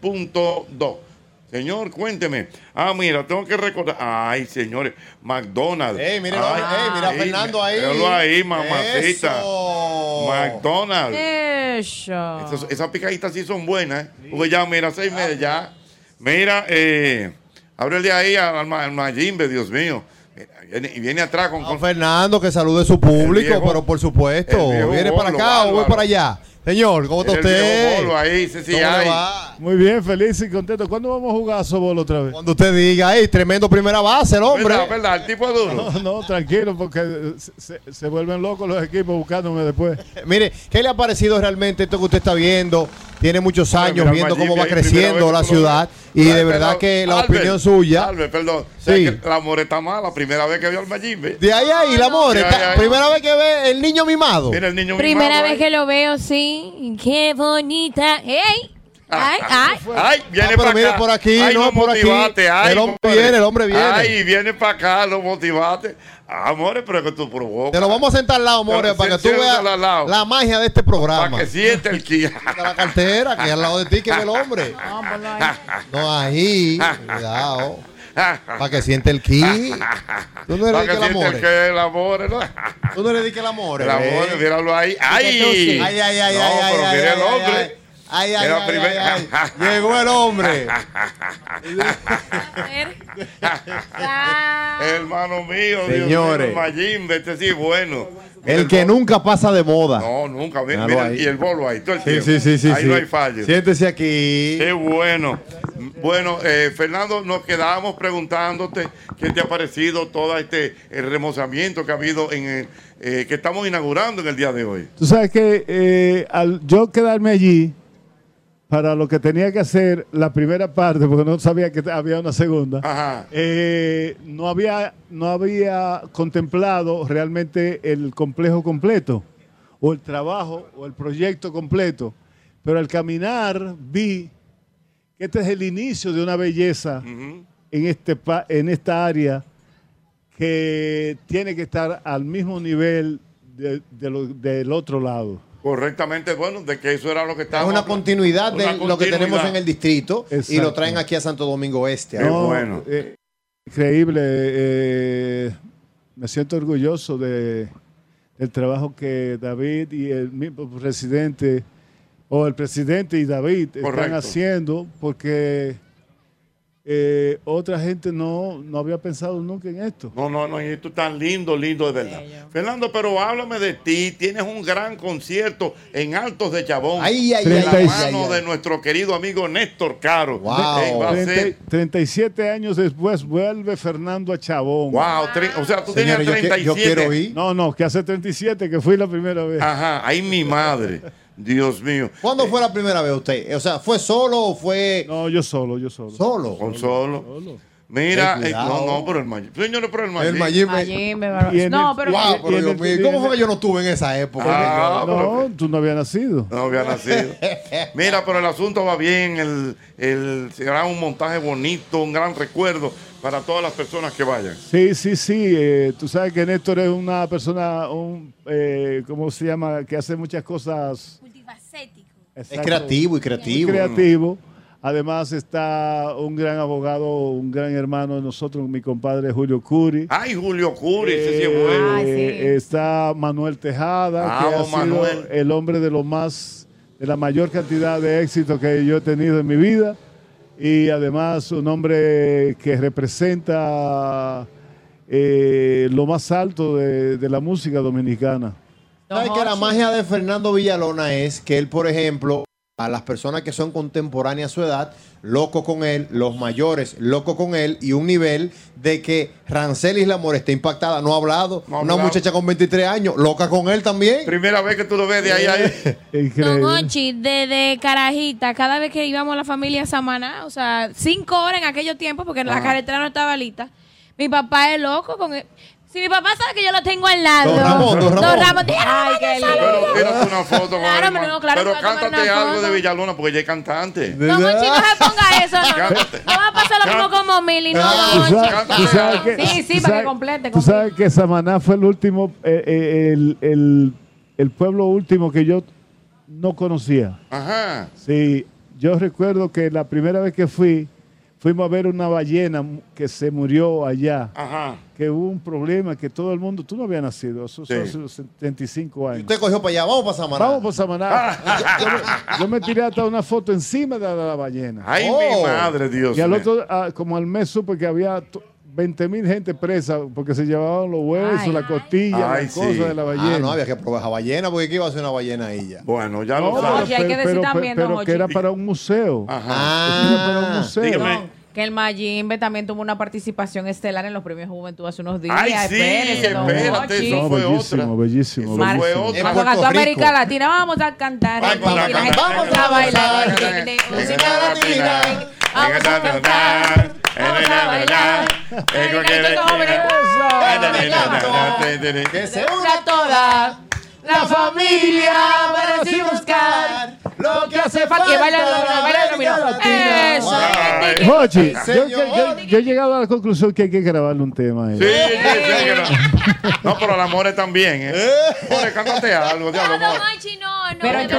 promocionesrica.com.do. Señor, cuénteme. Ah, mira, tengo que recordar. Ay, señores, McDonald's.
Ey, míralo,
Ay,
ey, mira a
ey,
Fernando ahí.
Míralo ahí, mamacita.
Eso.
McDonald's.
Eso.
Esas, esas picaditas sí son buenas, ¿eh? Porque ya, mira, seis media ya. Mira, eh, ábrele ahí al, al, Ma- al Mayimbe, Dios mío. Mira, viene, y viene atrás con... con-
Fernando, que salude su público,
viejo-
pero por supuesto.
el viejo
¿Viene para
Bolo,
acá o voy
bárbaro.
para allá? Señor, ¿cómo está
el viejo
usted?
Bolo ahí, sí, sí,
¿Cómo le
ahí.
Muy bien, feliz y contento. ¿Cuándo vamos a jugar a Sobol otra vez?
Cuando usted diga, ¡ey, tremendo primera base el hombre!
¿Verdad, verdad? El tipo es duro.
No, no, tranquilo, porque eh, se, se- se vuelven locos los equipos buscándome después.
Eh, *laughs* Mire, ¿qué le ha parecido realmente esto que usted está viendo? Tiene muchos años
mira,
viendo
Mayimbe
cómo va
ahí, primera
creciendo
vez que
la
tú lo
ciudad
ves.
y de
Albert,
verdad que la
Albert,
opinión suya.
Albert, perdón. O sea,
Sí.
que la more está mala, primera vez que vio al Mayimbe.
De ahí a ahí, la more,
De ahí a
está-
ahí.
primera vez que ve el niño mimado.
Mira el niño
Primera
mimado
vez
ahí.
que lo veo, sí. Qué bonita. ¡Ey! ¡Ay, ay!
Ay, viene
Ah, pero
para
mira,
acá.
por aquí,
Ay,
no, por aquí.
motivate, ay,
El hombre
compadre.
viene, el hombre viene.
Ay, viene para acá, lo motivaste. Ah, Amores, pero que tú provocas.
Te lo vamos a sentar al lado, more,
Pero
para que
sí,
tú
siéntalo
veas
al lado.
la magia de este programa.
Para que siente el
*laughs*
kia.
la cartera, que es al lado de ti que ve
*laughs*
el hombre. No, ahí,
*laughs*
cuidado. Para que siente el ki. Tú no
Para que
eres de que el
siente el
amor.
que el amor, ¿no?
Tú no eres de que el amor.
El amor, míralo ahí. ¡Ay!
Ay, ay, ay, ay,
No,
ay,
pero
ay,
mira
ay,
el hombre.
Ay, ay,
Mira,
ay,
primer-
ay, ay. Llegó el hombre.
*laughs* Hermano mío,
Señores.
Dios mío, Mayimbe, este sí bueno.
El que nunca pasa de moda.
No, nunca. Mira,
Míralo
mira,
ahí.
y el bolo ahí, todo el
Sí,
tiempo.
sí, sí, sí.
Ahí
sí.
no hay fallo.
Siéntese aquí.
Qué bueno. Bueno, eh, Fernando, nos quedábamos preguntándote qué te ha parecido todo este eh, remozamiento que ha habido en el, eh, que estamos inaugurando en el día de hoy.
Tú sabes que eh, al yo quedarme allí para lo que tenía que hacer la primera parte, porque no sabía que había una segunda, eh, no, había, no había contemplado realmente el complejo completo, o el trabajo, o el proyecto completo. Pero al caminar vi que este es el inicio de una belleza en, este pa- en esta área que tiene que estar al mismo nivel de- de lo- del otro lado.
Correctamente, bueno, de que eso era lo que
Es
estábamos
una continuidad de
Una
lo que
continuidad.
tenemos en el distrito y
Exacto.
lo traen aquí a Santo Domingo Este.
No, eh, increíble. eh, me siento orgulloso de, del trabajo que David y el mismo presidente, o el presidente y David están
Correcto.
haciendo, porque eh, otra gente no, no había pensado nunca en esto.
No, no, no, y esto tan lindo, lindo de verdad. Fernando, pero háblame de ti. Tienes un gran concierto en Altos de Chabón.
Ay, ay,
de la
ay,
mano
ay, ay.
de nuestro querido amigo Néstor Caro. Eh, va a
Treinta-
ser-
37 años después vuelve Fernando a Chabón.
Wow, tre- o sea, tú Señores, tenías yo que- yo 37. quiero ir.
No, no, que hace 37 que fui la primera vez.
Ajá, ahí mi madre. Dios mío. Eh.
¿Cuándo fue la primera vez usted? O sea, ¿fue solo o fue...?
No, yo solo, yo solo.
*laughs* ¿Solo?
Con solo. Mira,
Ten
eh,
cuidado.
no, no, pero el Mayim. Señores, pero el Mayim.
El Mayim me-
Y en
No,
el-
pero.
Guau, pero
y en
Dios
el-
mío, ¿y ¿Cómo fue que yo no estuve en esa época?
Ah, pero-
No, tú no habías nacido.
No había nacido. Mira, pero el asunto va bien. El, el- será un montaje bonito, un gran recuerdo para todas las personas que vayan.
Sí, sí, sí. eh, tú sabes que Néstor es una persona, un, eh, ¿cómo se llama? Que hace muchas cosas. Multifacético.
Es creativo y creativo.
creativo. Además está un gran abogado, un gran hermano de nosotros, mi compadre Julio Curi.
Ay, Julio Curi, ese sí es bueno.
Eh, Está Manuel Tejada,
Ah,
que ha
don
sido
Manuel.
el hombre de lo más, de la mayor cantidad de éxito que yo he tenido en mi vida. Y además un hombre que representa eh, lo más alto de, de la música dominicana.
¿Sabes que la magia de Fernando Villalona es que él, por ejemplo, a las personas que son contemporáneas a su edad, loco con él, los mayores, loco con él, y un nivel de que Rancel Islamor está impactada, no ha hablado, una
hablado.
muchacha con 23 años, loca con él también.
Primera vez que tú lo ves de ahí a ahí.
Don Ochi, desde Carajita, cada vez que íbamos la familia a Samaná, o sea, cinco horas en aquellos tiempos, porque la
Ajá.
carretera no estaba lista, mi papá es loco con él. Si mi papá sabe que yo lo tengo al lado.
Don Ramón, don Ramón.
Ay, qué
Pero
eh,
tírate una foto con
Claro,
el
pero no,
man-
claro,
Pero
voy a tomar
cántate
una
algo
foto.
de Villalona porque ella es cantante.
No, Monchi, no se ponga eso, no. No va a pasar lo mismo con Momili, no,
Tú
Monchi.
sabes- tú sabes que-
Sí, sí,
tú
para que
sabes-
complete.
Tú sabes que Samaná fue el último, eh, eh, el, el- el pueblo último que yo no conocía.
Ajá.
Sí, yo recuerdo que la primera vez que fui, fuimos a ver una ballena mu- que se murió allá.
Ajá.
Que hubo un problema, que todo el mundo, tú no habías nacido, eso
Sí.
son sus 75 años.
Usted cogió para allá, vamos para Samaná.
Vamos por Samaná. yo, yo me, yo me tiré hasta una foto encima de la, de la ballena. Oh.
Ay, mi madre, Dios
Y al
mío.
otro, ah, como al mes supe que había 20 mil gente presa porque se llevaban los huesos, la costilla, las cosas de la ballena.
Ah, no, había que probar esa ballena porque ¿qué iba a hacer una ballena ahí ya?
Bueno, ya
No, pero- pero- pero que era para un museo. Eso era para un museo.
Que el Mayimbe también tuvo una participación estelar en los premios Juventud hace unos días.
Ay, sí,
Espérese, don
espérate,
Jochi.
No, bellísimo, bellísimo,
Mar-
bellísimo.
Cuando cantó América Latina, vamos a cantar. aquí,
vamos a
y la gente
cantar,
empezó a bailar. Música latina.
Vamos a cantar, vamos a bailar. Tengo que
Que
se
una
toda
la familia para así buscar lo que hace falta.
Y baila el dominó, baila el dominó.
Eso.
Jochi, yo,
Señor.
yo- yo he llegado a la conclusión que hay que grabarle un tema. a él.
Sí, sí, sí, que no. No, pero la More también, ¿eh? More, cántate algo, diablo, More.
Pero en tu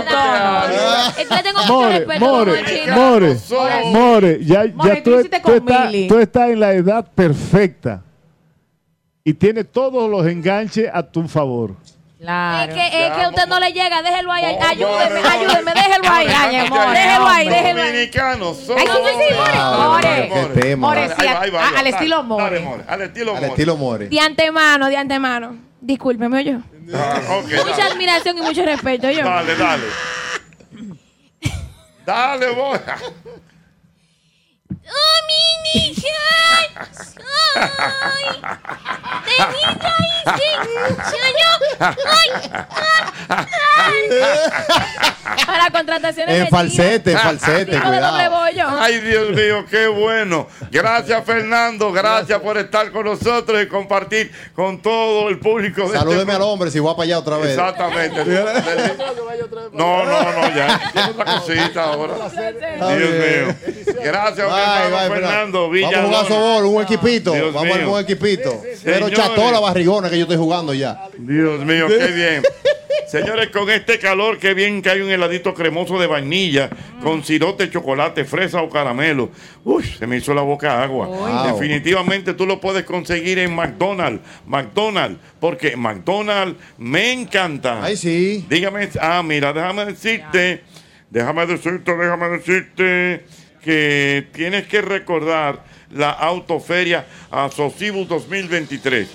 Le tengo mucho
More,
respeto, don
More,
Ochi.
More, More, ya,
More,
ya
tú
tú,
hiciste
tú
con
estás,
Mili.
tú estás en la edad perfecta y tiene todos los enganches a tu favor.
Claro.
Es que, es que a usted no le llega, déjelo
Oh,
ahí, ayúdeme, ayúdeme, déjelo ahí,
Ay,
amor, déjelo ahí,
hombre.
déjelo ahí.
Dominicanos somos.
Ay, sí, sí, sí, More.
Ah,
More.
qué tema.
More, sí,
Ahí va,
a-
ahí va, ahí
a- al
va.
estilo
Dale,
More.
dale,
More, Al estilo
Al estilo More.
De antemano, de antemano. Discúlpeme, yo.
Ah,
Mucha
dale.
admiración y mucho respeto, yo.
Dale, dale. Dale, More.
Dominicana, soy de mi país
*laughs* Para contrataciones
En
de
falsete, en
chino.
falsete,
Chino de
cuidado.
doble bollo.
Ay, Dios mío, qué bueno. Gracias, Fernando. Gracias por estar con nosotros y compartir con todo el público. de
*laughs* Salúdeme
este-
al hombre si voy para allá otra vez.
Exactamente. No, no, no, ya. Tiene otra cosita ahora. Dios mío. Gracias, mi hermano Fernando
Vamos a
Villalona.
jugar sobol, un equipito.
Ah, Dios
Vamos a
mío.
jugar un equipito. Pero
Señores.
cható la barrigona que yo estoy jugando ya.
Dios mío, qué bien. Señores, con este calor, qué bien que hay un heladito cremoso de vainilla con sirope, chocolate, fresa o caramelo. Uy, se me hizo la boca agua.
Wow.
Definitivamente tú lo puedes conseguir en McDonald's. McDonald's, porque McDonald's me encanta. Ay,
sí.
Dígame, ah, mira, déjame decirte, déjame decirte, déjame decirte que tienes que recordar la autoferia Asocibu 2023.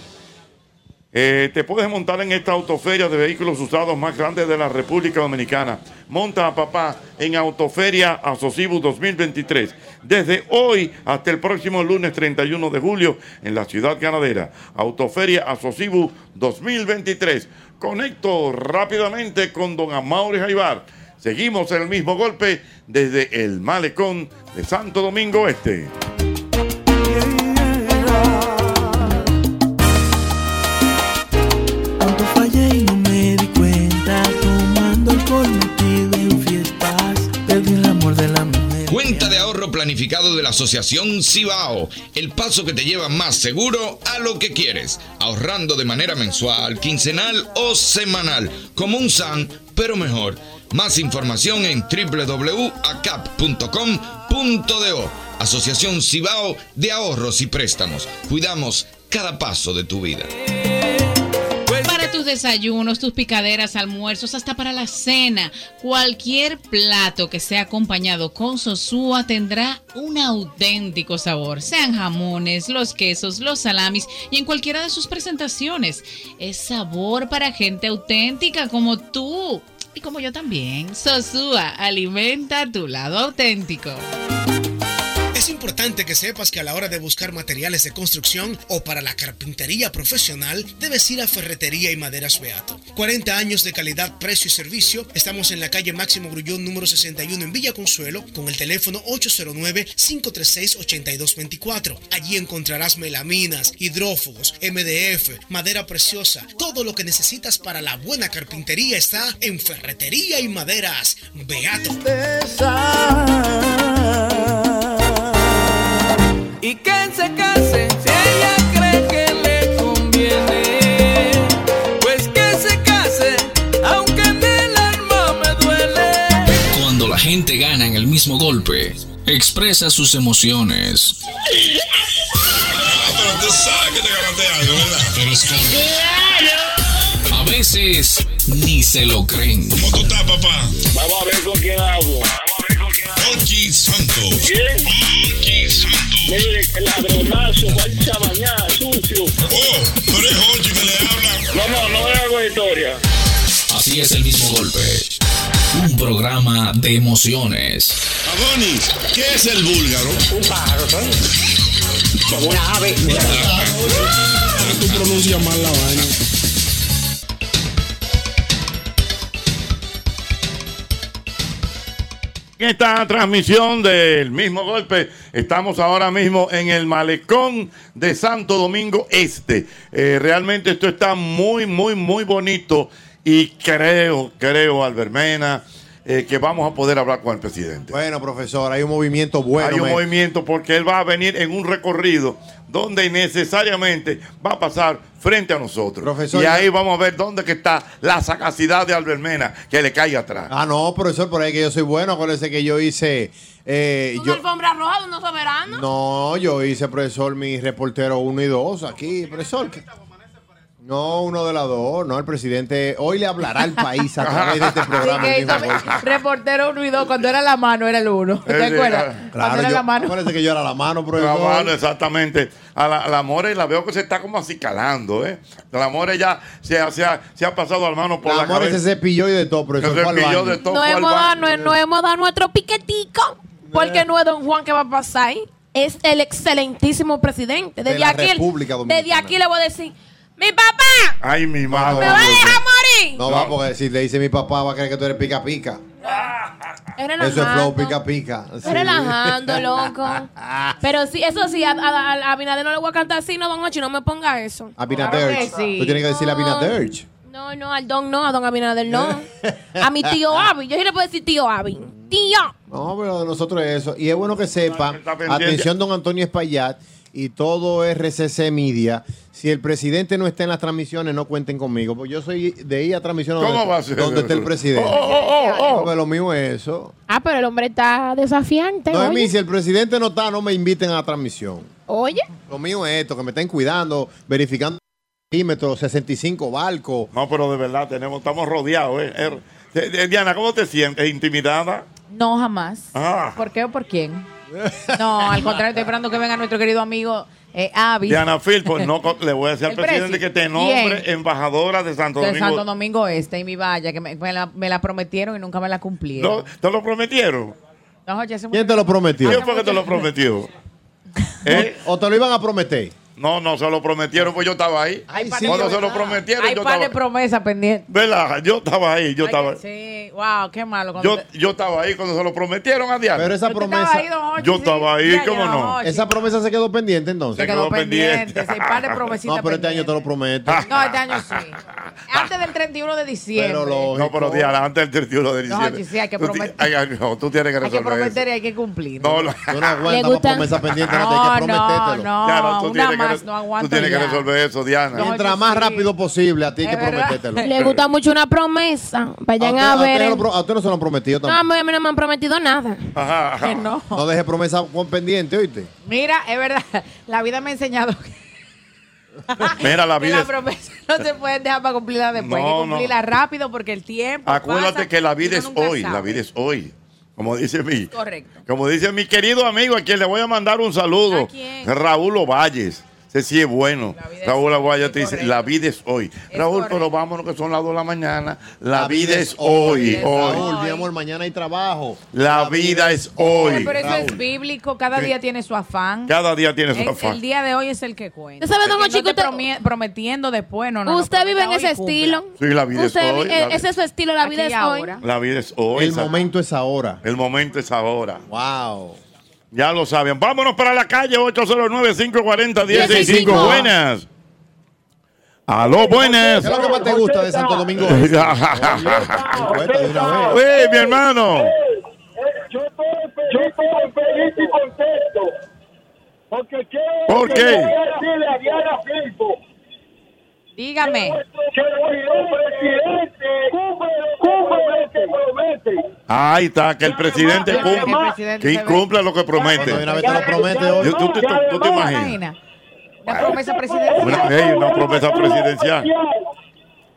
Eh, te puedes montar en esta autoferia de vehículos usados más grande de la República Dominicana. Monta a papá en Autoferia Asocibu 2023. Desde hoy hasta el próximo lunes 31 de julio en la ciudad ganadera. Autoferia Asocibu 2023. Conecto rápidamente con don Amaury Jaibar. Seguimos en el mismo golpe desde el malecón de Santo Domingo Este.
Ay,
certificado de la Asociación Cibao, el paso que te lleva más seguro a lo que quieres, ahorrando de manera mensual, quincenal o semanal, como un SAN, pero mejor. Más información en www.acap.com.do. Asociación Cibao de Ahorros y Préstamos. Cuidamos cada paso de tu vida.
Para tus desayunos, tus picaderas, almuerzos, hasta para la cena, cualquier plato que sea acompañado con sosúa tendrá un auténtico sabor. Sean jamones, los quesos, los salamis y en cualquiera de sus presentaciones. Es sabor para gente auténtica como tú y como yo también. Sosúa, alimenta tu lado auténtico.
Es importante que sepas que a la hora de buscar materiales de construcción o para la carpintería profesional, debes ir a Ferretería y Maderas Beato. 40 años de calidad, precio y servicio. Estamos en la calle Máximo Grullón número 61 en Villa Consuelo con el teléfono 809-536-8224. Allí encontrarás melaminas, hidrófugos, MDF, madera preciosa. Todo lo que necesitas para la buena carpintería está en Ferretería y Maderas Beato.
Y que se case si ella cree que le conviene. Pues que se case, aunque en el alma me duele.
Cuando la gente gana en el mismo golpe, expresa sus emociones.
Pero tú sabes que te ganaste algo, ¿verdad?
A veces ni se lo creen.
¿Cómo tú estás, papá? Vamos a ver con quién hablo. Ochi Santos. ¿Quién? Ochi Santos. Mire, el ladronazo, guacha mañana, sucio. Oh, pero es Ochi que le habla. No, no, no es algo de historia.
Así es el mismo golpe. Un programa de emociones.
Adonis, ¿qué es el búlgaro? Un pájaro, ¿sabes? Como una ave. Tú pronuncias mal la vaina.
En esta transmisión del mismo golpe, estamos ahora mismo en el malecón de Santo Domingo Este. Eh, realmente esto está muy, muy, muy bonito y creo, creo, Albermena, eh, que vamos a poder hablar con el presidente.
Bueno, profesor, hay un movimiento bueno.
Hay un
me-
movimiento porque él va a venir en un recorrido donde necesariamente va a pasar frente a nosotros.
Profesor,
y
ya-
ahí vamos a ver dónde que está la sagacidad de Albermena que le cae atrás.
Ah, no, profesor, por ahí que yo soy bueno. Acuérdese que yo hice. eh,
Una
yo,
alfombra roja de unos soberanos.
no, yo hice, profesor, mi reportero 1 y 2 aquí, profesor. que- No, uno de las dos. No, el presidente hoy le hablará al país a
*laughs*
través de este
Así
programa.
que
el mismo
hizo-
golpe.
reportero uno y dos, cuando era la mano era el uno. ¿Te acuerdas?
Claro,
cuando era
yo-
la mano.
acuérdese que yo era la mano, profesor.
La mano, exactamente. A la, a la More la veo que se está como acicalando, ¿eh? La More ya se, ha- se ha, se ha pasado la mano por la,
La amor
cabeza.
se cepilló y de todo, profesor.
Se
fue al
cepilló
baño.
de todo.
No hemos, dado, no, no hemos dado nuestro piquetico.
Porque no es Don Juan que va a pasar ahí. Es el excelentísimo presidente.
De
Desde
la
aquí,
República Dominicana.
desde aquí le voy a decir, mi papá,
Ay, mi madre.
me va a dejar morir.
No, va, porque si le dice mi papá, va a creer que tú eres pica pica.
Es
Eso es flow
relajando.
pica pica.
Es
Sí. *laughs*
relajando, loco. Pero sí, eso sí, a, a, a- a Abinader no le voy a cantar así, no, don Ochi, no me ponga eso.
Abinader.
Claro que sí.
Tú tienes que decir Abinader.
No, no, al don no, a don Abinader
*laughs*
no. A mi tío Abby, yo sí le puedo decir tío Abby. Tío.
No, pero de nosotros es eso. Y es bueno que sepan,
pendiente.
atención don Antonio Espaillat y todo RCC Media, si el presidente no está en las transmisiones, no cuenten conmigo, porque yo soy de ir a transmisiones
¿Cómo
donde,
va a ser?
donde esté el presidente.
Oh, oh, oh, oh.
Porque lo mío es eso.
Ah, pero el hombre está desafiante.
No, es
oye.
mí, si el presidente no está, no me inviten a la transmisión.
Oye.
Lo mío es esto, que me estén cuidando, verificando centímetros, 65 barcos.
No, pero de verdad, tenemos, estamos rodeados, ¿eh? Er- eh, eh, Diana, ¿cómo te sientes? ¿Intimidada?
No, jamás.
Ah.
¿Por qué o por quién? No, al contrario, estoy esperando que venga nuestro querido amigo eh, Avi.
Diana Phil, pues no, co- le voy a decir al
*laughs* El
presidente
presi.
que te nombre
Bien.
embajadora de Santo
de
Domingo.
Santo Domingo Este y mi valla, que me, me la, me la prometieron y nunca me la cumplieron.
¿No? ¿Te lo prometieron?
No, oye, hace mucho-
¿Quién te lo prometió?
¿Quién fue que te lo prometió?
¿O te lo iban a prometer?
¿Eh? No, no, se lo prometieron, pues yo estaba ahí. Cuando se lo prometieron,
Hay
yo
par
estaba
de promesas pendientes.
¿Verdad? Yo estaba ahí,
Ay,
yo estaba
Sí, wow, qué malo. cuando
yo,
te-
yo estaba ahí cuando se lo prometieron a Diana.
Pero esa
Pero usted estaba promesa- ahí, don Hochi,
yo
sí.
estaba ahí,
Ya, ya,
¿cómo
don
no?
Hochi.
Esa promesa se quedó pendiente entonces.
Se quedó pendiente,
ese par
*laughs*
de promesitas
No, pero este año te lo prometo.
No, este año sí. Antes del 31 de diciembre.
No, pero Diana, antes del 31 de
No,
diciembre.
Hochi, sí, hay que
Tú ti-
prometer.
ay, ay, no, tú tienes que
Hay que
resolver eso.
prometer y hay que cumplir.
No, no.
Tú no aguantas más
gustan-
promesas pendientes, no,
No,
te hay que
no,
prometértelo.
no.
Claro, tú
Una
tienes que
más,
re-
no
*laughs*
aguanto.
Tú tienes que
ya.
resolver eso, Diana.
Mientras más rápido posible, a ti hay que prometértelo.
Le gusta mucho una promesa. Vayan a,
A usted- a
ver.
usted
el-
no pro- A usted no se lo han prometido
No, a
tampoco.
mí a mí no me han prometido nada.
*laughs* Ajá,
Que no.
No deje promesa con pendiente, ¿oíste?
Mira,
*laughs*
es verdad. La vida me ha enseñado que
*laughs* Mira, la vida
las
es-
promesas *laughs* no se pueden dejar para cumplirlas después. hay
No,
que
no.
cumplirlas rápido porque el tiempo.
Acuérdate
pasa
que la
y uno
vida es
nunca
hoy,
sabe.
la vida es hoy. Como dice mi,
Correcto.
como dice mi querido amigo, a quien le voy a mandar un saludo, Raúl Ovalles. Ese sí es bueno. Raúl Ovalles te dice, la vida es hoy. Raúl, pero vámonos que son las 2 de la mañana. La, vida, es hoy, hoy.
Raúl, mi amor, mañana hay trabajo.
La vida es hoy.
Pero eso es
Raúl.
bíblico. Cada
Sí.
día tiene su afán.
Cada día tiene
El-
su afán.
El día de hoy es el que cuenta.
¿Usted sabe, don
El que
Hochi,
no te
que
promie- prometiendo después, no, no, no,
Usted vive en
prometa
ese
hoy, cumpla.
estilo.
Sí, la vida es
Usted, eh,
hoy. la vida-
ese es su estilo, la vida
Aquí
es
y
hoy.
ahora.
La vida es hoy.
El
momento
es ahora.
El momento es ahora.
Wow.
Ya lo saben. Vámonos para la calle 809-540-165.
15.
Buenas. Aló,
¿Qué
buenas.
es lo que más te gusta de Santo Domingo?
*laughs* Uy, mi hermano.
Yo estoy feliz y contento. Porque quiero
¿Por
que
qué?
yo voy a decirle a Diana Filpo
Dígame.
que nuestro presidente cumple, cumple lo que promete.
Ahí está, que el presidente cumpla,
presidente
que
se ve.
cumpla lo que promete.
Bueno, de una vez te lo promete hoy.
Yo- ¿Tú, tú- tú- tú te imaginas?
Imagina. La promesa presidencial.
Una, hey, una promesa presidencial.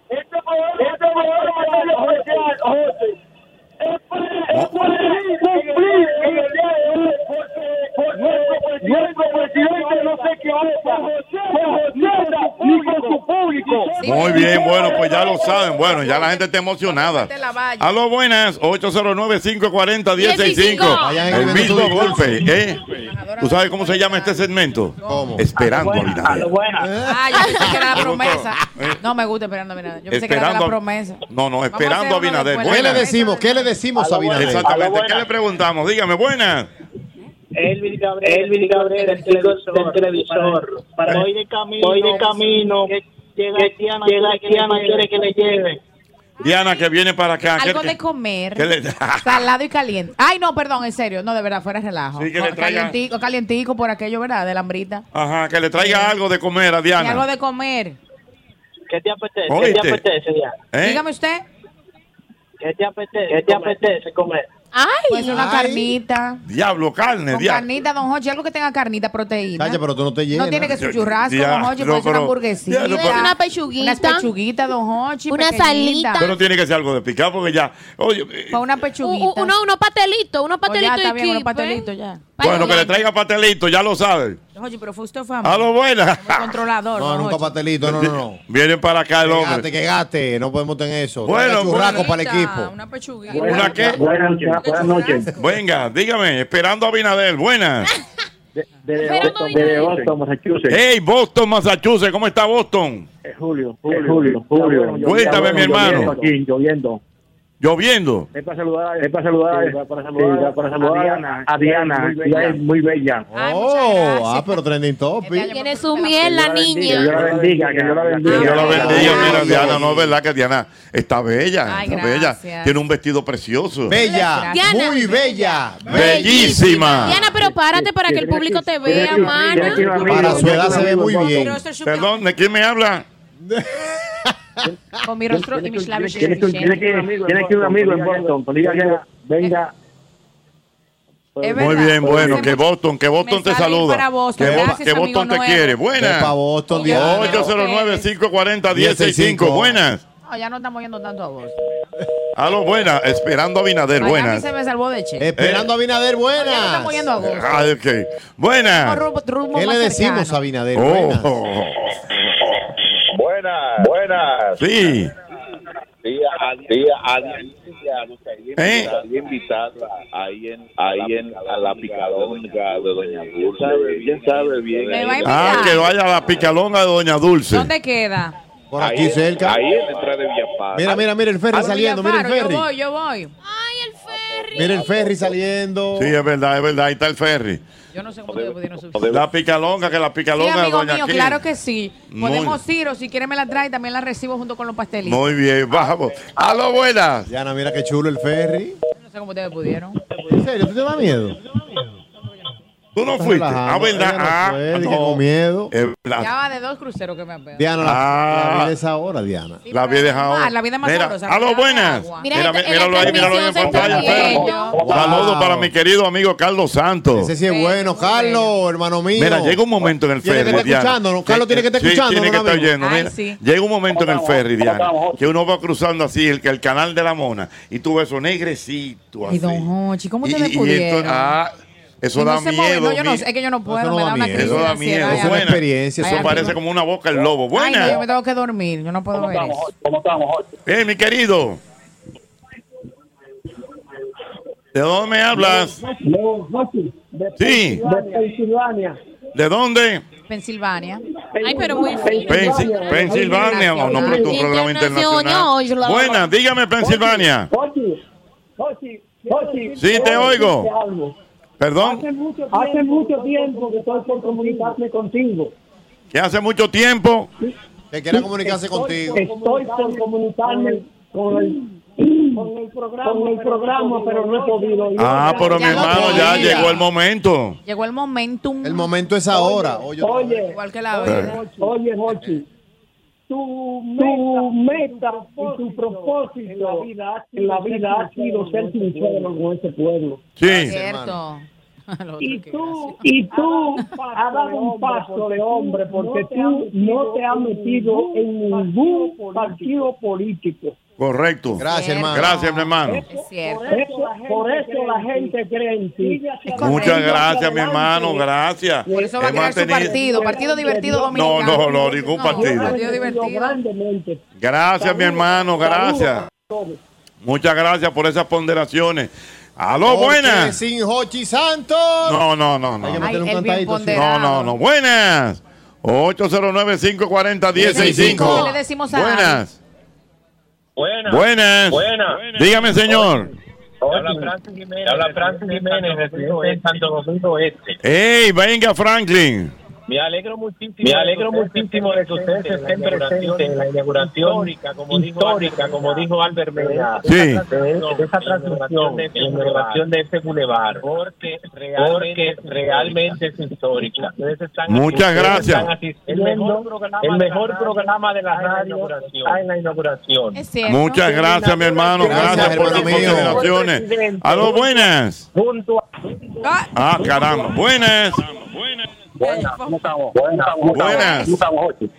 Este programa es especial, José. Es para- es para cumplir en el día de hoy, porque- porque nuestro presidente no se equivoca con ni con su público.
Muy bien, bueno, pues ya lo saben. Bueno, ya la gente está emocionada. A lo buenas, 809-540-165. El mismo golpe, ¿eh? ¿Tú sabes cómo se llama este segmento? Esperando a Abinader.
Ah, yo pensé que era la
Me gustó. Eh.
promesa. No me gusta esperando a Abinader. Yo pensé que era
Esperando
la
a-
promesa.
No, no, esperando a
hacer uno
Abinader.
después.
¿Qué le
Buenas.
decimos? ¿Qué le decimos a Abinader?
Exactamente, ¿qué le preguntamos? Dígame, buenas.
Elvis Gabriel, el chico del televisor.
Para-
voy de camino, voy de camino. Que, llega Tiana, quiere que le lleve.
Diana, que viene para acá. Ah, ¿Qué-
Algo
qué-
de comer.
qué le-
Salado
*laughs*
y caliente. Ay, no, perdón, en serio. No, de verdad, fuera relajo.
Sí, que le traigan-
Calientico, calientico por aquello, ¿verdad? De la hambrita.
Ajá, que le traiga algo de comer
Y
a
algo
Diana.
de comer.
¿Qué te apetece?
¿Qué te Oíste.
apetece, Diana?
¿Eh?
Dígame usted.
¿Qué te apetece? ¿Qué te apetece comer?
Ay. Pues una
Ay.
carnita.
Diablo, carne,
Con
Eh, diablo.
carnita, don Hochi. Algo que tenga carnita, proteína.
Calle, pero tú no te llenas.
No tiene que ser
Yo-
un churrasco,
ya,
don Hochi, puede
no,
ser una
pero-
hamburguesita.
ya, no, pero-
Una pechuguita.
Unas pechuguitas, don Hochi.
Una
pequeñitas.
Pero tiene que ser algo de picar porque ya. Oye, eh,
Para una
U-
pechuguita.
u- uno, unos patelitos, unos
Pues ya
patelitos
está
y ¿eh?
bien, unos
kipe.
patelitos ya.
bueno, que le traiga pastelito, ya lo saben.
Don Hochi, pero fue usted fue
A lo buena.
muy controlador,
*laughs* No,
don
nunca
Hochi.
pastelito, no, no, no.
Vienen para acá el
Que
hombre.
gaste, que gaste, no podemos tener eso.
Bueno,
Bueno, churraco
buena-
para el equipo.
Una pechuguita.
¿Una qué?
Buenas noches.
Venga, dígame, esperando a Binader, buenas.
Desde Boston, desde Boston, Massachusetts.
Hey, Boston, Massachusetts, ¿cómo está Boston?
Eh, Julio, Julio, Julio. Julio.
Cuéntame, mi hermano.
Aquí, lloviendo.
Lloviendo.
Es para saludar, es para saludar, sí, para saludar, para saludar a Diana,
Muy
ella
bella.
es muy bella.
Oh, ah, pero trending topic.
Tiene su miel la niña.
Que Dios la bendiga, que Dios la bendiga.
Que Dios la bendiga. Mira,
Ay,
Diana,
Dios.
no es verdad que Diana está bella.
Ay,
está
gracias.
bella. Tiene un vestido precioso.
Bella,
Diana.
muy bella.
Bellísima.
Diana, pero párate para que el público te vea, mana.
Para su edad se ve muy bien.
Perdón, ¿de quién me habla?
Con mi rostro y mis labios.
Tiene que un tiene que- tiene que un amigo en Boston. pues diga que venga.
Es
Muy
verdad.
bien, bueno, que Boston, que
Me
Boston te
sale
saluda.
para Boston.
Que, Bo-
Gracias,
que
amigo
Boston te
nuevo.
quiere. Buenas.
Ve pa' Boston, Diana.
809-540-165. Buenas.
No, ya no estamos yendo tanto a vos.
Aló, buenas. Esperando a Binader,
Miami
buenas.
se me salvó de che.
Esperando a Binader,
No, ya no
buenas.
estamos yendo a vos.
Ah, ok. Buenas.
Rumbo- rumbo
¿Qué
más
le decimos
cercano.
a Binader?
Oh,
Buenas.
Buenas, buenas.
sí. ¿Eh?
Día, a día, a día, no sé, dime
y invitarla ahí en, ahí en a la picadonga de Doña Dulce. Bien sabe bien.
Me va a invitar.
Ah, que vaya a la picalonga de Doña Dulce.
¿Dónde queda?
Por aquí cerca.
Ahí en la entrada de Villapar.
Mira, mira, mira el ferry
Ah,
saliendo, mira el
Villafaro,
ferry.
Yo voy, yo voy.
Mira el ferry saliendo.
Sí, es verdad, es verdad. Ahí está el ferry.
Yo no sé cómo ustedes pudieron subir.
La picalonga, que la
Sí,
picalonga de
amigo
Doña
mío,
Kim.
claro que sí.
Muy-
Podemos ir o si quiere me la trae, también la recibo junto con los pastelitos.
Muy bien, vamos. A lo buenas.
Diana, mira qué chulo el ferry.
No sé cómo ustedes pudieron.
¿En serio? ¿Tú te da miedo?
Tú no
Estás
fuiste.
relajando.
Ah, verdad.
Ella no
Ah,
fue, dije,
no.
con miedo.
Es verdad.
Ya va de dos cruceros que me apego.
Diana,
Ah.
la, la vida es ahora, Diana.
La había dejado.
Ah, la vida es más
Mira,
sabrosa,
a lo
cuidado de
buenas.
agua.
Mira,
Mira, en- en
míralo
la
ahí, míralo ahí
transmisión
en
se
pantalla.
está
Pedro.
viendo.
Wow.
Saludos para mi querido amigo Carlos Santos.
Ese sí es bueno, Carlos, hermano mío.
Mira, llega un momento en el
Tiene
ferry.
que estar
Diana,
escuchándonos, Carlos tiene que estar
sí,
escuchándonos
tiene que
ahora
estar
mismo.
oyendo,
Ay,
mira.
sí.
Llega un momento en el ferry, Diana, que uno va cruzando así el, el canal de la mona y tú ves eso negrecito así.
Y don Hochi, ¿cómo ustedes
entonces-
pudieron?
ah, eso
Y no
da
se mueve,
miedo.
no, yo no,
mi-
es que yo no puedo,
Eso
me da,
da
una
miedo.
crisis
Eso da
de
miedo.
ansiedad.
Buena.
Ay,
experiencia,
Eso
ay,
parece como una boca del lobo.
Ay, no, yo
Buena.
me tengo que dormir, yo no puedo ver eso.
¿Cómo estamos,
Eh, mi querido. ¿De dónde me hablas? Sí.
De Pensilvania.
¿De dónde?
Pensilvania. Ay, pero muy frío.
Pensil- Pensilvania. No, no, pero tu programa internacional. Buena, dígame Pensilvania.
Ochi, Ochi, Ochi.
Sí, te oigo. Perdón,
Hace mucho, tiempo- hace mucho tiempo que estoy por comunicarme contigo.
que hace mucho tiempo.
Que quiera comunicarse contigo.
Estoy por comunicarme con el, con el programa, con el programa pero no he podido. ir.
Ah, pero mi
Ya lo
hermano, ya
tenía.
llegó el momento.
Llegó el momento.
El momento es ahora. Oye,
Oye, oye,
Igual que la
Pero-
vida.
oye, Jochi, tu meta, y tu propósito en la vida, ha sido ser sincero con ese pueblo.
Sí.
Cierto.
Y tú, y tú has dado un paso de hombre porque tú no te has metido en ningún partido político.
Correcto.
Gracias, hermano.
Gracias, mi hermano.
Es cierto.
Por eso, por eso la gente cree en ti.
Muchas gracias, mi hermano. Gracias.
Por eso va a crear
Hemos
su
tenido-
partido, Partido Divertido
No,
Dominicano.
no, no, ningún
No,
partido.
Partido Divertido.
Gracias, mi hermano. Gracias. Muchas gracias por esas ponderaciones. Aló,
Porque
buenas.
Sin Hochi Santos.
No, no, no,
Hay
no.
que meter un
Ay, él bien
cantadito. sí.
No, no, no. Buenas. 809-540-1065.
¿Qué le decimos a
Buenas.
Buenas.
Buenas.
Buenas.
Dígame, señor.
Habla Francis Jiménez. Habla Francis Jiménez, residente en Santo Domingo Este.
Hey, venga, Franklin.
Me alegro muchísimo. Me alegro muchísimo de que ustedes estén presentes en la inauguración histórica, como dijo, como dijo Albert Mena.
Sí.
De, de esa transmisión, de la inauguración de este bulevar. Porque realmente, es histórica. Ustedes están
Muchas
asistiendo,
gracias.
están asistiendo. El mejor programa, el mejor programa de la radio está en la inauguración.
Es cierto.
Muchas gracias, mi hermano.
Gracias,
Gracias por sus
hermano mío.
consideraciones. Aló, buenas.
Junto a...
Ah,
Ah, caramba. Buenas.
Buenas, ¿cómo estamos? Buenas, ¿cómo estamos?
Buenas.
¿Cómo estamos, Jochi?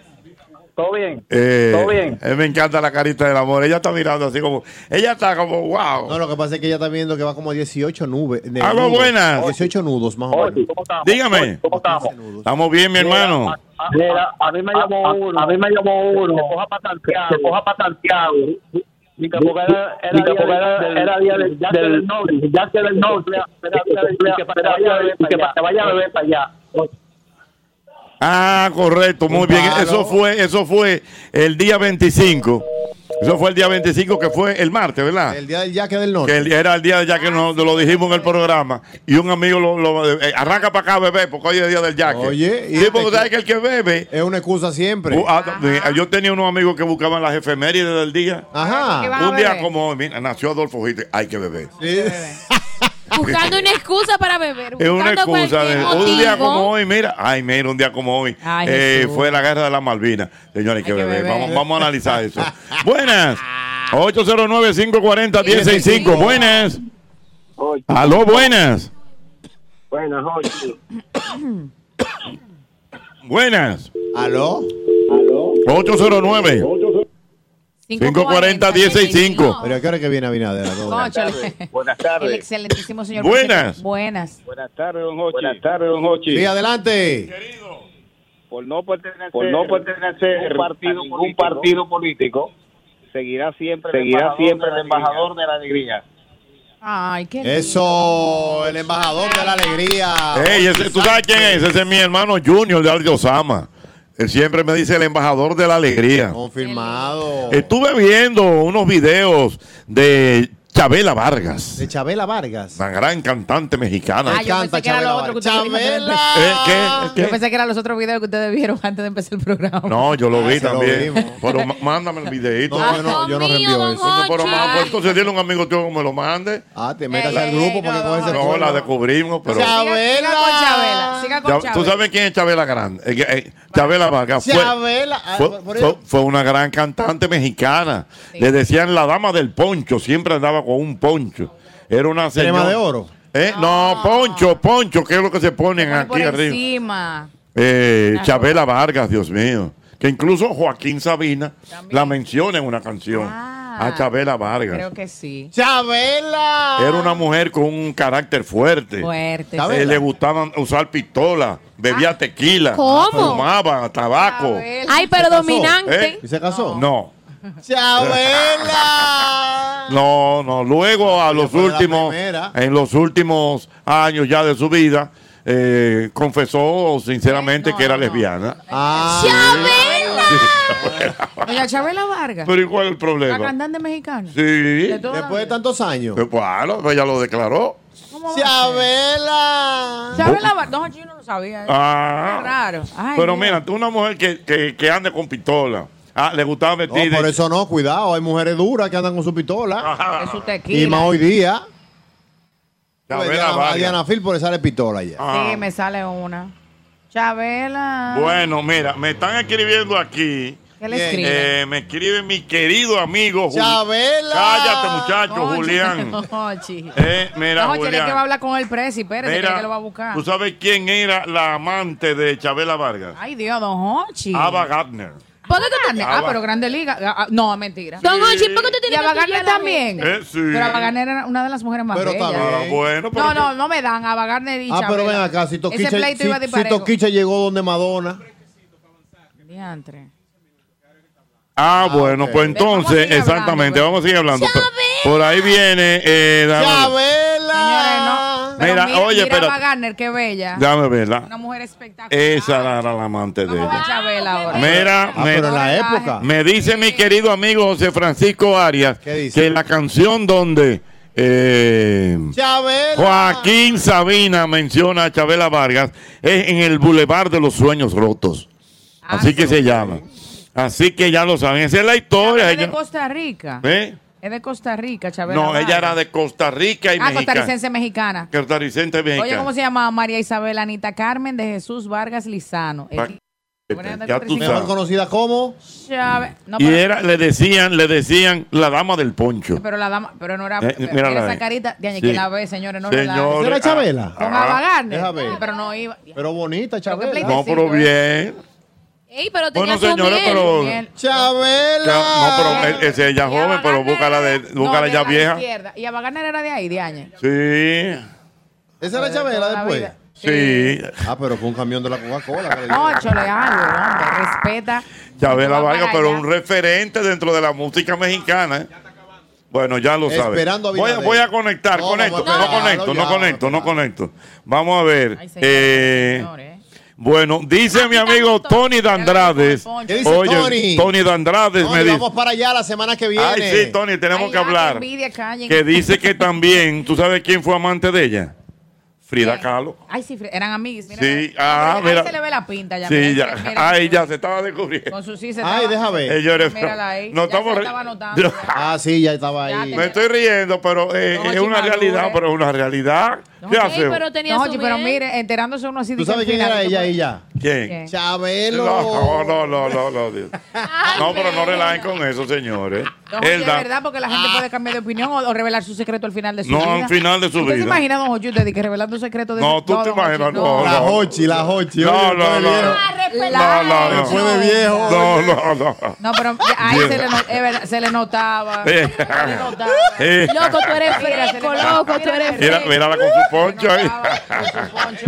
¿Todo bien?
Eh,
¿Todo bien?
eh, me encanta la carita del amor. Ella está mirando así como. Ella está como, wow.
No, lo que pasa es que ella está viendo que va como 18 nubes. de
Algo
nudos.
buenas.
18 nudos, más o
Jochi,
menos.
¿cómo estamos?
Dígame.
Jochi, ¿Cómo estamos?
Estamos bien, mi hermano.
Mira, a mí me llamó uno. A mí me llamó uno. Que coja para Santiago. Que coja para Santiago. Ni que porque era, era, día, del, era día del, del, norte. Ya que del norte. Era día del norte. Que te vaya a beber para allá.
Ah, correcto, muy bien. Eso fue, eso fue el día 25. Eso fue el día 25 que fue el martes, ¿verdad?
El día del yaque del norte.
que el- era el día ya que nos lo dijimos en el programa y un amigo lo, lo- eh, arranca para acá bebé porque hoy es el día del yaque.
Oye, y
y porque
este-
sabes que el que bebe
Es una excusa siempre.
Uh, ah, eh, yo tenía unos amigos que buscaban las efemérides del día.
¿Qué
Ajá.
van a
Un día
beber?
como hoy, mira, nació Adolfo Hitler, hay que beber.
Sí.
Buscando una excusa para beber.
Es una
buscando
excusa.
cualquier
de- un día
motivo.
como hoy, mira. Ay, mira, un día como hoy.
Ay,
eh,
Jesús.
fue la guerra de las Malvinas. Señores, hay que
Hay que
beber.
beber.
Vamos, vamos a analizar eso. Buenas. 809-540-1065. Buenas. Aló, buenas.
Buenas, Jochi.
Buenas.
¿Aló?
809. 540-1065.
Pero ¿a qué hora que viene Abinader? ¿A qué hora?
Cónchale.
Buenas
El excelentísimo señor.
Buenas.
Buenas.
Buenas tardes, don Jochi. Buenas tardes, don Jochi.
Sí, adelante.
por no pertenecer, por no pertenecer un partido, ningún partido político, seguirá siempre, seguirá siempre el embajador de la alegría.
Ay, qué lindo.
Eso, el embajador de la alegría.
Ey, ese, ¿Tú sabes quién es? Ese es mi hermano Junior de Aldo Sama. Él siempre me dice el embajador de la alegría.
Confirmado.
Estuve viendo unos videos de Chabela Vargas,
De Chabela Vargas.
la gran cantante mexicana.
Ah, yo pensé que era lo otro que ustedes dijeron.
¿Eh? ¿Qué? ¿Qué?
Yo pensé que eran los otros videos que ustedes vieron antes de empezar el programa.
No, yo lo vi
Ah, se lo
también. pero má- mándame el videito.
No, yo no- yo no Dios mío, reenvío don eso. Jorge.
Pero más, pues, entonces dile a un amigo tuyo que me lo mande.
Ah, te
metas
al grupo
para que No, la descubrimos, pero.
Siga con Chabela. Siga con
Ya- ¿Tú
Chabela.
sabes quién es Chabela Grande? Eh, eh, Chabela Vargas fue,
Chabela, ah,
fue,
por- por
fue-
eso.
fue una gran cantante mexicana. Le decían la dama del poncho, siempre andaba con un poncho. Era una señora.
Crema de oro.
Eh, No, poncho, poncho, que es lo que se ponen
Por
aquí arriba.
encima.
Eh,
Ah,
Chabela Vargas, Dios mío. Que incluso Joaquín Sabina la menciona en una canción. a Chabela Vargas.
Creo que sí.
¡Chabela!
Era una mujer con un carácter fuerte. Ah.
Fuerte,
Eh,
Chabela.
le gustaban usar pistola, bebía tequila,
¿Cómo?
fumaba tabaco.
Ay, pero dominante.
¿Y se casó? No.
¡Chabela!
*laughs* No, no. Luego a los
fue la
últimos,
primera.
en los últimos años ya de su vida, eh, confesó sinceramente que era lesbiana.
Ah.
Doña Chabela Vargas.
Pero ¿y cuál es el
La
problema?
cantante mexicana.
Sí.
De toda la
Después de tantos años.
Pues, Bueno, pues ella lo declaró.
¡Chabela!
Chabela Vargas. No, yo no lo sabía. eh.
Ah.
Qué raro. Ay,
Pero
Dios.
mira, tú una mujer que, que, que ande con pistola. Ah, le gustaba
No,
vestir. de-
por eso no, cuidado. Hay mujeres duras que andan con su pistola.
Es su
Y
tequila.
más hoy día.
Chabela
Diana-
Vargas.
a Diana Phil por sale pistola ya.
Sí,
Ah,
me sale una. Chabela.
Bueno, mira, me están escribiendo aquí.
¿Qué le escriben?
Eh, me escribe mi querido amigo Juli-
Chabela.
Cállate, muchacho,
Oye, *laughs*
Julián.
oye.
Eh, mira,
no, tiene que va a
Julián.
hablar con el presi, espérate,
Mira,
cree que lo va a buscar.
¿Tú sabes quién era la amante de Chabela Vargas?
Ay, Dios, don Hochi.
Ava Gardner.
¿Por qué tú tienes? Ah,
Abba.
pero Grande Liga. Ah, ah, no, mentira.
Don Hochi, ¿por qué tú
Y
tienes
a
que estudiar
Bagarner
la
también.
mente? Eh, sí.
Pero a Bagarner era una de las mujeres más
Pero está
bellas.
Ah, bueno, pero
no, no, no me dan a Bagarner y
Ah, pero
Chabela.
ven acá, si Toquicha,
Ese pleito iba
si-
de
si
parejo.
Toquicha llegó donde Madonna.
Diantre.
Ah, bueno,
ok.
pues entonces, exactamente, vamos a seguir hablando. Por ahí viene. eh, dame-
¡Chabela!
Pero
Mira, oye,
mira
espérate.
a Bagarner, qué bella.
Dame verla.
Una mujer espectacular.
Esa era la amante de
Vamos a
ella.
Chabela ahora.
Mira,
Ah,
me,
pero en la época.
me dice mi querido amigo José Francisco Arias que la canción donde eh,
¡Chabela!
Joaquín Sabina menciona a Chabela Vargas es en el Boulevard de los Sueños Rotos.
Ah,
Así que se llama. Así que ya lo saben. Esa es la historia.
Es de
ella-
Costa Rica.
¿Eh?
Es de Costa Rica, Chabela.
No, ella
Vargas.
era de Costa Rica y
Ah,
mexicana.
costarricense mexicana.
Costarricense
Oye, ¿cómo
mexicana.
se llama? María Isabel Anita Carmen de Jesús Vargas Lizano.
Pa-
El-
Ya tú
Mejor
sabes.
conocida como.
Chávez- no,
Y
pero,
era, le decían, le decían la dama del poncho.
pero la dama, pero no era.
Eh,
pero
mírala
era
ahí.
esa carita, de
Sí.
que la ve, señores, no
Señores,
la
¿Era Chabela?
Con
ah,
Ava Gardner.
Deja ver.
Pero no iba.
Pero
play-
bonita, Chabela.
No, pero bien.
Ey, pero tenía
Bueno,
su
señores,
miel.
pero.
Miel.
No, pero es, es ella joven, pero búscala, de, búscala
No,
ya
de la
vieja.
izquierda. Y Ava Gardner era de ahí, de años.
Sí.
Esa era Chabela
toda la
después.
vida.
Sí.
Ah, pero fue un camión de la Coca-Cola.
*laughs*
que le dio.
No, chole algo, hombre. Respeta.
Chabela
Tú vas
Vargas,
para
pero
allá.
un referente dentro de la música mexicana. ¿eh? Bueno, ya lo sabes.
Esperando a
voy, a,
Abinader.
voy a conectar,
No,
conecto,
vamos a
no
esperarlo
conecto,
ya,
no
vamos a
conecto, no conecto. Vamos a ver.
Ay, señores,
eh,
señores.
Bueno, dice mi amigo Tony Dandrades.
¿Qué dice
Oye,
Tony?
Tony Dandrades me
Tony,
dice.
vamos para allá la semana que viene.
Ay, sí, Tony, tenemos
Ay,
que
ya,
hablar.
qué envidia, callen.
que dice que también, ¿tú sabes quién fue amante de ella? Frida Kahlo.
Ay, sí, Fre- eran amigos. Mira,
Sí,
mira,
ah,
ahí
mira.
se le ve la pinta ya.
Sí,
mira,
ya.
mira, mira.
Ay, ya se estaba descubriendo.
Con sus sí se
Ay,
estaba-
deja ver.
Señores,
Mírala ahí. Ya
no
se
estamos re-
estaba notando.
Yo-
Ah, sí, ya estaba ahí.
me estoy riendo, pero eh,
No,
es una
Chimaru,
realidad,
eh.
pero es una realidad.
No,
¿Qué
ey,
hacemos?
pero tenía
No,
su
oye, pero
miel.
mire, enterándose uno así. pues,
¿Tú sabes quién era ella y ya?
¿Quién?
eh".
Chabelo.
No, no, no, no, no. Dios. No, pero no relajen con eso, señores.
es
Él da-
verdad, porque la gente puede cambiar de opinión o, o revelar su secreto al final de su
No,
vida.
al final de su
¿Usted
vida.
se imagina, don Jochi, usted que revelando un secreto de
No, tú te imaginas, no,
La
no.
Hochi, la Hochi.
No,
Oye,
no,
después de
no,
Ah,
No,
viejo.
no, no.
Después de viejo.
No, no, no.
No, pero ahí
Bien.
se le, no- es verdad, se le notaba.
Eh. Eh.
Loco, tú
*laughs* Mira,
eres
se le
fresco,
notaba.
loco, tú eres
Mira,
fresco.
mírala con su poncho ahí.
Poncho.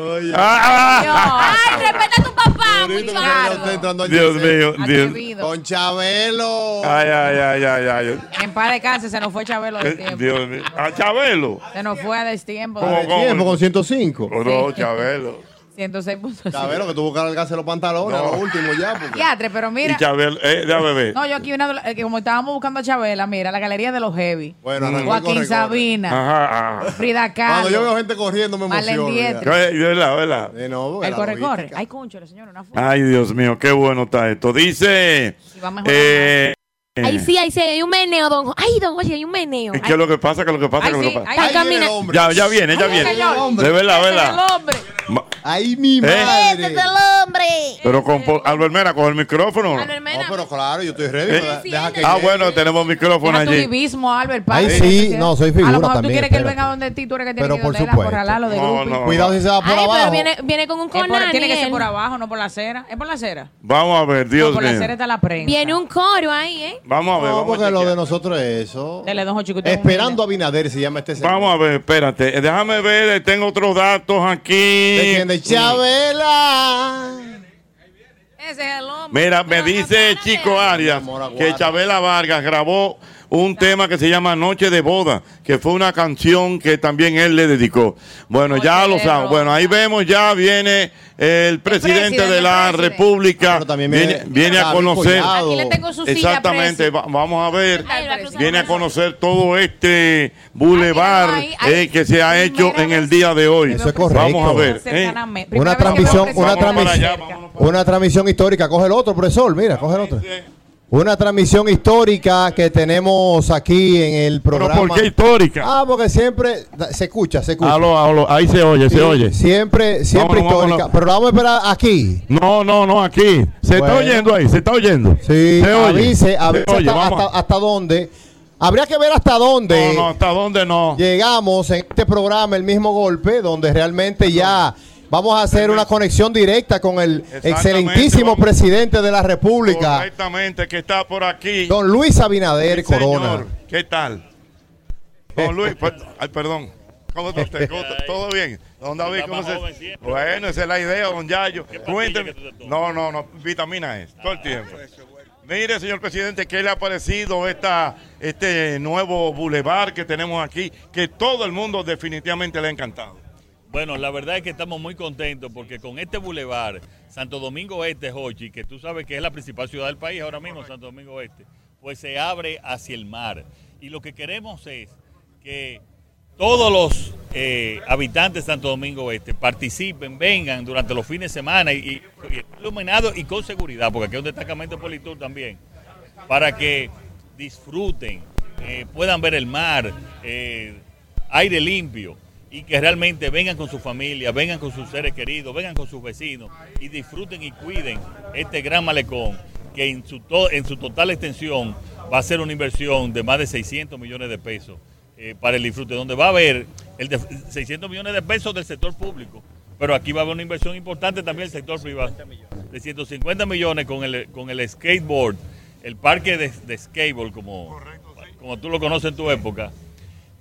Ah, ah, ah.
Ay, respeta a tu papá,
Señorito, que venía usted entrando al
Dios
Giselle.
Ah,
mío, Dios.
Atrevido.
Con Chabelo.
Ay, ay, ay, ay, ay.
En paz de casa se nos fue Chabelo del
Eh,
tiempo.
Dios mío. A Chabelo.
Se nos fue a destiempo.
¿Cómo, cómo? Oh,
Tiempo con 105.
No,
*laughs*
Chabelo.
106.5.
Chabelo, que tuvo que alargarse los pantalones,
No.
lo último ya. Porque...
Diatre, pero
Y
mira.
Chabelo, eh, déjame ver.
No, yo aquí, una, eh, que como estábamos buscando a Chabela, mira, la galería de los heavy.
Bueno,
Mm.
arrancó el
Joaquín
corre-corre.
Sabina,
Ajá, ajá.
Frida Kahlo.
Cuando yo veo gente corriendo, me
Marlene
emociono. ya.
Dietrich.
Eh, ¿Verdad, verdad?
Eh, no, porque
El
la
corre, corre.
logística.
Ay, concho, señor, una foto.
Ay, Dios mío, qué bueno está esto. Dice.
Y va mejorando.
Eh,
Ahí sí, ahí sí, hay un meneo, don. Ay, don Jorge, hay un meneo.
¿Qué es lo que pasa? ¿Qué es lo que pasa?
Ay,
¿Qué es lo
sí,
que pasa?
ay, Está ay, viene el camina- hombre.
Ya, ya viene, ya
Ay,
viene.
señor.
De verdad, verdad.
hombre.
Ahí mi
Ese es
madre.
el hombre.
Eh, Pero con po- Aldo Hermera, coge el micrófono.
No, pero claro, yo estoy ready.
Eh,
pero Deja que
Ah,
llegue.
bueno, tenemos micrófono
Deja tu
allí.
divismo, Albert.
Ay,
padre.
sí, no, soy figura
A lo mejor tú
también,
quieres que él
espérate.
venga donde ti, tú eres que tienes
Pero
que ir
por
donde él,
supuesto.
acorralarlo de
No,
grupo.
no,
Cuidado si se va por
Ay,
abajo.
pero viene, viene con un
Es por-
conan.
tiene que ser
él.
por abajo, no por la acera. Es por la acera.
Vamos a ver,
No,
Dios
por la acera
mío.
está la prensa.
Viene un coro ahí, ¿eh?
Vamos a ver,
No,
vamos a
porque lo
chequear.
de nosotros es eso.
Dele, don Jochi, que usted es humilde.
Esperando a Binader se llama este señor.
Vamos a ver, espérate. Eh, Déjame ver, eh, tengo otros datos aquí.
¿De quién? De Chabela.
Ese es el hombre.
Mira, me dice Chico Arias que Chabela Vargas grabó un tema que se llama Noche de Boda, que fue una canción que también él le dedicó. Bueno, ya lo saben. Bueno, ahí vemos, ya viene el presidente de la República.
Ah, viene-
Viene, viene a
David
conocer.
Collado. Aquí
le tengo su silla,
Exactamente, va- vamos a ver.
Ay, la cruz
Viene a conocer todo este
Ah,
bulevar eh, que se ha hecho en el día de hoy.
Eso es correcto.
Vamos a ver. eh.
Cercanamente. Primera
Una
vez que veo
transmisión,
presidente
una
Vamos para allá,
transmisión, una transmisión histórica. Coge el otro, profesor. Mira, coge el otro. Una transmisión histórica que tenemos aquí en el
Pero
programa.
¿por qué histórica?
Ah, porque siempre da- se escucha, se escucha.
Aló, aló, ahí se oye, se
Sí,
oye.
Siempre, siempre
Vámonos,
histórica.
vámonos.
Pero la vamos a esperar aquí.
No, no, no, aquí. Se
Bueno.
está oyendo ahí, se está oyendo.
Sí,
se oye.
avise, avise
se oye,
hasta,
vamos.
hasta- hasta dónde. Habría que ver hasta dónde.
No, no, hasta dónde no.
Llegamos en este programa el mismo golpe, donde realmente ya vamos a hacer una conexión directa con el
Exactamente,
excelentísimo
vamos.
presidente de la República,
Correctamente, que está por aquí.
don Luis Abinader
Sí, señor.
Corona.
¿Qué tal? Don Luis, per- ay, perdón. ¿Cómo está usted? ¿Cómo está? ¿Todo bien? Don David, ¿cómo se- Bueno, esa es la idea, don Yayo. Cuénteme. No, no, no, vitamina E. es, todo el tiempo. Mire, señor presidente, ¿qué le ha parecido esta, este nuevo bulevar que tenemos aquí? Que todo el mundo definitivamente le ha encantado.
Bueno, la verdad es que estamos muy contentos porque con este bulevar, Santo Domingo Este, Hochi, que tú sabes que es la principal ciudad del país ahora mismo, Santo Domingo Este, pues se abre hacia el mar. Y lo que queremos es que todos los eh, habitantes de Santo Domingo Este participen, vengan durante los fines de semana y, y- y iluminados y con seguridad, porque aquí hay un destacamento de Politur también, para que disfruten, eh, puedan ver el mar, eh, aire limpio y que realmente vengan con su familia, vengan con sus seres queridos, vengan con sus vecinos y disfruten y cuiden este gran malecón que en su, to- en su total extensión va a ser una inversión de más de 600 millones de pesos eh, para el disfrute, donde va a haber el de 600 millones de pesos del sector público, pero aquí va a haber una inversión importante también del sector privado, de 150 millones con el, con el skateboard, el parque de, de skateboard, como, como tú lo conoces en tu época,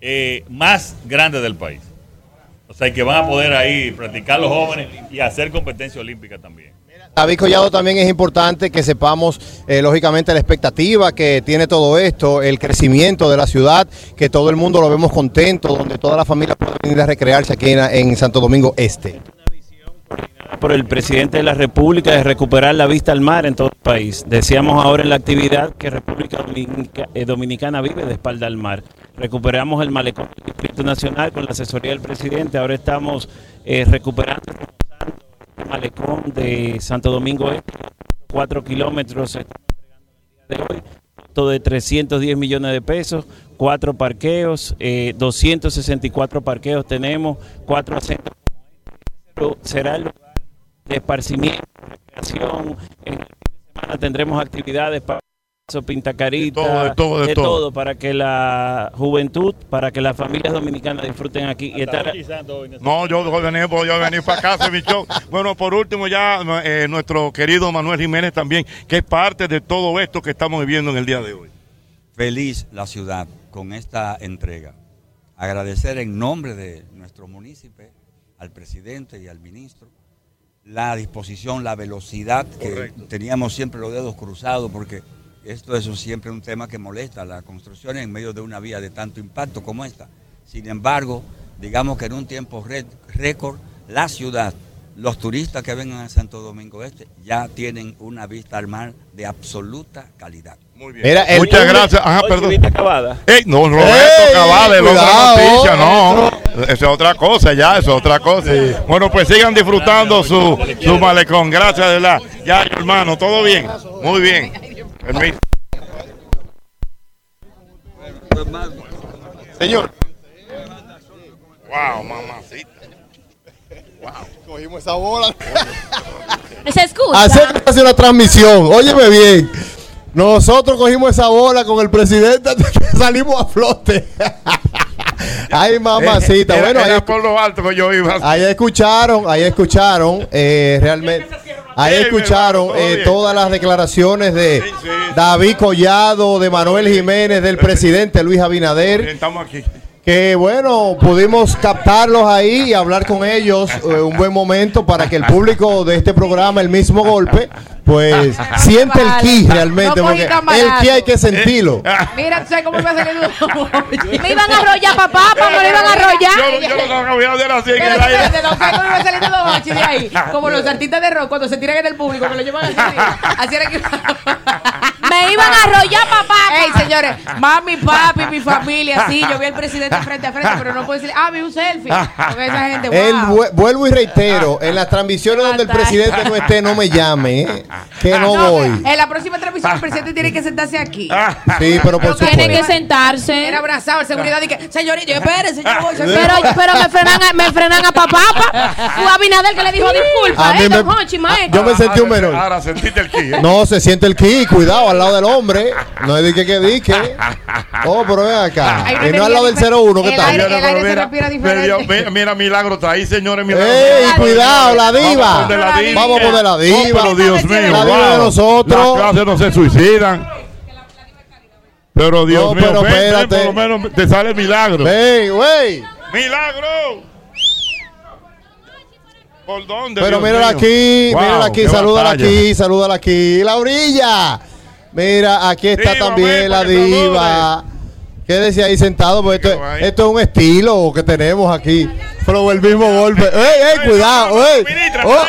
eh, más grande del país. O sea, que van a poder ahí practicar los jóvenes y hacer competencia olímpica también.
David Collado también es importante que sepamos, eh, lógicamente, la expectativa que tiene todo esto, el crecimiento de la ciudad, que todo el mundo lo vemos contento, donde toda la familia puede venir a recrearse aquí en- en Santo Domingo Este.
por el presidente de la República de recuperar la vista al mar en todo el país. Decíamos ahora en la actividad que República Dominica- eh, Dominicana vive de espalda al mar. Recuperamos el malecón del Distrito Nacional con la asesoría del presidente. Ahora estamos eh, recuperando el malecón de Santo Domingo Este, cuatro kilómetros. se está entregando el día de hoy costo de 310 millones de pesos, cuatro parqueos, eh, 264 parqueos tenemos, cuatro asientos. Pero Será el lugar de esparcimiento, recreación. En el fin de semana tendremos actividades para pintacarita,
De todo, de todo, de todo.
para que la juventud, para que las familias dominicanas disfruten aquí y estar
No, yo voy a venir, voy a venir para casa, mi show. Bueno, por último ya eh, nuestro querido Manuel Jiménez también, que es parte de todo esto que estamos viviendo en el día de hoy.
feliz la ciudad con esta entrega. Agradecer en nombre de nuestro munícipe, al presidente y al ministro, la disposición, la velocidad, que
Correcto.
teníamos siempre los dedos cruzados, porque esto es un- siempre un tema que molesta, la construcción en medio de una vía de tanto impacto como esta. Sin embargo, digamos que en un tiempo re- récord, la ciudad, los turistas que vengan a Santo Domingo Este ya tienen una vista al mar de absoluta calidad. Muy
bien. Mira, el Muchas público- gracias. Ajá, Hoy perdón. tuviste
Cavada.
Ey, no, Roberto
Ey,
Cavada, el hombre
cuidado.
de noticia, no. Eso es otra cosa, ya, eso es otra cosa. Bueno, pues sigan disfrutando su, su malecón. Gracias, de verdad. Ya, hermano, todo bien. Muy bien. Permiso. Señor. Wow, mamacita. Wow.
Cogimos esa bola.
Se escucha.
Hacer hace una transmisión. Óyeme bien. Nosotros cogimos esa bola con el presidente, *laughs* salimos a flote. *laughs* Ay, mamacita.
Era-
bueno,
era
ahí,
por lo alto que yo iba.
ahí escucharon, ahí escucharon, eh, realmente. Ahí escucharon eh, todas las declaraciones de David Collado, de Manuel Jiménez, del presidente Luis Abinader.
Estamos aquí.
Que bueno, pudimos captarlos ahí y hablar con ellos eh, un buen momento para que el público de este programa, el mismo golpe,
*laughs*
pues siente el ki realmente,
No
porque
cogí tan
el ki hay que
barato.
sentirlo.
Eh,
Mira, ¿tú sabes cómo me hace
*laughs*
que
Me iban a arrollar, papá, papá, me lo iban a arrollar.
Yo, yo lo voy a hacer así en el
Pero
aire.
espérate, no, ¿sabes cómo iba saliendo los hachis de
*laughs*
ahí? Como los artistas de rock cuando se tiran en el público, que lo llevan así. arriba. Así era que.
Me iban a arrollar, papá.
Ey, señores, mami, papi, mi familia, sí. Yo vi al presidente frente a frente, pero no puedo decir, ah, vi un
*laughs*
selfie. Porque esa
*laughs*
gente,
El
wow. Ah,
vue- vuelvo y reitero, en las transmisiones donde el presidente no esté, no me llame, ¿eh? que no voy.
En la próxima transmisión, el presidente tiene que sentarse aquí.
Sí, pero por
Tiene que
supuesto.
sentarse.
Era abrazado, el seguridad y que, señorita, yo espérese, yo voy, yo voy".
Pero, pero me frenan a, me frenan a papá, papá. Fue Abinader que le dijo disculpa,
A mí
eh,
me-
don Hochi, maestro.
Yo me sentí un menor.
Ahora sentiste el ki. ¿eh?
No, se siente el ki, cuidado, al lado del hombre. No es de que que di que. Oh, pero ven acá.
Ay,
Y no al lado del 01, ¿qué tal?
Mira, pero mira, pero yo- mira, mira, milagro está ahí, señores. Milagro.
¡Ey, cuidado, la diva!
Vamos a poner la diva.
Vamos a poner la
No, pero Dios
diva.
mío,
La diva de
wow.
nosotros.
Las clases no se suicidan. Pero Dios
No,
mío,
pero
ven, ven,
espérate.
por lo menos te sale el milagro.
Ven, güey.
¡Milagro! ¿Por dónde?
Pero
Dios
mírala
mío?
aquí,
Wow,
mírala aquí,
qué
salúdala
batalla.
aquí, salúdala aquí. ¡La orilla! Mira, aquí está también la diva. Quédese ahí sentado, porque esto, es- esto es un estilo que tenemos aquí. Pero el mismo golpe. ¡Ey, ey, cuidado! ¡Ey! Oh,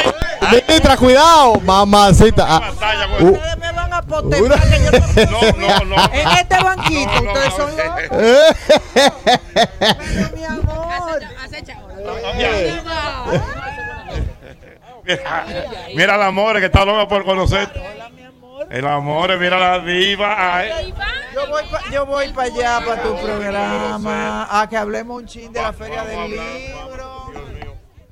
ministra, cuidado! Mamacita. Ah,
pues.
uh,
Me van a potenciar que
*laughs*
yo no, *laughs* En este banquito, ustedes son locos.
Eh.
Mi
*laughs*
amor.
Mira, mira el amor que está loca por conocerte. El amor, mira la diva. Ay.
Yo voy, pa- yo voy para allá, para tu programa, a que hablemos un chin de la Feria del Libro.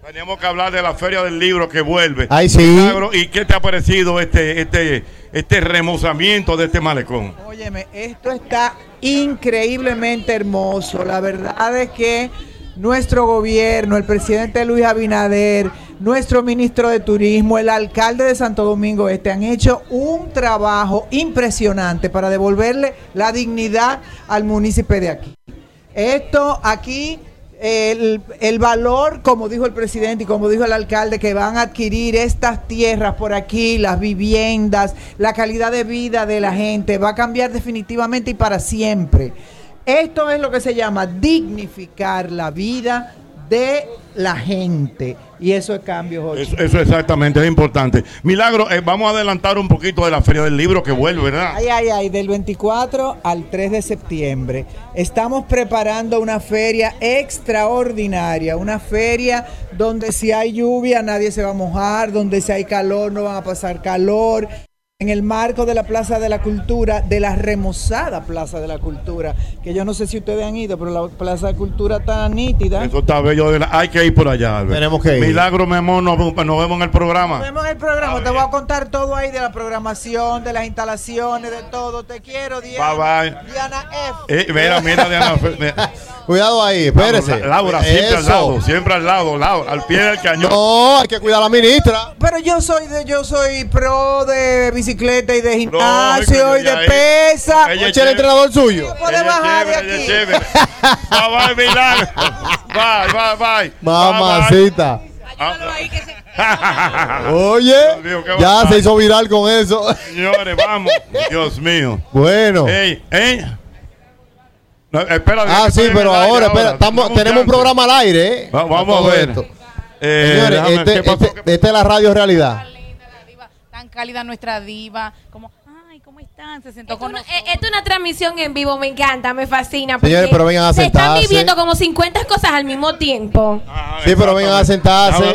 Tenemos que hablar de la Feria del Libro que vuelve.
Ay, sí.
Milagro, ¿Y qué te ha parecido este, este, este remozamiento de este malecón?
Óyeme, esto está increíblemente hermoso. La verdad es que nuestro gobierno, el presidente Luis Abinader, nuestro ministro de Turismo, el alcalde de Santo Domingo Este han hecho un trabajo impresionante para devolverle la dignidad al municipio de aquí. Esto aquí, el, el valor, como dijo el presidente y como dijo el alcalde, que van a adquirir estas tierras por aquí, las viviendas, la calidad de vida de la gente, va a cambiar definitivamente y para siempre. Esto es lo que se llama dignificar la vida de la gente. Y eso es cambio, Jorge.
Eso, eso exactamente es importante. Milagro, eh, vamos a adelantar un poquito de la Feria del Libro que vuelve, ¿verdad?
Ay, ay, ay, del 24 al 3 de septiembre. Estamos preparando una feria extraordinaria, una feria donde si hay lluvia nadie se va a mojar, donde si hay calor no van a pasar calor. En el marco de la Plaza de la Cultura, de la remozada Plaza de la Cultura, que yo no sé si ustedes han ido, pero la Plaza de Cultura está nítida.
Eso está bello. de la- Hay que ir por allá. Albert.
Tenemos que ir.
Milagro, mi amor, nos, nos vemos en el
Nos
programa.
vemos en el programa, te voy a contar todo ahí de la programación, de las instalaciones, de todo. Te quiero, Diana.
Bye, bye.
Diana F.
Eh, mira, mira, Diana. fe- mira.
*laughs* Cuidado ahí, espérese.
Laura, Laura, siempre al
Eso.
lado, siempre al lado, Laura, al pie del cañón.
No, hay que cuidar a la ministra.
Pero yo soy de, yo soy pro de bicicleta y de
Lógico,
gimnasio y de
ella es-
pesa.
ella es Oye, el entrenador
suyo.
Puede bajar de aquí.
*laughs*
Bye, bye, Milagro. Bye, bye, bye.
Mamacita.
Ah. Bye, bye. *laughs*
Oye, ya se hizo viral con eso.
Señores, vamos. Dios mío.
Bueno.
Ey, ey. No, espera,
Ah,
Eh, que
sí,
estoy en
pero
el aire
ahora, espera, estamos-
Dame
tenemos un
chance.
programa al aire, ¿eh?
Va- vamos
Todo
a ver.
esto.
Eh,
Señores,
déjame-
este-
¿qué pasó?
este- esta es la radio realidad.
Tan cálida nuestra diva. Como, ay, ¿cómo están? Se sentó
Esto
con
una- eh, esto es una transmisión en vivo, me encanta, me fascina.
Señores,
porque
pero vengan a
Se están
sentarse.
viviendo como 50 cosas al mismo tiempo.
Sí, pero vengan a sentarse.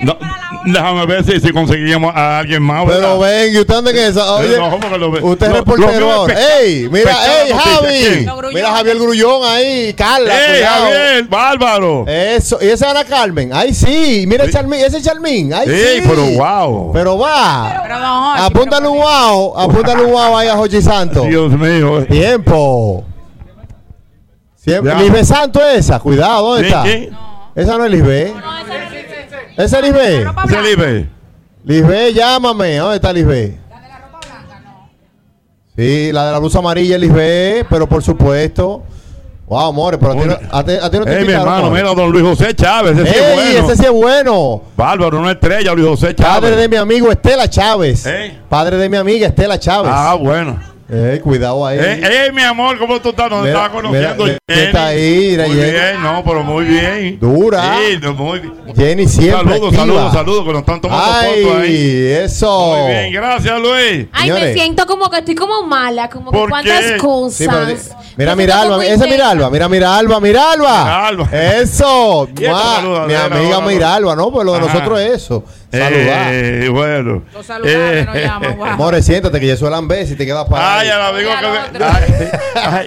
No, déjame ver si, si conseguíamos a alguien más.
Pero ven, ¿y usted anda en esa? Oye, usted es reportero ahora. ¡Ey! Mira, ey, Javi. Mira, Javier Grullón ahí, Carla.
¡Ey,
cuidado.
Javier! ¡Bárbaro!
Eso, y esa era Carmen. Ahí sí, mira el Charmín, ese Charmín. Ahí
Ey,
sí.
pero wow.
Pero va.
Pero no,
Apúntale un wow, apúntale un wow ahí a Jochi Santos.
Dios mío.
Tiempo. Siempre.
Ya.
Lisbeth Santo es esa, cuidado, ¿dónde
¿Sí,
está?
quién?
Esa no es Lisbeth. ¿Esa es Lisbeth?
Ese Lisbeth.
Lisbeth, llámame. ¿Dónde está Lisbeth? Sí, la de la blusa amarilla, Lisbeth, pero por supuesto. Wow, amores, pero a ti no, a ti- a ti no te
Ey, mi
invitaron,
hermano,
amores.
mira, don Luis José Chávez. Ese sí es
Ey,
bueno.
ese sí es bueno.
Bárbaro, una estrella, Luis José
Padre de
Chávez.
mi amigo Estela Chávez.
Ey.
Padre de mi amiga Estela Chávez.
Ah, bueno.
Ey, cuidado ahí.
Ey, ey, mi amor, ¿cómo tú estás? Nos
Mira,
estaba conociendo.
mira,
Jenny.
está ahí, mira,
Muy
Jenny.
bien, no, pero muy bien.
Dura.
Sí, no, muy bien.
Jenny siempre.
Saludos,
activa.
saludos, saludos, que nos están tomando
Ay,
fotos ahí.
eso.
Muy bien, gracias, Luis.
Ay, me siento como que estoy como mala, como que
¿Por
cuántas
qué?
cosas.
Sí, pero di- mira,
Yo
mira,
siento
Alba.
como
Esa es
intensa.
Miralba. Mira, Miralba, Miralba.
Miralba.
Eso.
Y esta
Mua,
saludadera,
mi amiga
ahora, ¿no?
Miralba, ¿no? Pues lo de
Ajá.
nosotros es eso. Saludar.
Eh, bueno. Eh,
Amores, siéntate que ya suelan veces y te quedas parado.
Ay, a la amigo que me. Ay, ay.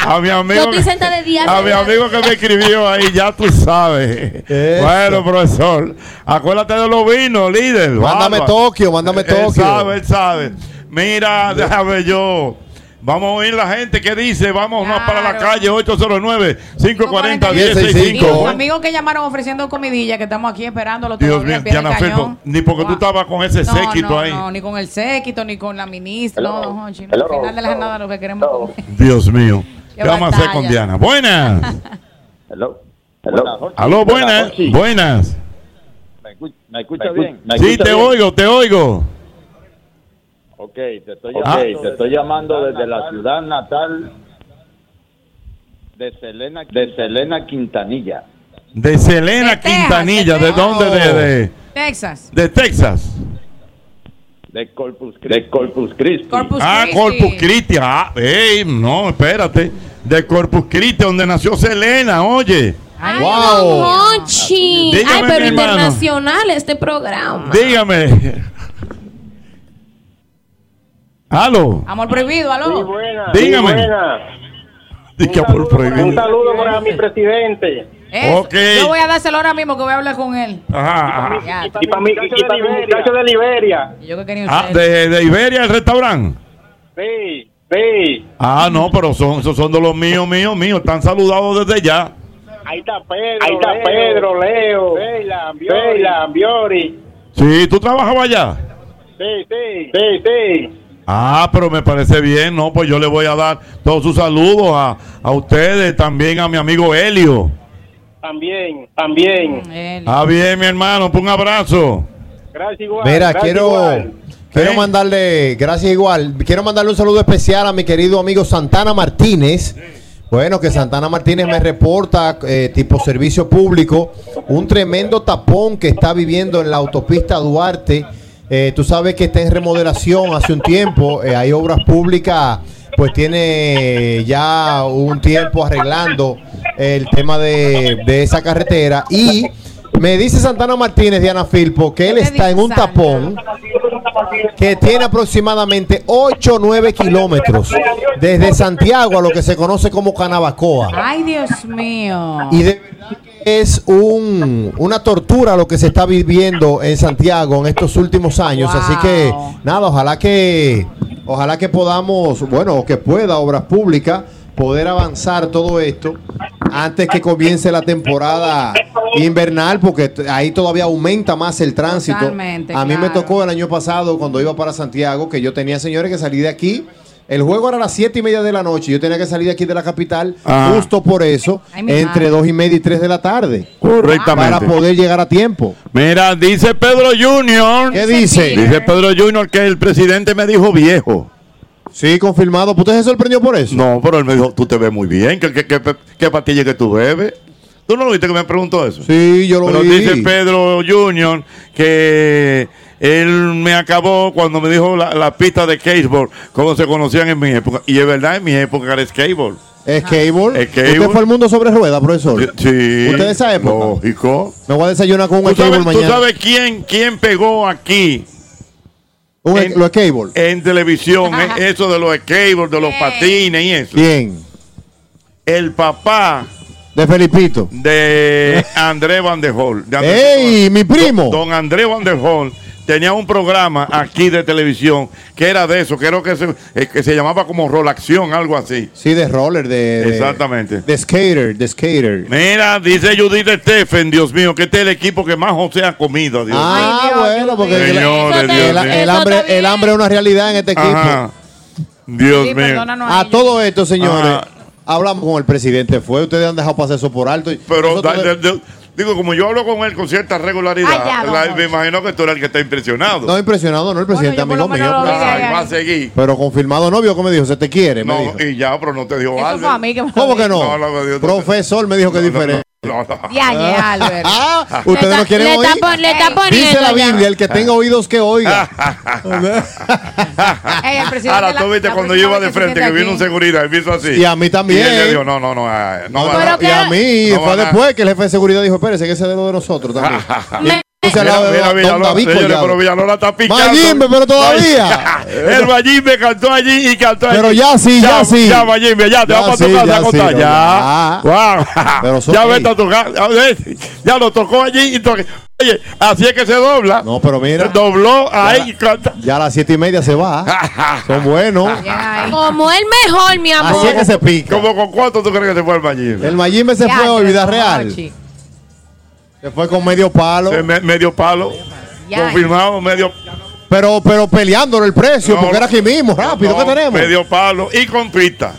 a mi
Yo
amigo.
estoy
que-
sentada de día.
A mi amigo que me escribió ahí, ya tú sabes. Bueno, profesor, acuérdate de los vinos, líder.
Mándame
Bárbaro.
Tokio, mándame
Él
Tokio.
sabe, él sabe. Mira, déjame yo. Vamos a oír la gente que dice, vámonos para la calle 809-540-1065.
Los amigos que llamaron ofreciendo comidilla, que estamos aquí esperándolo todos
Dios
los días,
mío,
pies de
Diana Felpo,
cañón.
ni porque tú estabas con ese
No,
séquito
no,
ahí.
no, ni con el séquito, ni con la ministra. No, no, Jochi, no,
Hello.
al final de la jornada lo que queremos comer.
Dios mío.
Qué
¿Qué vamos a hacer con
batalla.
Diana? Buenas.
Hello. Hello.
Aló, buenas.
Jochi.
Buenas.
¿Me escucha, me escucha bien? ¿Me
Sí,
escucha
te
bien?
oigo, te oigo.
Ok, te estoy
Ok.
llamando, te estoy llamando desde la ciudad natal de Selena, de Selena Quintanilla.
De Selena
Texas,
Quintanilla, ¿de
de Texas.
dónde? De, de,
*laughs* Texas.
de Texas.
De Corpus Christi. De Corpus Christi.
ah, Corpus Christi. Ah, ey, no, espérate. De Corpus Christi, donde nació Selena, oye.
Ay, don Hochi.
Dígame,
Ay, pero
mi hermano.
internacional este programa.
Dígame. Aló.
Amor
*laughs*
prohibido, aló.
Dígame. Diga por
Un
prohibido.
saludo para mi presidente.
Eso,
Ok.
Yo voy a dárselo ahora mismo que voy a hablar con él.
Ajá, ajá.
Ya,
Y para mi, y para mi muchacho de Liberia.
Yo que quería
Ah,
usted.
de, de Iberia, el restaurante.
Sí, sí.
Ah, no, pero son, esos son de los míos, míos, míos. Están saludados desde ya.
Ahí está Pedro. Ahí está Pedro, Leo. Leila, Ambiori.
Sí, tú trabajabas allá.
Sí, sí. Sí, sí.
Ah, pero me parece bien, ¿no? Pues yo le voy a dar todos sus saludos a, a ustedes, también a mi amigo Helio.
También, también.
Ah, bien, mi hermano, pues un abrazo.
Gracias igual.
Mira,
gracias
quiero,
igual.
quiero mandarle, gracias igual, quiero mandarle un saludo especial a mi querido amigo Santana Martínez. Bueno, que Santana Martínez me reporta, eh, tipo servicio público, un tremendo tapón que está viviendo en la autopista Duarte. Eh, tú sabes que está en remodelación hace un tiempo, eh, hay obras públicas, pues tiene ya un tiempo arreglando el tema de, de esa carretera. Y me dice Santana Martínez, Diana Filpo, que él está en un tapón que tiene aproximadamente 8 o 9 kilómetros desde Santiago a lo que se conoce como Canabacoa.
Ay, Dios mío.
Y de verdad que es un, una tortura lo que se está viviendo en Santiago en estos últimos años. Así que, nada, ojalá que, ojalá que podamos, bueno, o que pueda Obras Públicas poder avanzar todo esto antes que comience la temporada invernal, porque t- ahí todavía aumenta más el tránsito.
Totalmente,
A mí me
claro.
tocó el año pasado cuando iba para Santiago, que yo tenía señores que salir de aquí El juego era a las 7 y media de la noche. Yo tenía que salir de aquí de la capital
Ah.
justo por eso,
Ay, mi
entre
madre.
2 y media y 3 de la tarde.
Correctamente.
Para poder llegar a tiempo.
Mira, dice Pedro Junior.
¿Qué dice?
Dice Pedro Junior que el presidente me dijo viejo.
Sí, confirmado. ¿Usted se sorprendió por eso?
No, pero él me dijo, tú te ves muy bien. ¿Qué, qué, qué- qué pastilla que tú bebes? ¿Tú no lo viste que me preguntó eso?
Sí, yo lo
Pero
vi.
dice Pedro Junior que él me acabó cuando me dijo la, la pista de skateboard, como se conocían en mi época. Y es verdad, en mi época era skateboard.
Skateboard.
Skateboard.
¿Usted fue al mundo sobre rueda, profesor?
Sí.
¿Usted de esa época?
Lógico.
Me voy a desayunar con un
¿Tú sabes,
skateboard
tú
mañana.
sabes quién, quién pegó aquí?
en, los skateboard.
En televisión, eh, eso de los skateboard, de los patines y eso.
Bien.
El papá
De Felipito.
de André Van der Hol. de André
¡Ey, mi primo!
Don, don André Van der Hol tenía un programa aquí de televisión que era de eso, creo que se, eh, que se llamaba como Rolacción, algo así.
Sí, de roller, de, de-
Exactamente.
de skater, de skater.
Mira, dice Judith Steffen, Dios mío, que este es el equipo que más José ha comido. Dios
Ah,
mío.
bueno, porque
Señores,
el,
Dios
el-
mío.
el hambre, el hambre es una realidad en este equipo.
Ajá. Dios mío.
A todo esto, señores, hablamos con el presidente. Fue, ustedes han dejado pasar eso por alto.
Pero
Nosotros-
da- da- da- digo, como yo hablo con él con cierta regularidad,
Ah,
Allá, don
la-
Jorge.
me imagino que tú eres el que está impresionado.
no, impresionado, no, el presidente amigo mío.
Ay,
pero-
va a seguir.
Pero confirmado novio, que me dijo, se te quiere. me
No,
dijo.
y ya, pero no te dio algo.
¿Cómo que no?
No, no, Dios,
Profesor me dijo que es diferente.
Diañe, Albert.
Ah, Ustedes no quieren
le
oír.
Está pon- le está poniendo.
Dice la
ya.
Biblia, el que tenga oídos
*laughs*
que oiga.
Ey, el presidente
Ahora
la-
tú viste
la
cuando
próxima
yo iba
vez
de
que se siente
frente que vino
aquí.
un seguridad, él hizo así.
Y a mí también.
Y él le dijo, no, no, no, ay, no, va a-
y a mí,
no
fue
va a-
después que el jefe de seguridad dijo, espérese, que ese es de lo de
*laughs*
nosotros también. Puse al
Mira,
lado de
mira,
don
Villalona,
David
señores,
Collado.
pero Villalona está picando.
Mayimbe, pero todavía.
el Mayimbe cantó allí y cantó allí.
Pero ya sí, ya sí.
Ya, Mayimbe, ya, te
Ya
vas para tu
sí,
casa
ya
a acostar,
sí,
ya.
ya.
Guau.
Pero son-
ya vete a tu casa. a ver, Ya lo tocó allí y toque. Oye, así es que se dobla.
No, pero mira.
Dobló ahí.
Ya a las siete y media
*laughs*
se va. Son buenos.
Como el mejor, mi amor.
Así es que se pica.
¿Cómo con cuánto tú crees que se fue el Mayimbe?
El Mayimbe se
Ya,
fue hoy,
pero
vida
no,
real.
Jochi.
Se fue con medio palo.
Se me- medio palo.
Ya.
Confirmado, medio
Pero, pero peleándolo el precio,
No,
porque era aquí mismo, rápido, ¿qué
no,
tenemos?
Medio palo y con pita.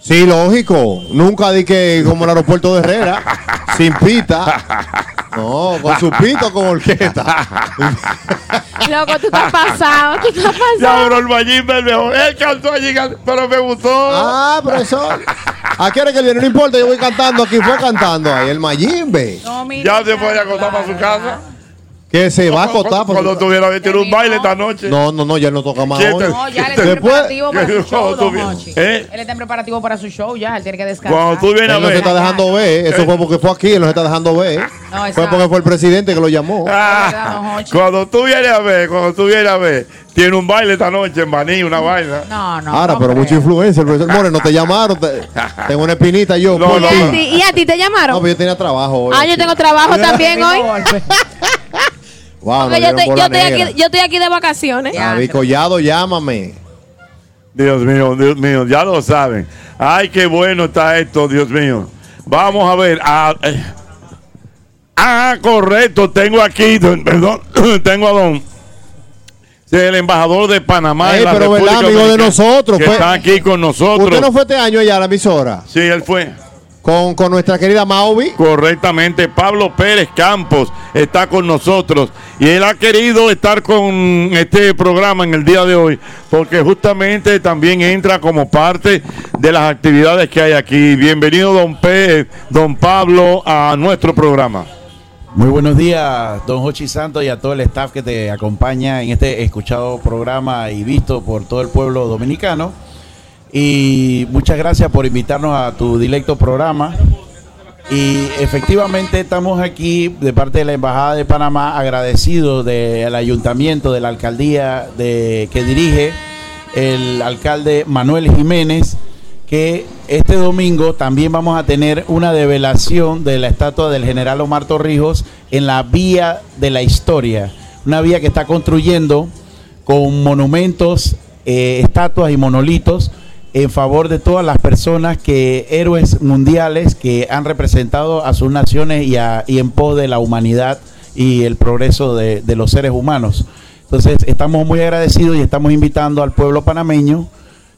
Sí, lógico. Nunca di que como el aeropuerto de
*laughs*
Herrera, sin pita. No, con su pito, con orquesta.
Loco, tú estás pasado, tú estás
*laughs* Ya,
pasado.
pero el Mayimbe el mejor. Él cantó allí, can- pero me gustó.
Ah, profesor. ¿A qué hora que viene? No importa, yo voy cantando aquí, fue cantando ahí, el Mayimbe.
ya se puede acostar para su casa.
Que se va a acotar. por
Cuando
su-
tuviera que tirar un baile esta noche.
No, no, no, ya no toca más.
¿Quién
hoy.
te-
No, ya él
¿quién
está en
te-
preparativo
*laughs*
para su
¿Quién-
show,
cuando tú
don
vienes-
Hochi.
¿Eh?
Él está en preparativo para su show ya, él tiene que descansar.
Cuando tú vienes a
Él no se
ver.
está dejando ver, eso fue porque fue aquí, él no se está dejando ver.
No,
Fue porque fue el presidente que lo llamó.
Ah, cuando tú vienes a ver, cuando tú vienes a ver, tiene un baile esta noche en Baní, una vaina.
No, no.
Ahora, pero mucho influencer, el profesor More, no te llamaron,
*laughs*
te- tengo una espinita yo. por
¿Y,
ti.
a ti, y a ti te
No,
llamaron?
pero yo tenía trabajo hoy.
ah, yo tengo trabajo también hoy.
Wow,
Porque yo, te- yo estoy aquí, yo estoy aquí de vacaciones.
David Collado, llámame.
Dios mío, Dios mío, ya lo saben. Ay, qué bueno está esto, Dios mío. Vamos a ver. Ah, eh. Ah, correcto, tengo aquí, don- perdón, *clears throat* tengo a don. sí, El embajador de Panamá.
Ey,
en la
pero, ¿verdad,
República
amigo de
Dominicana,
nosotros?
Que
Fue-
está aquí con nosotros.
Usted no fue este año allá a la emisora
Sí, él fue.
con, con nuestra querida Mauvi.
Correctamente, Pablo Pérez Campos está con nosotros y él ha querido estar con este programa en el día de hoy porque justamente también entra como parte de las actividades que hay aquí. Bienvenido, don, Pe- don Pablo, a nuestro programa.
Muy buenos días, don Jochi Santos y a todo el staff que te acompaña en este escuchado programa y visto por todo el pueblo dominicano. Y muchas gracias por invitarnos a tu directo programa. Y efectivamente estamos aquí de parte de la Embajada de Panamá agradecidos del ayuntamiento, de la alcaldía de, que dirige el alcalde Manuel Jiménez, que este domingo también vamos a tener una develación de la estatua del general Omar Torrijos en la vía de la historia, una vía que está construyendo con monumentos, eh, estatuas y monolitos en favor de todas las personas que héroes mundiales que han representado a sus naciones y, a- y en pos de la humanidad y el progreso de, de los seres humanos. Entonces estamos muy agradecidos y estamos invitando al pueblo panameño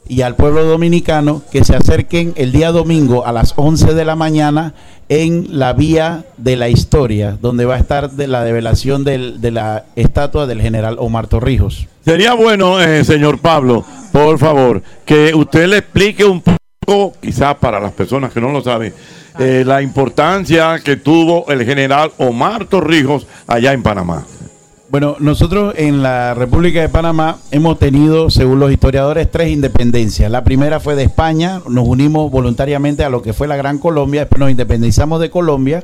y al pueblo dominicano que se acerquen el día domingo a las 11 de la mañana en la vía de la historia, donde va a estar de la develación del- de la estatua del general Omar Torrijos.
Sería bueno, eh, señor Pablo, por favor, que usted le explique un poco, quizás para las personas que no lo saben, eh, la importancia que tuvo el general Omar Torrijos allá en Panamá.
Bueno, nosotros en la República de Panamá hemos tenido, según los historiadores, tres independencias. La primera fue de España, nos unimos voluntariamente a lo que fue la Gran Colombia, después nos independizamos de Colombia.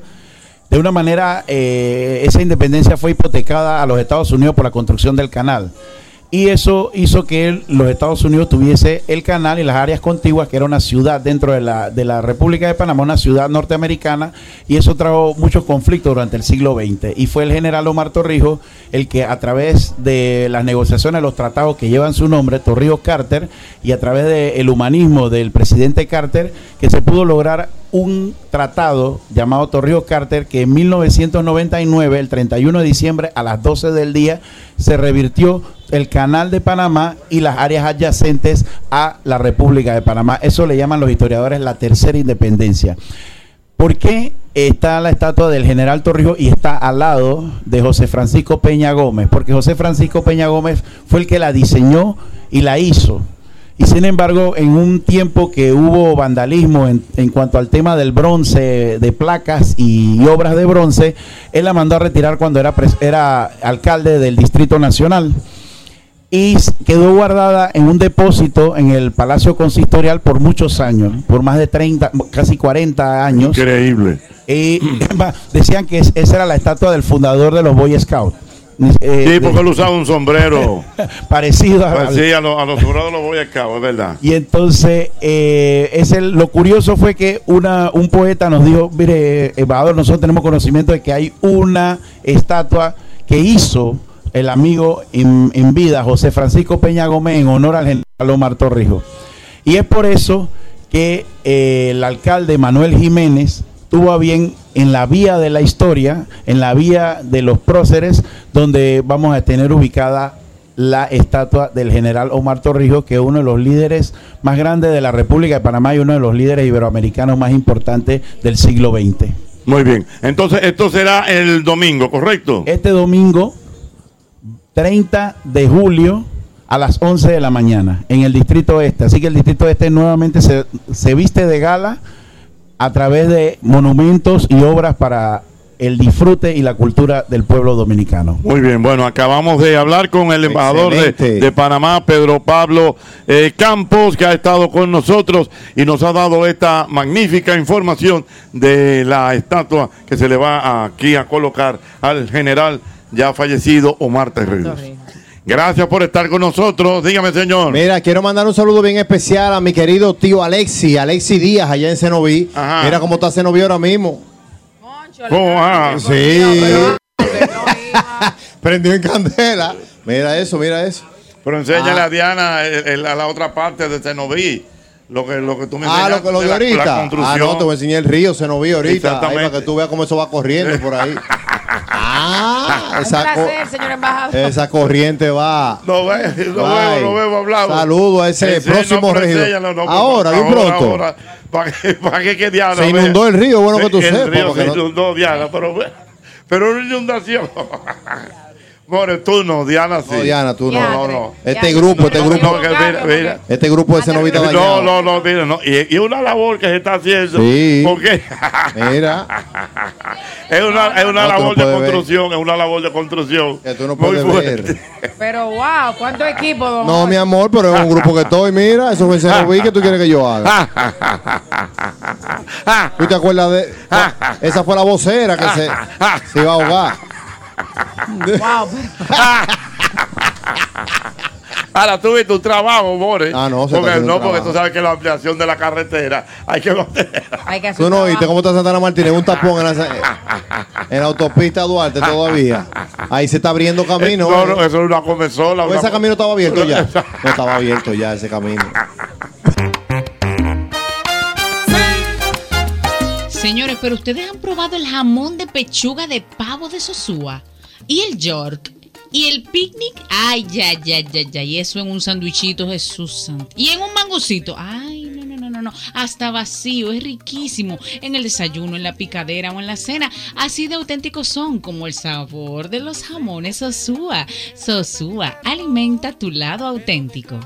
De una manera, eh, esa independencia fue hipotecada a los Estados Unidos por la construcción del canal. Y eso hizo que el- los Estados Unidos tuviese el canal y las áreas contiguas, que era una ciudad dentro de la, de la República de Panamá, una ciudad norteamericana, y eso trajo muchos conflictos durante el siglo XX. Y fue el general Omar Torrijos el que a través de las negociaciones, los tratados que llevan su nombre, Torrijos Carter, y a través del humanismo del presidente Carter, que se pudo lograr un tratado llamado Torrijos Carter que en 1999, el 31 de diciembre a las 12 del día, se revirtió el canal de Panamá y las áreas adyacentes a la República de Panamá. Eso le llaman los historiadores la tercera independencia. ¿Por qué está la estatua del general Torrijos y está al lado de José Francisco Peña Gómez? Porque José Francisco Peña Gómez fue el que la diseñó y la hizo. Y sin embargo, en un tiempo que hubo vandalismo en, en cuanto al tema del bronce, de placas y obras de bronce, él la mandó a retirar cuando era, pres- era alcalde del Distrito Nacional y s- quedó guardada en un depósito en el Palacio Consistorial por muchos años, por más de 30, casi 40 años.
Increíble.
Y *clears throat* va, decían que es- esa era la estatua del fundador de los Boy Scouts. Eh,
Sí, porque
de-
él usaba
*laughs*
un sombrero.
parecido a,
Pues sí, a, los- a los jurados los voy a cabo, es verdad.
y entonces, eh, es el- lo curioso fue que una, un poeta nos dijo, mire, embajador, nosotros tenemos conocimiento de que hay una estatua que hizo el amigo en, en vida, José Francisco Peña Gómez, en honor al general Omar Torrijos. Y es por eso que eh, el alcalde Manuel Jiménez tuvo a bien en la vía de la historia, en la vía de los próceres, donde vamos a tener ubicada la estatua del general Omar Torrijos, que es uno de los líderes más grandes de la República de Panamá y uno de los líderes iberoamericanos más importantes del siglo XX.
Muy bien. Entonces, esto será el domingo, ¿correcto?
Este domingo, 30 de julio, a las 11 de la mañana, en el Distrito Este. Así que el Distrito Este nuevamente se, se viste de gala a través de monumentos y obras para el disfrute y la cultura del pueblo dominicano.
Muy bien, bueno, acabamos de hablar con el embajador de, de Panamá, Pedro Pablo eh, Campos, que ha estado con nosotros y nos ha dado esta magnífica información de la estatua que se le va aquí a colocar al general ya fallecido Omar Terreros. Gracias por estar con nosotros. Dígame, señor.
Mira, quiero mandar un saludo bien especial a mi querido tío Alexi, Alexi Díaz, allá en Cenoví. Mira cómo está Cenoví ahora mismo. sí. Prendió en candela. Mira eso, mira eso.
Pero enséñale
Ah.
a Diana el- el- a la otra parte de Cenoví, lo que, lo que tú me
Ah,
enseñaste
lo que lo
de
de
la-
ahorita.
la
ah,
construcción.
no, te voy a enseñar el río Cenoví ahorita. Ahí para
Exactamente.
que tú veas cómo eso va corriendo
*laughs*
por ahí. ah,
Un
esa, co-
placer, señor embajador.
esa corriente va.
Lo veo, lo veo,
Ay.
lo veo, hablamos.
Saludo a ese próximo
pero
regidor.
enséñalo, por
Ahora, de
favor,
pronto.
ahora. ¿Para qué, para qué que Diana?
Se inundó el río, bueno que tú
el
sepas,
río
porque
se
no-
inundó, Diana, pero, pero una inundación. *laughs* More, tú no, Diana sí.
No, Diana, tú no.
No, no.
Este grupo, este grupo.
No, que mira, mira.
Este grupo de Cenovita
No,
dañado.
no, no, mira, no. Y, y una labor que se está haciendo.
Sí.
Porque
Mira.
*laughs* es una, es una
No, tú no
labor de
puedes ver.
construcción, es una labor de construcción.
tú no
puedes
Pero wow, ¿cuánto equipo, don
No, mi amor, pero es un grupo que estoy, mira, eso fue en Cenoví que tú quieres que yo
Ah,
haga. ¿Tú te acuerdas de
Ah,
ah, esa fue la vocera que se, se iba a ahogar?
Wow.
*laughs* Ahora tú viste tu trabajo, More.
Ah, no, se está
porque,
haciendo
no, porque
trabajo.
tú sabes que la ampliación de la carretera hay que mantener.
Hay que
Tú no oíste cómo está Santana Martínez,
Ah,
un tapón en la, en la autopista Duarte todavía.
ah.
Ahí se está abriendo camino.
No,
¿eh?
no, eso es una comezola.
O
una-
ese camino estaba abierto
Ah,
ya. No estaba abierto ya ese camino.
ah,
Señores, pero ustedes han probado el jamón de pechuga de pavo de Sosúa y el York y el picnic. Ay, ya, ya, ya, ya. Y eso en un sandwichito, Jesús santo. Y en un mango
jugosito. Ay, no, no, no, no, no. Hasta vacío, es riquísimo. En el desayuno, en la picadera o en la cena. Así de auténticos son como el sabor de los jamones Sosúa. Sosúa, alimenta tu lado auténtico.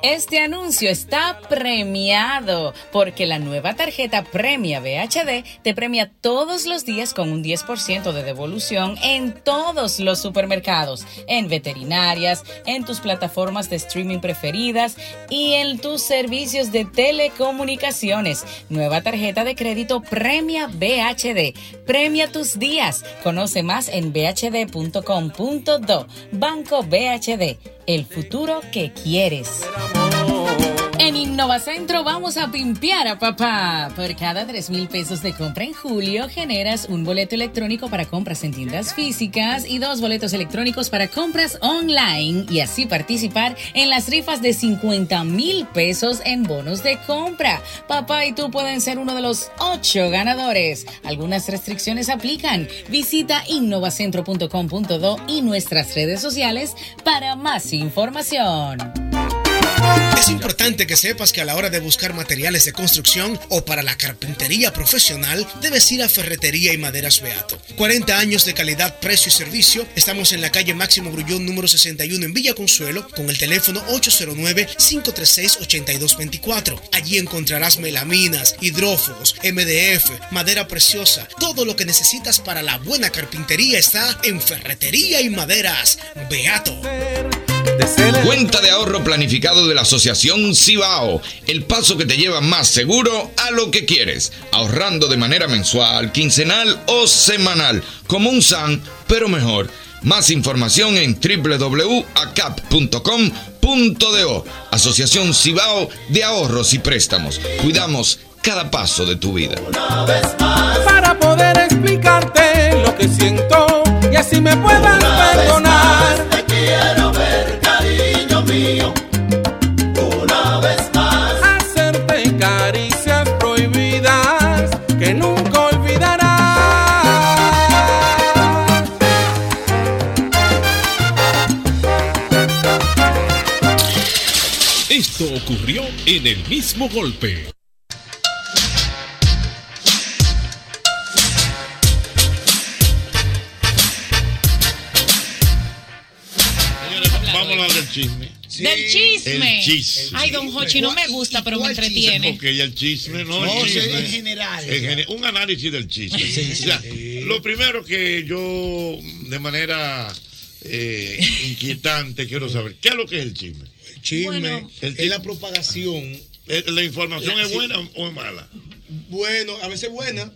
Este anuncio está premiado porque la nueva tarjeta Premia BHD te premia todos los días con un 10% de devolución en todos los supermercados, en veterinarias, en tus plataformas de streaming preferidas y en tus servicios de telecomunicaciones. Nueva tarjeta de crédito Premia BHD. Premia tus días. Conoce más en bhd.com.do. Banco BHD el futuro que quieres. En Innovacentro vamos a pimpear a papá. Por cada 3 mil pesos de compra en julio, generas un boleto electrónico para compras en tiendas físicas y dos boletos electrónicos para compras online y así participar en las rifas de 50 mil pesos en bonos de compra. Papá y tú pueden ser uno de los ocho ganadores. Algunas restricciones aplican. Visita innovacentro.com.do y nuestras redes sociales para más información.
Es importante que sepas que a la hora de buscar materiales de construcción o para la carpintería profesional, debes ir a Ferretería y Maderas Beato. 40 años de calidad, precio y servicio. Estamos en la calle Máximo Grullón número 61 en Villa Consuelo con el teléfono 809-536-8224. Allí encontrarás melaminas, hidrófobos, MDF, madera preciosa. Todo lo que necesitas para la buena carpintería está en Ferretería y Maderas Beato.
Cuenta de ahorro planificado de la Asociación Cibao, el paso que te lleva más seguro a lo que quieres, ahorrando de manera mensual, quincenal o semanal, como un SAN, pero mejor. Más información en www.acap.com.do. Asociación Cibao de Ahorros y Préstamos. Cuidamos cada paso de tu vida.
Para poder explicarte lo que siento y así me puedas perdonar. te quiero ver, cariño mío. Una vez más. Hacerte caricias prohibidas que nunca olvidarás.
Esto ocurrió en el mismo golpe.
Vamos a hablar del chisme.
Del chisme.
El chisme.
Ay, don Hochi, no me gusta, pero me entretiene.
Ok, el chisme, no,
No,
el
sí,
chisme.
en general.
En gene- un análisis del chisme.
Sí, sí,
O sea,
sí.
Lo primero que yo, de manera eh, inquietante, quiero saber, ¿qué es lo que es el chisme? El Eh,
chisme Bueno. es la propagación.
¿La información
La-
es
sí.
buena o es mala?
Bueno, a veces buena,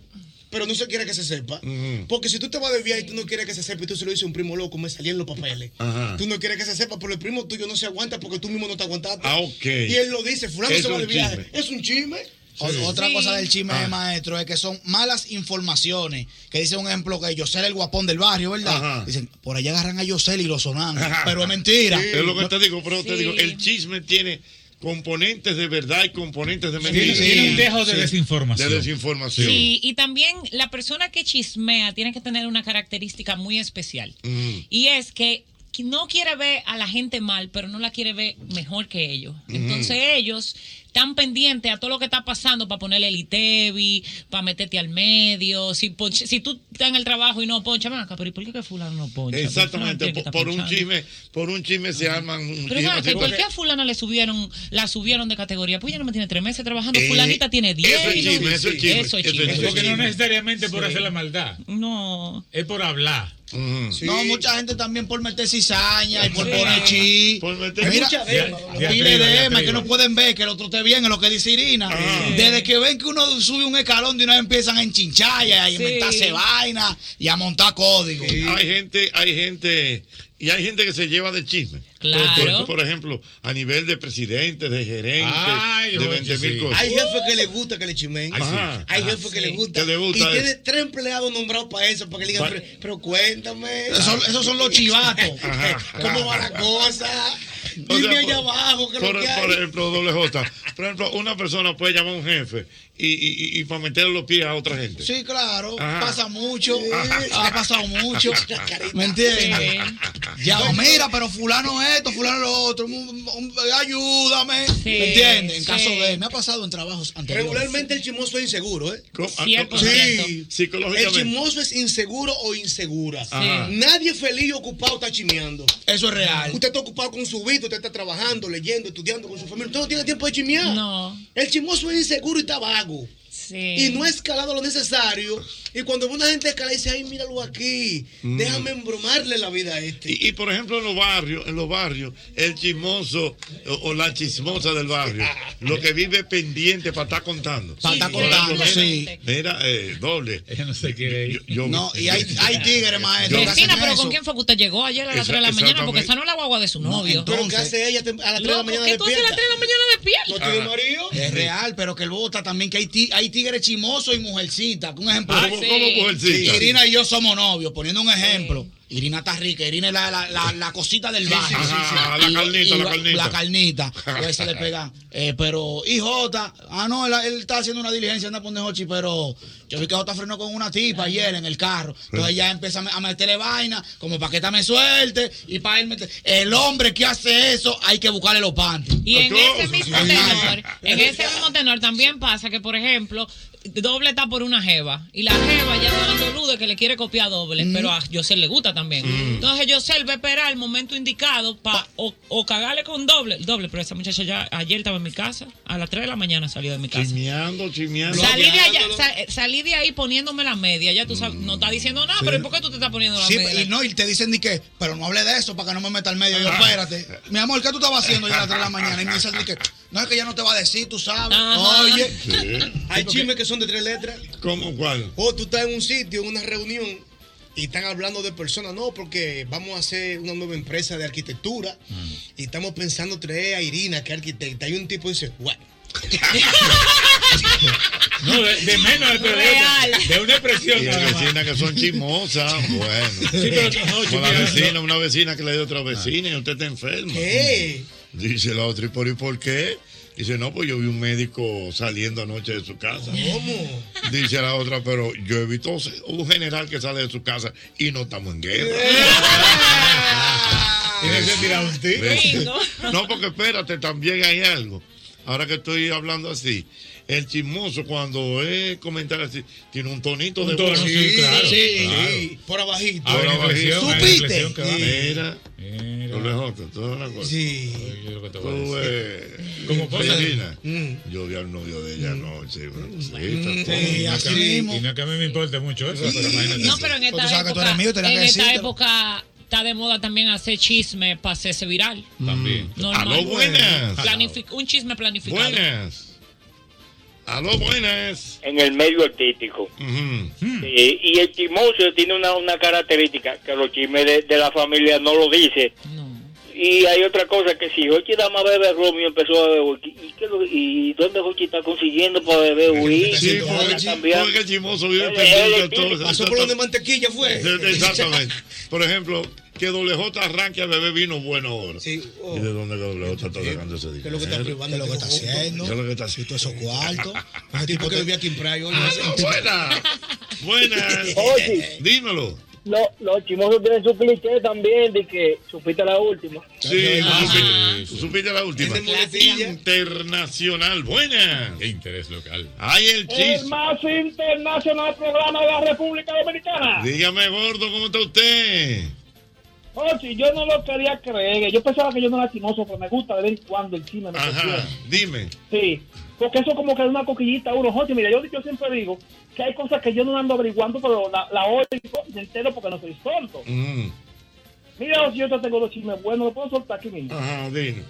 pero no se quiere que se sepa.
Ujú.
Porque si tú te vas de viaje y tú no quieres que se sepa y tú se lo dices a un primo loco, me salían los papeles.
Ajá.
Tú no quieres que se sepa, pero el primo tuyo no se aguanta porque tú mismo no te aguantaste.
Ah, ok.
Y él lo dice, fulano
Es
se va
un
de viaje.
chisme. Ah,
Es un chisme.
O- Otra cosa del chisme de maestro es que son malas informaciones. Que dice un ejemplo que Yosel el guapón del barrio, ¿verdad? Dicen, por allá agarran a Yosel y
*laughs*
lo sonan. pero es mentira.
Sí. Es lo que te digo, pero te
Sí.
digo, el chisme tiene componentes de verdad y componentes de
Sí,
mentira.
sí. Tiene un dejo de desinformación.
De desinformación.
Sí, y también la persona que chismea tiene que tener una característica muy especial.
Mm.
Y es que no quiere ver a la gente mal, pero no la quiere ver mejor que ellos.
Ujú.
Entonces ellos están pendientes a todo lo que está pasando para ponerle el ITEVI, para meterte al medio. Si, ponche- si tú estás en el trabajo y no poncha, ven acá, pero ¿y por qué que fulano no poncha? Pero fulano
Exactamente,
tiene que
por,
estar
por un
ponchando.
chisme, por un chisme se arman
Pero ven acá, ¿y ¿por qué
muchísimas
a fulana le subieron, la subieron de categoría? Pues ya no me tiene tres meses trabajando,
Eh,
fulanita tiene diez.
eso es
y no-
chisme, eso es chisme,
Eso es
eso es
chisme.
chisme.
Porque
Sí.
no
no
necesariamente por hacer la
maldad.
No.
Es por hablar.
No, mucha gente también por meter cizaña y por
Ah.
poner chi. Por meter Mucha dema, de Pile arriba, de de ema que arriba. no pueden ver que el otro esté bien, es lo que dice Irina.
Ah.
Desde que ven que uno sube un escalón, de una vez empiezan a enchinchar y a
Sí.
inventarse vaina y a montar código.
Hay gente, hay gente, y hay gente que se lleva de chisme.
Claro.
Por, por- por ejemplo, a nivel de presidente, de gerente,
Ay,
de
oye,
20 mil
sí.
cosas.
Hay jefes que les gusta que le chismen.
Ay, sí. Ajá.
Hay
Ajá.
jefes que
Sí.
les gusta.
Que les gusta
y
eso.
tiene tres empleados nombrados para eso, para que le digan, pero, pero cuéntame.
Esos son- esos son los chivatos.
Ah.
*laughs*
Ajá.
¿Cómo va la cosa?
O
Dime
sea,
allá abajo que
por,
lo que hay.
por ejemplo, doble J. Por ejemplo, una persona puede llamar a un jefe y, y, y- y para meterle los pies a otra gente.
Sí, claro,
Ajá.
pasa mucho,
Ajá.
ha pasado mucho, ¿me entiendes? Ya, mira, pero fulano esto, fulano lo otro, un- un- ayúdame. ¿Me entiendes? En caso
sí.
de. Me ha pasado en trabajos anteriores.
Regularmente el chismoso es inseguro, ¿eh?
¿Cómo?
Sí,
Ah, ¿cómo? 100%.
El
Psicológicamente.
chismoso es inseguro o insegura.
Ajá.
Nadie feliz y ocupado está chimeando.
Eso es real.
Usted está ocupado con su vida, usted está trabajando, leyendo, estudiando con su familia. Usted no tiene tiempo de chimear.
No.
El chismoso es inseguro y está vago. Y no ha escalado lo necesario. Y cuando ve una gente escala, dice, ay, míralo aquí.
Mm.
Déjame embromarle la vida a este.
Y, y, por ejemplo en los barrios, en los barrios, el chismoso o, o la chismosa del
*laughs*
barrio, lo que vive pendiente para estar contando.
Para estar contando,
mira,
sí.
Mira, eh, doble. Ella no se quiere ir.
No, y hay- hay tigres, maestro, que
Vecina, pero ¿con quién fue que usted llegó ayer a las 3
Esa-
de la mañana? Porque
exactamente.
esa no es la guagua de su novio.
Pero ¿qué hace ella tem- a las 3 de la
Loco,
mañana
¿qué tú haces a las 3 de
despierta?
la mañana
¿No
despierta?
tiene
Ah,
marido?
Es real, pero que el vota también, que hay, ti- hay tigres chimosos y mujercitas. Un ejemplo.
Ah, ¿cómo- Sí. cómo mujercita?
Sí, Irina y yo somos novios, poniendo un ejemplo. Irina está rica, Irina es la, la, la, la cosita del
Sí, sí,
barrio.
sí, sí. Ajá, la
Y-
carnita,
y
la
va-
carnita. *laughs*
La carnita. A veces le pega. Eh, pero, y Jota, ah, no, él, él está haciendo una diligencia, anda poniendo Hochi, pero yo vi que Jota frenó con una tipa ayer en el carro. Entonces ella empieza a me- a meterle vaina, como para que esta me suelte, y para él meter. El hombre que hace eso, hay que buscarle los panties.
Y en ese mismo
Sí.
tenor, en ese mismo tenor también pasa que, por ejemplo, doble está por una jeva. Y la jeva ya está dando luz de que le quiere copiar a doble. Pero a Yosel le gusta también.
Mm.
Entonces Yosel va a esperar el momento indicado para o, o cagarle con doble. Doble, pero esa muchacha ya ayer estaba en mi casa. A las 3 de la mañana salió de mi casa.
Chimeando, chimeando.
Salí de, allá, sa- eh, salí de ahí poniéndome la media. Ya tú sabes, no está diciendo nada,
Sí.
pero ¿y ¿por qué tú te estás poniendo la
Sí,
media?
y no, y te dicen ni que, pero no hable de eso para que no me meta al medio. Yo, espérate, mi amor, ¿qué tú estabas haciendo ya a las 3 de la mañana? Y me dicen ni que, no es que ya no te va a decir, tú sabes. Oh,
Ajá.
Oye,
Hay chismes que son de tres letras.
¿Cómo cuál?
O tú estás en un sitio, en una reunión, y están hablando de personas, no, porque vamos a hacer una nueva empresa de arquitectura y estamos pensando traer a Irina, que es arquitecta. Y un tipo dice, guau.
No, de, de menos de tres
Real.
letras, De una expresión.
Y
nada
hay
más.
vecinas que son chismosas, bueno.
Sí, pero no,
Como la
chimeando.
vecina, una vecina que le dio a otra vecina y usted está enferma.
¿Qué?
Dice la otra, ¿y por, y por qué? Dice, no, pues yo vi un médico saliendo anoche de su casa.
¿Cómo?
Dice la otra, pero yo he visto un general que sale de su casa y no estamos en guerra.
¡Eh!
*laughs*
Tiene que tirar un tiro.
¿Ves?
Lindo.
*laughs* No, porque espérate, también hay algo. Ahora que estoy hablando así, el chismoso cuando es comentar así, tiene un tonito
Un
de
tono,
voz.
sí, claro,
Sí, por abajito.
Ahora
Hay una
bajito.
inflexión, hay una inflexión que va.
Mira. Mira. Lo lejos, todo una cosa.
Sí.
Tú, eh,
Como cosa de-
Regina,
Mm.
Yo vi al novio de ella anoche. bueno, sí, está
Y
todo.
no es que- Y no es que a mí me importe mucho eso, pero imagínate.
No, pero en
Pues tú
esta
sabes que tú
época,
eres mío, tenía
en
que
esta
decírtelo.
época está de moda también hacer chisme para hacerse viral.
También.
Mm. Normal.
Aló, Ah, buenas.
Planific- un chisme planificado.
Buenas. Aló, buenas.
En el medio artístico. Sí, y el chismoso tiene una, una característica, que los chismes de, de la familia no lo dice. Y hay otra cosa, que si Jochi da más bebe Romeo empezó a beber, whisky, ¿y, qué lo- y dónde Jochi está consiguiendo para beber whisky?
Sí,
Anda
porque,
cambiando.
porque el chismoso vive
Él-
pendiente
él
de todo.
pasó por donde
mantequilla fue.
eh, Exactamente. Por ejemplo, que doble J arranque a beber vino bueno ahora. ¿Y de dónde que doble J está sacando ese dinero?
¿Qué es lo oh. que está privando? ¿Qué es lo que está haciendo?
¿Qué es lo que está haciendo?
Todos esos cuartos. Un tipo que vivía aquí en Prayo.
Ah, Buenas. Buenas.
Oye.
Dímelo.
Lo- los chismosos tienen su cliché también de que supiste la última.
Sí, tú supiste- tú supiste la última. Internacional. Buenas.
Qué interés local.
Hay el
El
chisme.
más internacional programa de la República Dominicana.
Dígame, gordo, ¿cómo está usted?
Oye, yo no lo quería creer. Yo pensaba que yo no era chimoso, pero me gusta de vez en cuando el chisme. me
Ajá,
emociona.
Ah, dime.
Sí, porque eso como que es una coquillita a uno. Oye, mira, yo, yo siempre digo que hay cosas que yo no ando averiguando, pero la, la oigo y me entero porque no soy tonto.
Mm,
Mira, Ochi, yo te tengo dos chismes buenos, lo puedo soltar aquí mismo.
Ajá, dime.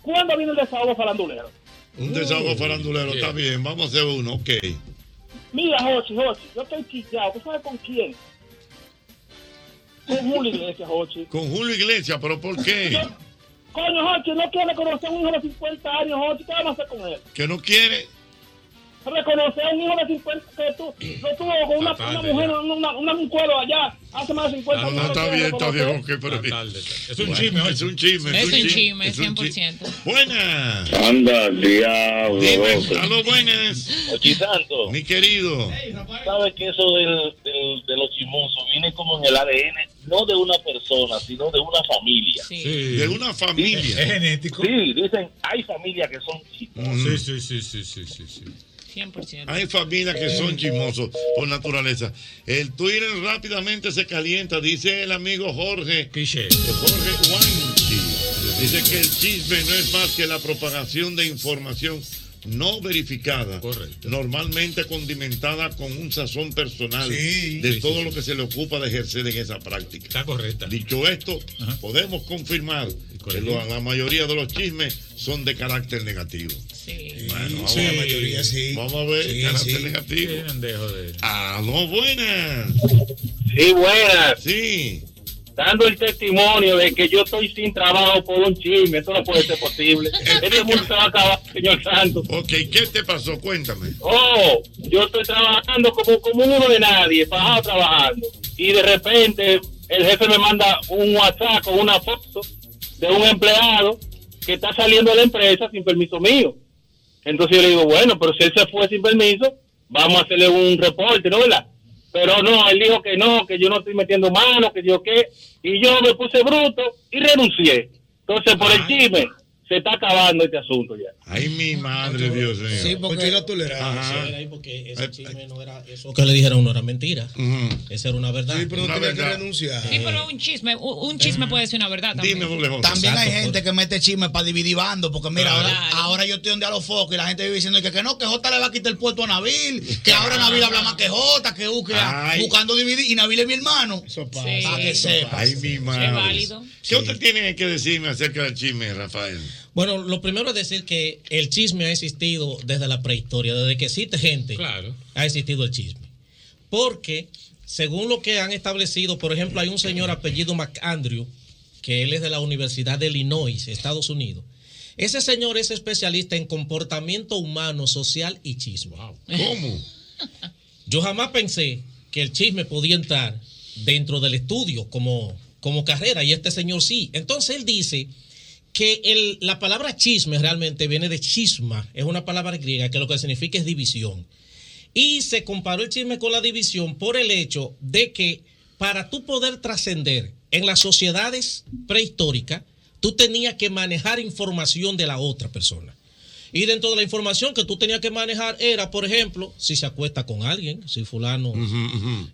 ¿Cuándo viene el desahogo farandulero?
Un desahogo farandulero, está bien, vamos a hacer uno, ok.
Mira, Jochi, Jochi, yo estoy chichado. ¿Tú sabes con quién? Con Julio Iglesias, Jochi.
Con Julio Iglesias, pero ¿por qué?
Coño, Jochi, no quiere reconocer a un hijo de 50 años, Jochi. ¿Qué vamos a hacer con él?
¿Que no quiere?
Reconocer a un hijo de 50 que tú, lo tuvo con una,
Está
una
tarde
mujer, una, una, una- un cuero allá, hace más de 50
No,
años. no
está
quiere
bien, está bien,
reconocer.
ok, pero... Es
un chisme,
es un chisme.
Es un chisme,
es un
100%.
Buenas.
Anda, diablo.
Dime, a lo buenas. Mi querido.
¿Sabes que eso del, del- de los chismosos viene como en el ADN
no de una persona, sino de una familia.
Sí. De una familia.
Dicen-
Es genético.
Sí, dicen, hay familias que son chistosas.
Sí, sí, sí, sí, sí, sí, sí.
100%.
Hay familias que son chismosos por naturaleza. El Twitter rápidamente se calienta, dice el amigo Jorge. Jorge Guanchi. Dice que el chisme no es más que la propagación de información no verificada, normalmente condimentada con un sazón personal
Sí.
de
Sí,
todo
sí,
lo que se le ocupa de ejercer en esa práctica. Está correcta. Dicho esto, podemos confirmar que lo- la mayoría de los chismes son de carácter negativo. Bueno, vamos,
Sí.
a ver. Vamos a ver,
Sí,
carácter
sí.
negativo.
Qué bandejo de-
Aló, buenas.
Sí, buenas.
Sí.
Dando el testimonio de que yo estoy sin trabajo por un chisme, eso no puede ser
*laughs*
posible. Este mundo se va a acabar, señor Santos.
Ok, ¿qué te pasó? Cuéntame.
Oh, yo estoy trabajando como, como uno de nadie, bajado trabajando. Y de repente el jefe me manda un WhatsApp con una foto de un empleado que está saliendo de la empresa sin permiso mío. Entonces yo le digo, bueno, pero si él se fue sin permiso, vamos a hacerle un reporte, ¿no? ¿verdad? Pero no, él dijo que no, que yo no estoy metiendo mano, que yo qué. Y yo me puse bruto y renuncié. Entonces por el chisme se está acabando este asunto ya.
Ay, mi madre, Dios mío.
Sí, porque-
Pues,
la tolerancia.
Ajá.
Era ahí porque ese chisme
no
era
Eso que le dijeron no era mentira. Esa era una verdad.
Sí, pero
Una
tenía que
verdad.
renunciar.
Sí, pero un chisme, un un
Eh.
chisme puede ser una verdad también.
También hay gente que mete chisme para dividir bandos, porque mira,
Claro.
ahora, ahora yo estoy donde a los focos y la gente vive diciendo que, que no, que J le va a quitar el puesto a Nabil, que ahora Nabil habla más que J, que U, que A,
Ay.
buscando dividir, y Nabil es mi hermano. Para que sepa.
Ay, mi madre.
Es válido.
¿Qué usted tiene que decirme acerca del chisme, Rafael?
Bueno, lo primero es decir que el chisme ha existido desde la prehistoria, desde que existe gente. Ha existido el chisme. Porque, según lo que han establecido, por ejemplo, hay un señor apellido McAndrew, que él es de la Universidad de Illinois, Estados Unidos. Ese señor es especialista en comportamiento humano, social y chisme.
¿Cómo?
Yo jamás pensé que el chisme podía entrar dentro del estudio como, como carrera, y este señor sí. Entonces él dice que el- la palabra chisme realmente viene de chisma, es una palabra griega que lo que significa es división. Y se comparó el chisme con la división por el hecho de que para tú poder trascender en las sociedades prehistóricas, tú tenías que manejar información de la otra persona. Y dentro de la información que tú tenías que manejar era, por ejemplo, si se acuesta con alguien, si fulano,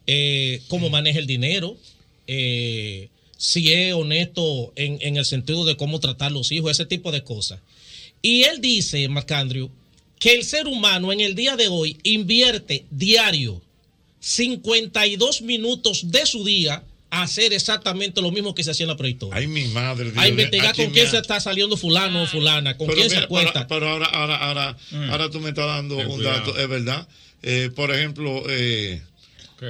eh, cómo maneja el dinero, eh, si es honesto en, en el sentido de cómo tratar los hijos, ese tipo de cosas. Y él dice, Marcandrio, que el ser humano en el día de hoy invierte diario 52 minutos de su día a hacer exactamente lo mismo que se hacía en la prehistoria.
Ay, mi madre. Dios
a
mío,
investigar
aquí
con
me
quién
ha-
se está saliendo fulano o fulana, con
Pero
quién se
mira,
acuesta.
para- Pero ahora, ahora, ahora,
Mm.
ahora tú me estás dando
Ten
un
cuidado.
dato, es verdad. Eh, por ejemplo, eh,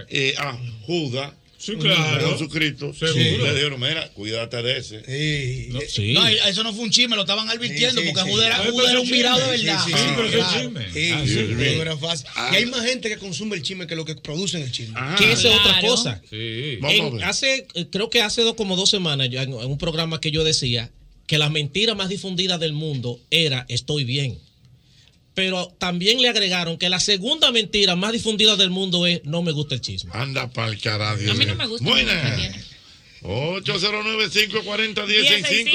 eh, a Judas. Sí,
claro.
Jesucristo.
Seguro.
Le dijeron, mira, cuídate de ese.
No, No, y eso no fue un chisme, lo estaban advirtiendo
Sí, sí, sí.
porque Judas era,
Pero
Judas
es
era un
chisme,
virado de
sí,
verdad.
sí, sí, pero es
Claro.
chisme.
Sí,
Ah,
sí,
sí,
sí,
sí.
no era fácil. Y hay más gente que consume el chisme que lo que producen el chisme.
que esa es otra cosa. En- hace, eh, creo que hace dos, como dos semanas, yo, en, en un programa que yo decía que la mentira más difundida del mundo era estoy bien. Pero también le agregaron que la segunda mentira más difundida del mundo es no me gusta el chisme.
Anda pa'l carajo.
A mí no
me gusta. Buenas. 809-540-1065.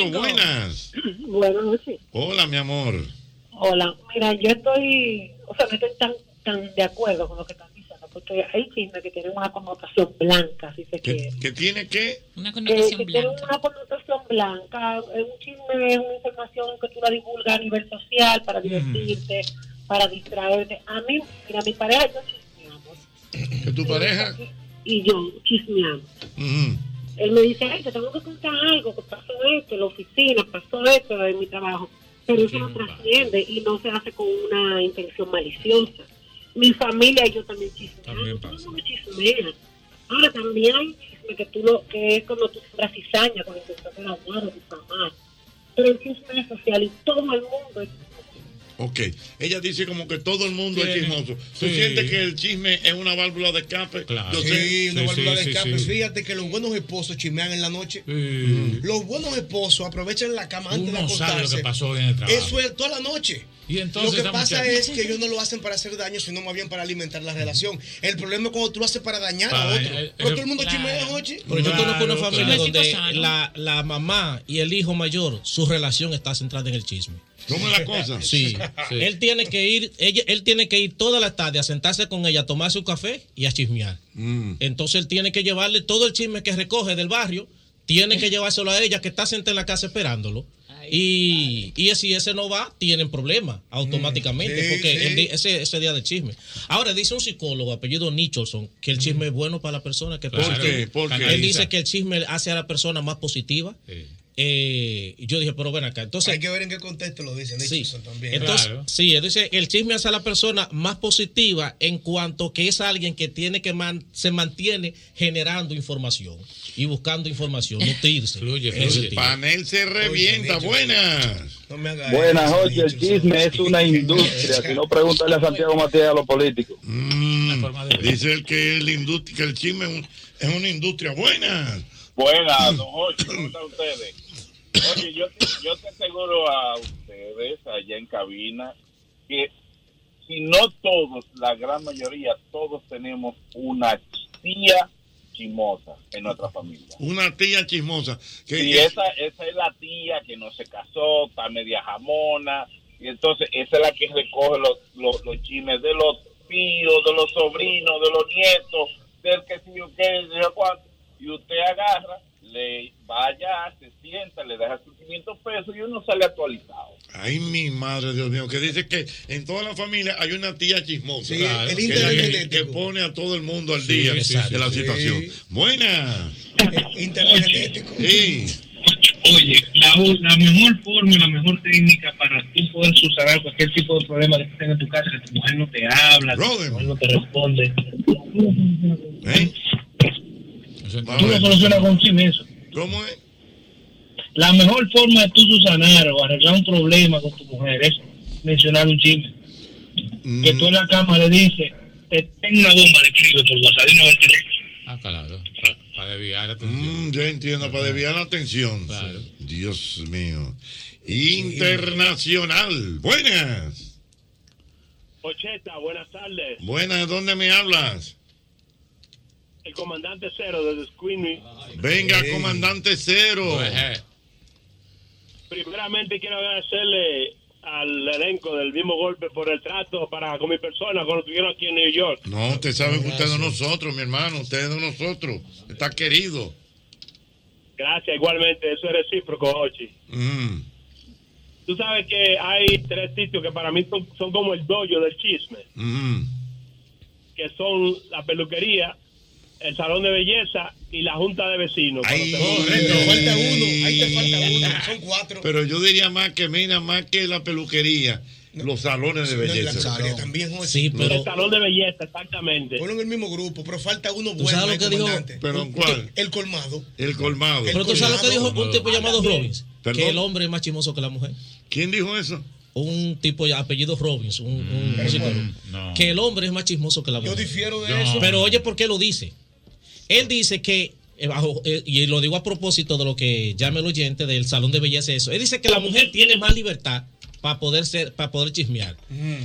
1065.
Buenas.
Bueno, sí.
Hola, mi amor.
Hola, mira, yo estoy, o sea, no estoy tan, tan de acuerdo con lo que están diciendo, porque hay chismes que tienen una connotación blanca, si se quiere.
¿Qué, qué tiene que?
Una connotación blanca. Tienen Eh, una connotación blanca. Eh, Un chisme es una información que tú la divulgas a nivel social para divertirte, para distraerte. A mí, mira, mi pareja y yo
¿Que tu pareja?
y yo chismeamos. Él me dice, ay, te tengo que contar algo, que pasó esto en la oficina, pasó esto en mi trabajo. Pero eso no trasciende y no se hace con una intención maliciosa. Mi familia y yo también chismeamos. Todo el mundo chismea. Ahora también hay chisme que, tú lo, que es cuando tú sembras cizaña con la intención de dañar o difamar. Pero el chisme es social y todo el mundo es
Ok. Ella dice como que todo el mundo es Tiene- chismoso. ¿Tú Sí. sientes que el chisme es una válvula de escape? Claro.
Sí, una válvula de escape. Fíjate que los buenos esposos chismean en la noche. Mm.
Sí.
Los buenos esposos aprovechan la cama antes de
Uno
acostarse.
sabe lo que pasó hoy en el trabajo.
Eso es toda la noche.
Y entonces
lo que
esa
pasa
muchacha-
es que ellos no lo hacen para hacer daño, sino más bien para alimentar la relación. El problema es cuando tú lo haces para dañar
Para
a otro.
dañar-
Pero todo el mundo chismea en la noche.
Pero yo conozco una familia
Chismecito
donde
sano.
la, la mamá y el hijo mayor, su relación está centrada en el chisme.
¿Cómo es la cosa? *laughs*
Sí. Él tiene que ir, ella, él tiene que ir toda la tarde a sentarse con ella, a tomar su café y a chismear.
Mm.
Entonces él tiene que llevarle todo el chisme que recoge del barrio, tiene que llevárselo a ella que está sentada en la casa esperándolo. Y, y si ese no va, tienen problemas
Mm,
automáticamente,
sí,
porque
sí.
el di- ese, ese día del chisme. Ahora dice un psicólogo, apellido Nicholson, que el chisme es bueno para la persona que
¿Por qué? Mm. ¿Por qué?
Él dice que el chisme hace a la persona más positiva. Eh, y yo dije, pero ven acá. Entonces,
Hay que ver en qué contexto lo dicen.
Sí.
Nicholson, también.
Entonces, sí, entonces el chisme hace a la persona más positiva en cuanto que es alguien que tiene que man- se mantiene generando información y buscando información, nutrirse.
fluye. Panel se revienta. Buenas.
Buenas noches, el chisme es una industria. Si no, pregúntale a Santiago Matías a los políticos.
Mm. Dice el que, el indust- que el chisme es, un- es una industria. Mm. Buenas.
Buenas, don Jorge, ¿cómo están ustedes? Oye, yo te, yo te aseguro a ustedes allá en cabina que si no todos, la gran mayoría, todos tenemos una tía chimosa en nuestra familia.
Una tía chismosa. Que
Y esa, esa es la tía que no se casó, está media jamona, y entonces esa es la que recoge los, los, los chismes de los tíos, de los sobrinos, de los nietos, del que si yo qué, de yo cuánto. Y usted agarra, le vaya, se sienta, le deja sus 500 pesos y uno sale actualizado.
Ay, mi madre, Dios mío, que dice que en toda la familia hay una tía chismosa.
Sí,
Claro.
el
Que es
internet
la que-
genético.
que pone a todo el mundo al
Sí,
día
sí, sí,
de la
sí.
situación. Buenas. Sí.
Oye,
la, la mejor forma, la mejor técnica para tú poder subsanar cualquier tipo de problema que tengas en tu casa, que tu mujer no te habla, que tu mujer no te responde.
Eh,
Tú lo solucionas con chisme eso.
¿Cómo es?
La mejor forma de tú subsanar o arreglar un problema con tu mujer es mencionar un chisme.
Mm.
Que tú en la cama le dices, te tengo una bomba, le escribo por WhatsApp, de una vez te
Ah, claro. Para desviar la atención.
Mm, yo entiendo, para desviar la atención. Dios mío. Internacional. Buenas.
Ocheta, buenas tardes.
Buenas, ¿dónde me hablas?
El comandante cero desde Queen.
Venga, comandante cero.
Primeramente quiero agradecerle al elenco del mismo golpe por el trato para con mi persona, con lo que quiero aquí en New York.
No, usted sabe que usted es de nosotros, mi hermano. Usted es de nosotros. Está querido.
Gracias, igualmente, eso es recíproco, Ochi.
Mm.
Tú sabes que hay tres sitios que para mí son, son como el dojo del chisme,
mm,
que son la peluquería, el salón de belleza y la junta de vecinos. Correcto, falta uno, ahí te falta uno, son cuatro.
Pero yo diría más que, mira, más que la peluquería, los salones de
No, el
belleza.
salón.
También Jorge.
Sí, pero-
El salón de belleza, exactamente.
Ponlo en el mismo grupo, pero falta uno
¿Tú
bueno.
sabes lo
ahí,
que dijo?
comandante.
¿Pero
Un-
cuál?
El colmado.
El colmado.
Pero tú sabes lo que dijo un tipo llamado Robbins,
Perdón.
que el hombre es más chismoso que la mujer.
¿Quién dijo eso?
Un tipo ya- apellido Robbins, un, un
Pero
psicólogo,
Mm, no.
que el hombre es más chismoso que la mujer.
difiero de
No.
eso.
Pero oye, ¿por qué lo dice? Él dice que, eh, bajo, eh, y lo digo a propósito de lo que llama el oyente del salón de belleza, y eso. Él dice que la mujer tiene más libertad para poder ser, para poder chismear.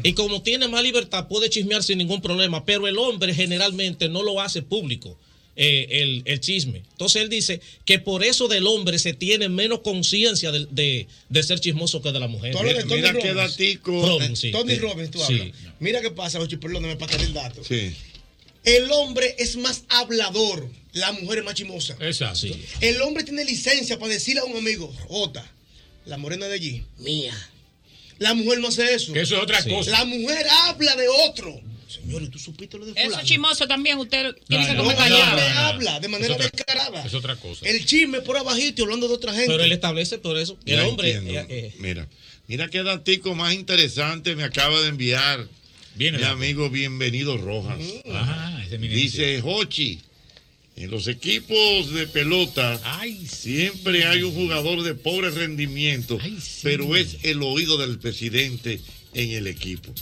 Y como tiene más libertad, puede chismear sin ningún problema, pero el hombre generalmente no lo hace público. eh, el, el chisme. Entonces él dice que por eso del hombre se tiene menos conciencia de, de- de ser chismoso que de la mujer.
Tú
eh,
hablas de Tony Robbins.
Robbins, sí.
Tony
Sí.
Robbins, tú
Sí.
hablas. Mira qué pasa, Ochi, perdóname para que el dato.
Sí.
El hombre es más hablador, la mujer es más chimosa.
Exacto.
El hombre tiene licencia para decirle a un amigo, Jota, la morena de allí, mía. La mujer no hace eso.
Que eso es otra Sí. cosa.
La mujer habla de otro. Señores, tú supiste lo de
Eso
fulano.
es chismoso también, usted tiene que
No,
comer
el hombre
callado.
habla de manera descarada.
Es otra cosa.
El chisme por abajito y hablando de otra gente.
Pero él establece por eso. El
Ya
hombre.
entiendo.
eh, eh,
Mira, mira qué datico más interesante me acaba de enviar mi amigo Bienvenido Rojas.
Mm. Ah,
Dice Hochi, en los equipos de pelota siempre hay un jugador de pobre rendimiento, pero es el oído del presidente en el equipo.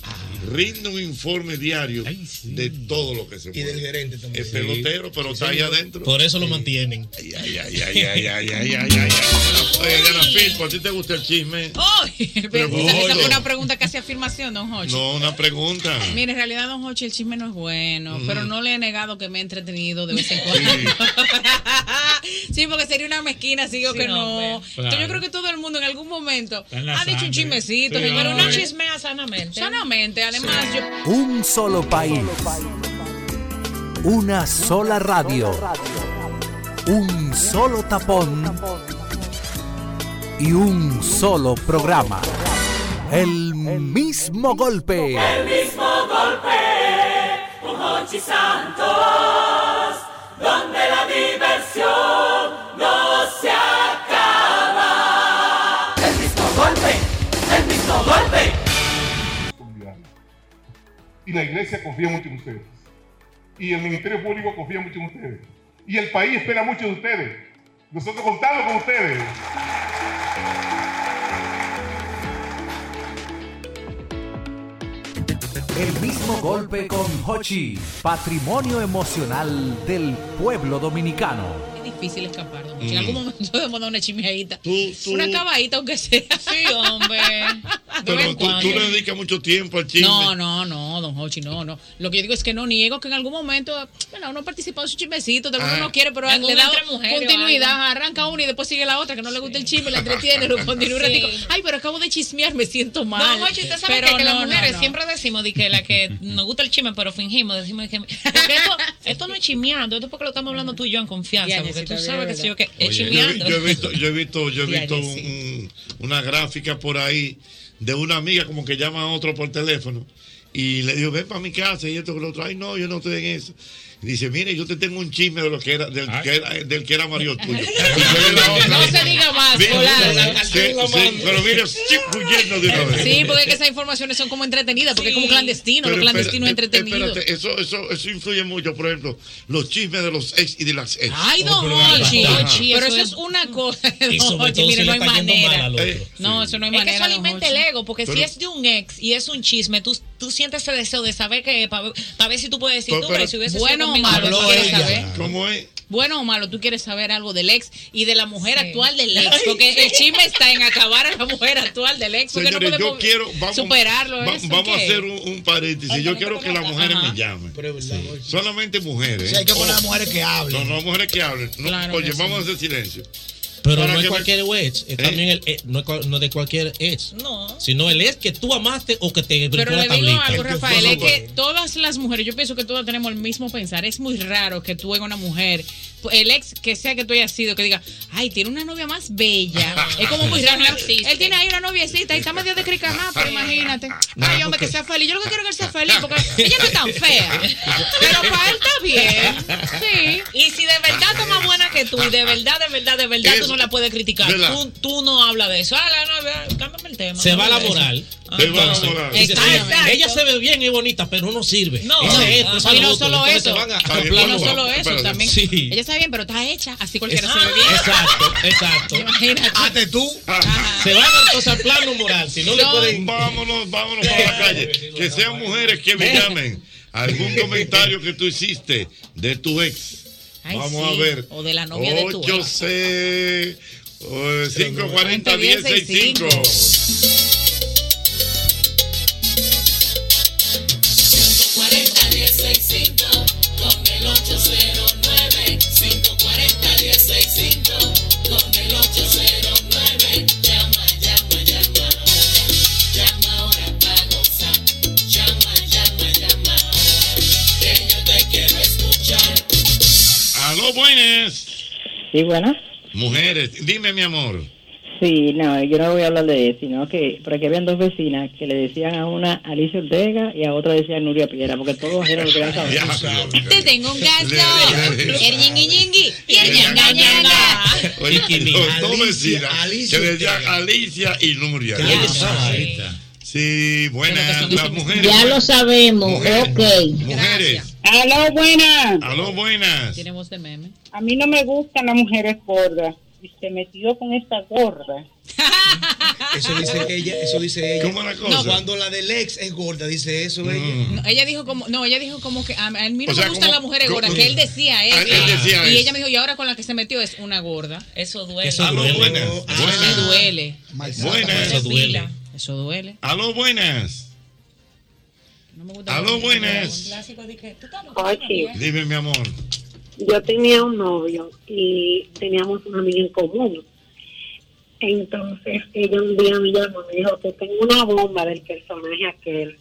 Rinde un informe diario de todo lo que se mueve. Y del gerente también. Es pelotero, pero está ahí adentro.
Por eso lo mantienen.
Ay, ay, ay, ay, ay, ay, ay, ay. Oye, Diana Filpo, ¿a ti te gusta el chisme?
¡Ay!
Pero
Esa fue
bueno.
una pregunta casi afirmación, don Jorge.
No, una pregunta.
Mire, en realidad, don Jorge, el chisme no es bueno,
Mm.
pero no le he negado que me he entretenido de vez en cuando. *laughs* Sí, porque sería una mezquina, sí o
Sí,
que
no,
no.
hombre.
Entonces,
Claro.
Yo creo que todo el mundo en algún momento
Está en la
ha dicho
sangre.
un chismecito,
Sí,
pero
hombre.
una chismea sanamente. Sanamente, además, yo.
Un solo país. Una sola radio. Un solo tapón. Y un solo programa. El mismo golpe.
El mismo golpe con Hochi Santos, donde la diversión no se acaba. El mismo golpe, el mismo golpe.
Y la iglesia confía mucho en ustedes. Y el Ministerio Público confía mucho en ustedes. Y el país espera mucho de ustedes. Nosotros contamos con ustedes.
El mismo golpe con Hochi. Patrimonio emocional del pueblo dominicano.
Es difícil escapar, don Jorge.
Mm.
En algún momento *laughs* debemos dar una chismeadita.
tú-
Una cabadita, aunque sea. Sí, hombre.
Pero tú, tú le dedicas mucho tiempo al chisme.
No, no, no, don Hochi, no, no. Lo que yo digo es que no niego que en algún momento, bueno, uno participa en su chismecito, todo el mundo
Ah.
no quiere, pero
Alguna
le da
entre mujeres o algo.
continuidad. Arranca una y después sigue la otra, que no le gusta el chisme, la entretiene, lo continúa un
*laughs* Sí.
ratico. Ay, pero acabo de chismear, me siento mal.
No, Mochi, usted sabe
Pero
que, que las
no, no,
mujeres
no.
siempre decimos de que la que nos gusta el chisme, pero fingimos, decimos de que porque
*laughs*
esto, esto no es chismeando, esto es porque lo estamos hablando tú y yo en confianza,
Ya,
porque
Necita,
tú
bien,
sabes que
verdad.
sí, yo que es
Oye, yo,
chismeando.
yo he visto, yo he
*laughs*
visto, yo he
Ya,
visto
ya,
un- un- una gráfica por ahí de una amiga como que llama a otro por teléfono y le digo, ven para mi casa y esto que lo otro. Ay, no, yo no estoy en eso. Y dice, mire, yo te tengo un chisme de lo que era, del, que era, del que era
*laughs*
marido tuyo. Y yo le la otra.
No se diga más,
Mira,
volada.
sí, sí, pero mire, sí, huyendo de una vez.
Sí, porque es que esas informaciones son como entretenidas, porque es como clandestino, lo
Pero
clandestino es
espera, eh,
entretenido.
espérate, eso, eso, eso influye mucho, por ejemplo, los chismes de los ex y de las ex. Oh,
Ay, don Hochi, pero eso es una cosa.
Y
don
sobre
Hochi,
todo
mire,
si
no
le
hay
está yendo mal
manera.
al otro.
No, eso no hay
Es que
manera.
eso
don
alimenta el
Hochi.
ego, porque si
Pero-
es de un ex y es un chisme, tú, tú sientes ese deseo de saber que, para ver si tú puedes decir,
Pero-
tú, pero
pero-
si hubiese
Bueno o
sido conmigo,
malo, eh.
tú
tú
quieres
quieres saber.
¿Cómo es?
Bueno o malo, tú quieres saber algo del ex y de la mujer actual del ex, porque el chisme está en acabar a la mujer actual del ex, porque
Señores,
no
yo
podemos
quiero. Vamos,
superarlo.
va-
eso,
vamos a
¿qué?
hacer un, un paréntesis. Yo quiero que las mujeres
Ajá.
me llamen. Sí. Solamente mujeres.
Sí, hay que poner
Oh.
a las mujeres que hablen.
No, no, mujeres que hablen. No,
Claro
oye,
que sí.
vamos a hacer silencio.
Pero
Para
no es
que me-
cualquier ex, es también el, ex, no, es cual- no de cualquier ex,
No.
sino el ex que tú amaste o que te brincó
Pero
la
le digo
tablita.
algo, Rafael, es que todas las mujeres, yo pienso que todas tenemos el mismo pensar. Es muy raro que tú en una mujer, el ex que sea que tú hayas sido, que diga, ay, tiene una novia más
*laughs*
bella. es como muy raro.
Eso no
Él tiene ahí una noviecita y está medio de cricajá,
*laughs*
pero imagínate. Ay, hombre, que sea feliz. Yo lo que quiero es que él sea feliz, porque *laughs* ella no es tan fea. Pero para él está bien. Sí.
Y si de verdad está más buena que tú, y de verdad, de verdad, de verdad, tú no la puedes criticar.
¿Verdad?
Tú, tú no hablas de eso. Ah, la novia, cámbiame el tema.
Se
No
va la
habla de eso.
moral.
Ah.
Entonces,
Se va la moral.
dice, sí,
Exacto.
ella se ve bien y bonita, pero no sirve.
No,
Ese
no.
es,
Y no
es otro.
solo
Entonces
eso.
se van a-
Está
a
bien,
plano
no
bajo.
solo eso,
Espérate.
*laughs*
También.
Sí.
Ella está bien, pero está hecha. Así cualquiera se ve bien.
Exacto, exacto.
Imagínate.
Hazte tú. Se van entonces al plano moral. Si no le
No.
pueden.
Vámonos, vámonos para la calle. Que sean mujeres que me llamen. Algún comentario que tú hiciste de tu ex.
Ay,
Vamos
sí.
a ver. eh,
O de la novia de tu ex.
Yo sé. 540 1065.
Con el 809 540 1065 Con el 809 Llama, llama, llama ahora Llama ahora para gozar Llama, llama, llama ahora Que yo te quiero escuchar
Aló, buenas.
Sí, bueno.
Mujeres, dime, mi amor.
Sí, no, yo no voy a hablar de eso, sino que por aquí habían dos vecinas que le decían a una Alicia Ortega y a otra decían Nuria Piedra, porque todos eran lo que eran saber.
Te tengo un gato. El yingui yingui. Y el ñanga, ñanga.
Oye, los dos vecinas
Alicia
que le decían Alicia y Nuria.
Ya lo sabe.
Sí, buenas las mujeres.
Ya lo sabemos, ok.
Mujeres.
Aló, buenas.
Aló, buenas.
A mí no me gustan las mujeres gordas.
y se metió con esta gorda.
Eso dice ella, eso dice ella.
¿Cómo la cosa? No.
Cuando la del ex es gorda, dice eso ella.
No, ella dijo como, no, ella dijo como que a, a mí no
O sea,
me gustan
como-
las mujeres
co-
gordas, que él decía eso.
Ah, él decía
y
eso.
ella me dijo, y ahora con la que se metió es una gorda. Eso duele.
Eso Aló, duele. buenas.
Eso duele.
Buenas. Eso duele.
Eso duele.
Aló, buenas. Aló, buenas.
Oye,
Dime, mi amor.
yo tenía un novio y teníamos una amiga en común. Entonces ella un día me llamó y me dijo que tengo una bomba del personaje aquel.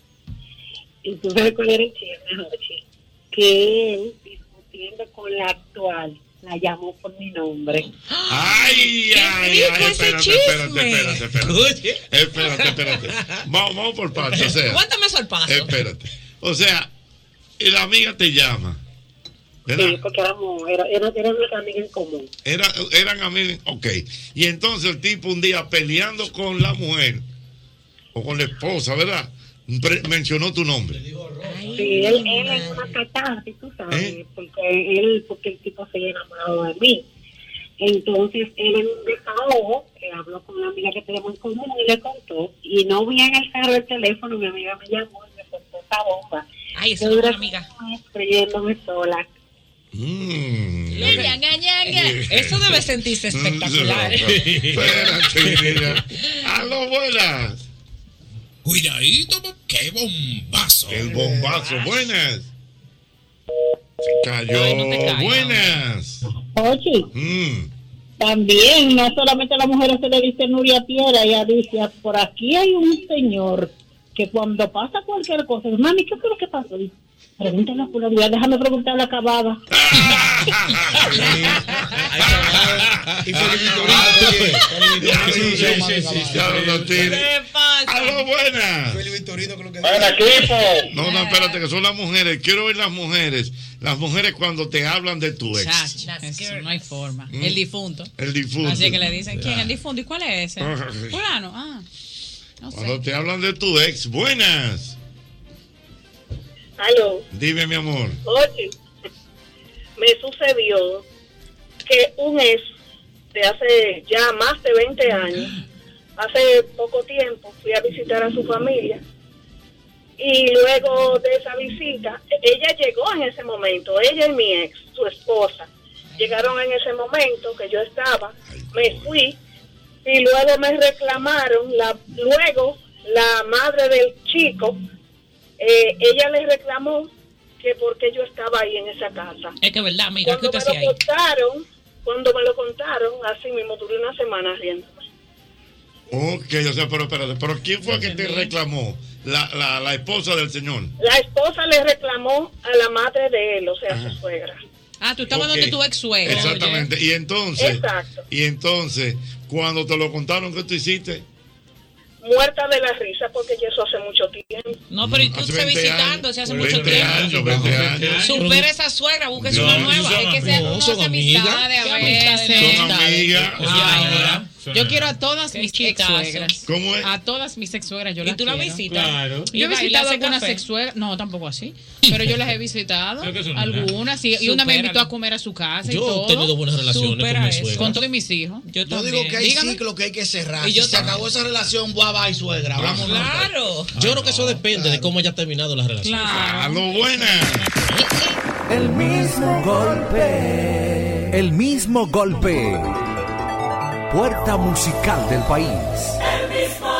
Y tú sabes cuál era el chisme, Jochi. Que él, discutiendo con la actual, la llamó por mi nombre.
Ay, ay, ay,
rico ese
espérate,
chisme.
espérate, espérate, espérate. Espérate, *laughs* espérate. Vamos, vamos por partes. O sea,
Cuéntame eso al paso.
espérate. O sea, y la amiga te llama. ¿verdad?
Sí, porque éramos, era, era, era una amiga en común.
Era, eran amigos. Ok. Y entonces el tipo un día peleando con la mujer o con la esposa, ¿verdad? Pre- mencionó
*laughs*
tu nombre.
Sí, él, él es Eh. una catarsis, tú sabes, porque él, porque el tipo se había enamorado de mí. Entonces, él en un desahogo, eh, habló con una amiga que tenemos en común y le contó, y no vi en el carro el teléfono, mi amiga me llamó y me soltó esa bomba.
Ay,
esa una amiga. Creyéndome sola.
Ña, ña, ña, ña.
Eh,
Eso debe sentirse espectacular.
Espérate, mira. Aló, buenas.
Cuidadito, qué bombazo.
El bombazo. Buenas. Se cayó.
Ay, no te caigas.
buenas.
Oye,
Mm.
también, no solamente a las mujeres se le dice Nuria Piedra, ella dice, por aquí hay un señor que cuando pasa cualquier cosa, mami, ¿qué fue lo que pasó? Dice, Pregúntale a Fulano, ya déjame preguntarle a Cabada.
Aló, buenas.
Buenas, equipo.
No, no, espérate, que son las mujeres. Quiero ver las mujeres. Las mujeres cuando te hablan de tu ex.
Chacha, eso no hay forma.
Mm.
El difunto.
El difunto.
Así que le dicen, ¿quién?
Ah.
El difunto. ¿Y cuál es ese?
Ah, sí.
Fulano. Ah, no sé.
Cuando te hablan de tu ex. Buenas.
Aló,
Dime, mi amor.
oye,
me sucedió que un ex de hace ya más de 20 años, hace poco tiempo fui a visitar a su familia y luego de esa visita, ella llegó en ese momento, ella y mi ex, su esposa, llegaron en ese momento que yo estaba, me fui y luego me reclamaron, la, luego la madre del chico, eh, ella le reclamó que porque yo estaba ahí en esa casa.
Es que verdad, amiga, ¿qué
Cuando
usted
me
hacía
lo
Ah,
ahí?
contaron, cuando me lo contaron, así mismo duré una semana riendo.
Ok, o sea, pero espérate. ¿Pero quién fue que te reclamó? La, la, la esposa del señor.
La esposa le reclamó a la madre de él, o sea, a su suegra.
Ah, tú estabas
Ok.
donde tu ex suegro.
Exactamente. Y entonces,
Exacto.
y entonces, cuando te lo contaron, ¿qué tú hiciste?
Muerta de la risa porque ya eso hace mucho tiempo.
No, pero ¿y tú
Hace
se
20
visitando?
años.
Se hace
20
mucho tiempo.
años, 20 años.
Supera esa suegra, búsquese
No,
una
no
nueva.
son
Es que sea
amigas.
uno
Son
hace
amigas.
amistades a
Son
veces.
Son amigas.
Yo quiero a todas mis ex
chistazo.
suegras.
¿Cómo es?
A todas mis ex suegras yo
¿Y
las
tú la
quiero.
visitas? Claro.
Yo he
¿Y bailas
visitado
en
algunas
café?
ex suegras, no,
*laughs*
tampoco así, pero yo las he visitado,
Creo que eso no es nada.
algunas, y, y una me
Supéralo.
invitó a comer a su casa y
Yo he
todo.
tenido buenas relaciones
Supera
con mis
eso.
suegras.
Con todos mis hijos.
Yo
Yo digo que hay ciclos que hay que cerrar.
Y
Y
yo
yo se acabó esa relación, bye bye, suegra. Vámonos.
Claro.
Yo creo que eso depende de cómo haya terminado la relación.
Claro.
A lo buena.
El mismo golpe. El mismo golpe. Puerta musical del país.
El mismo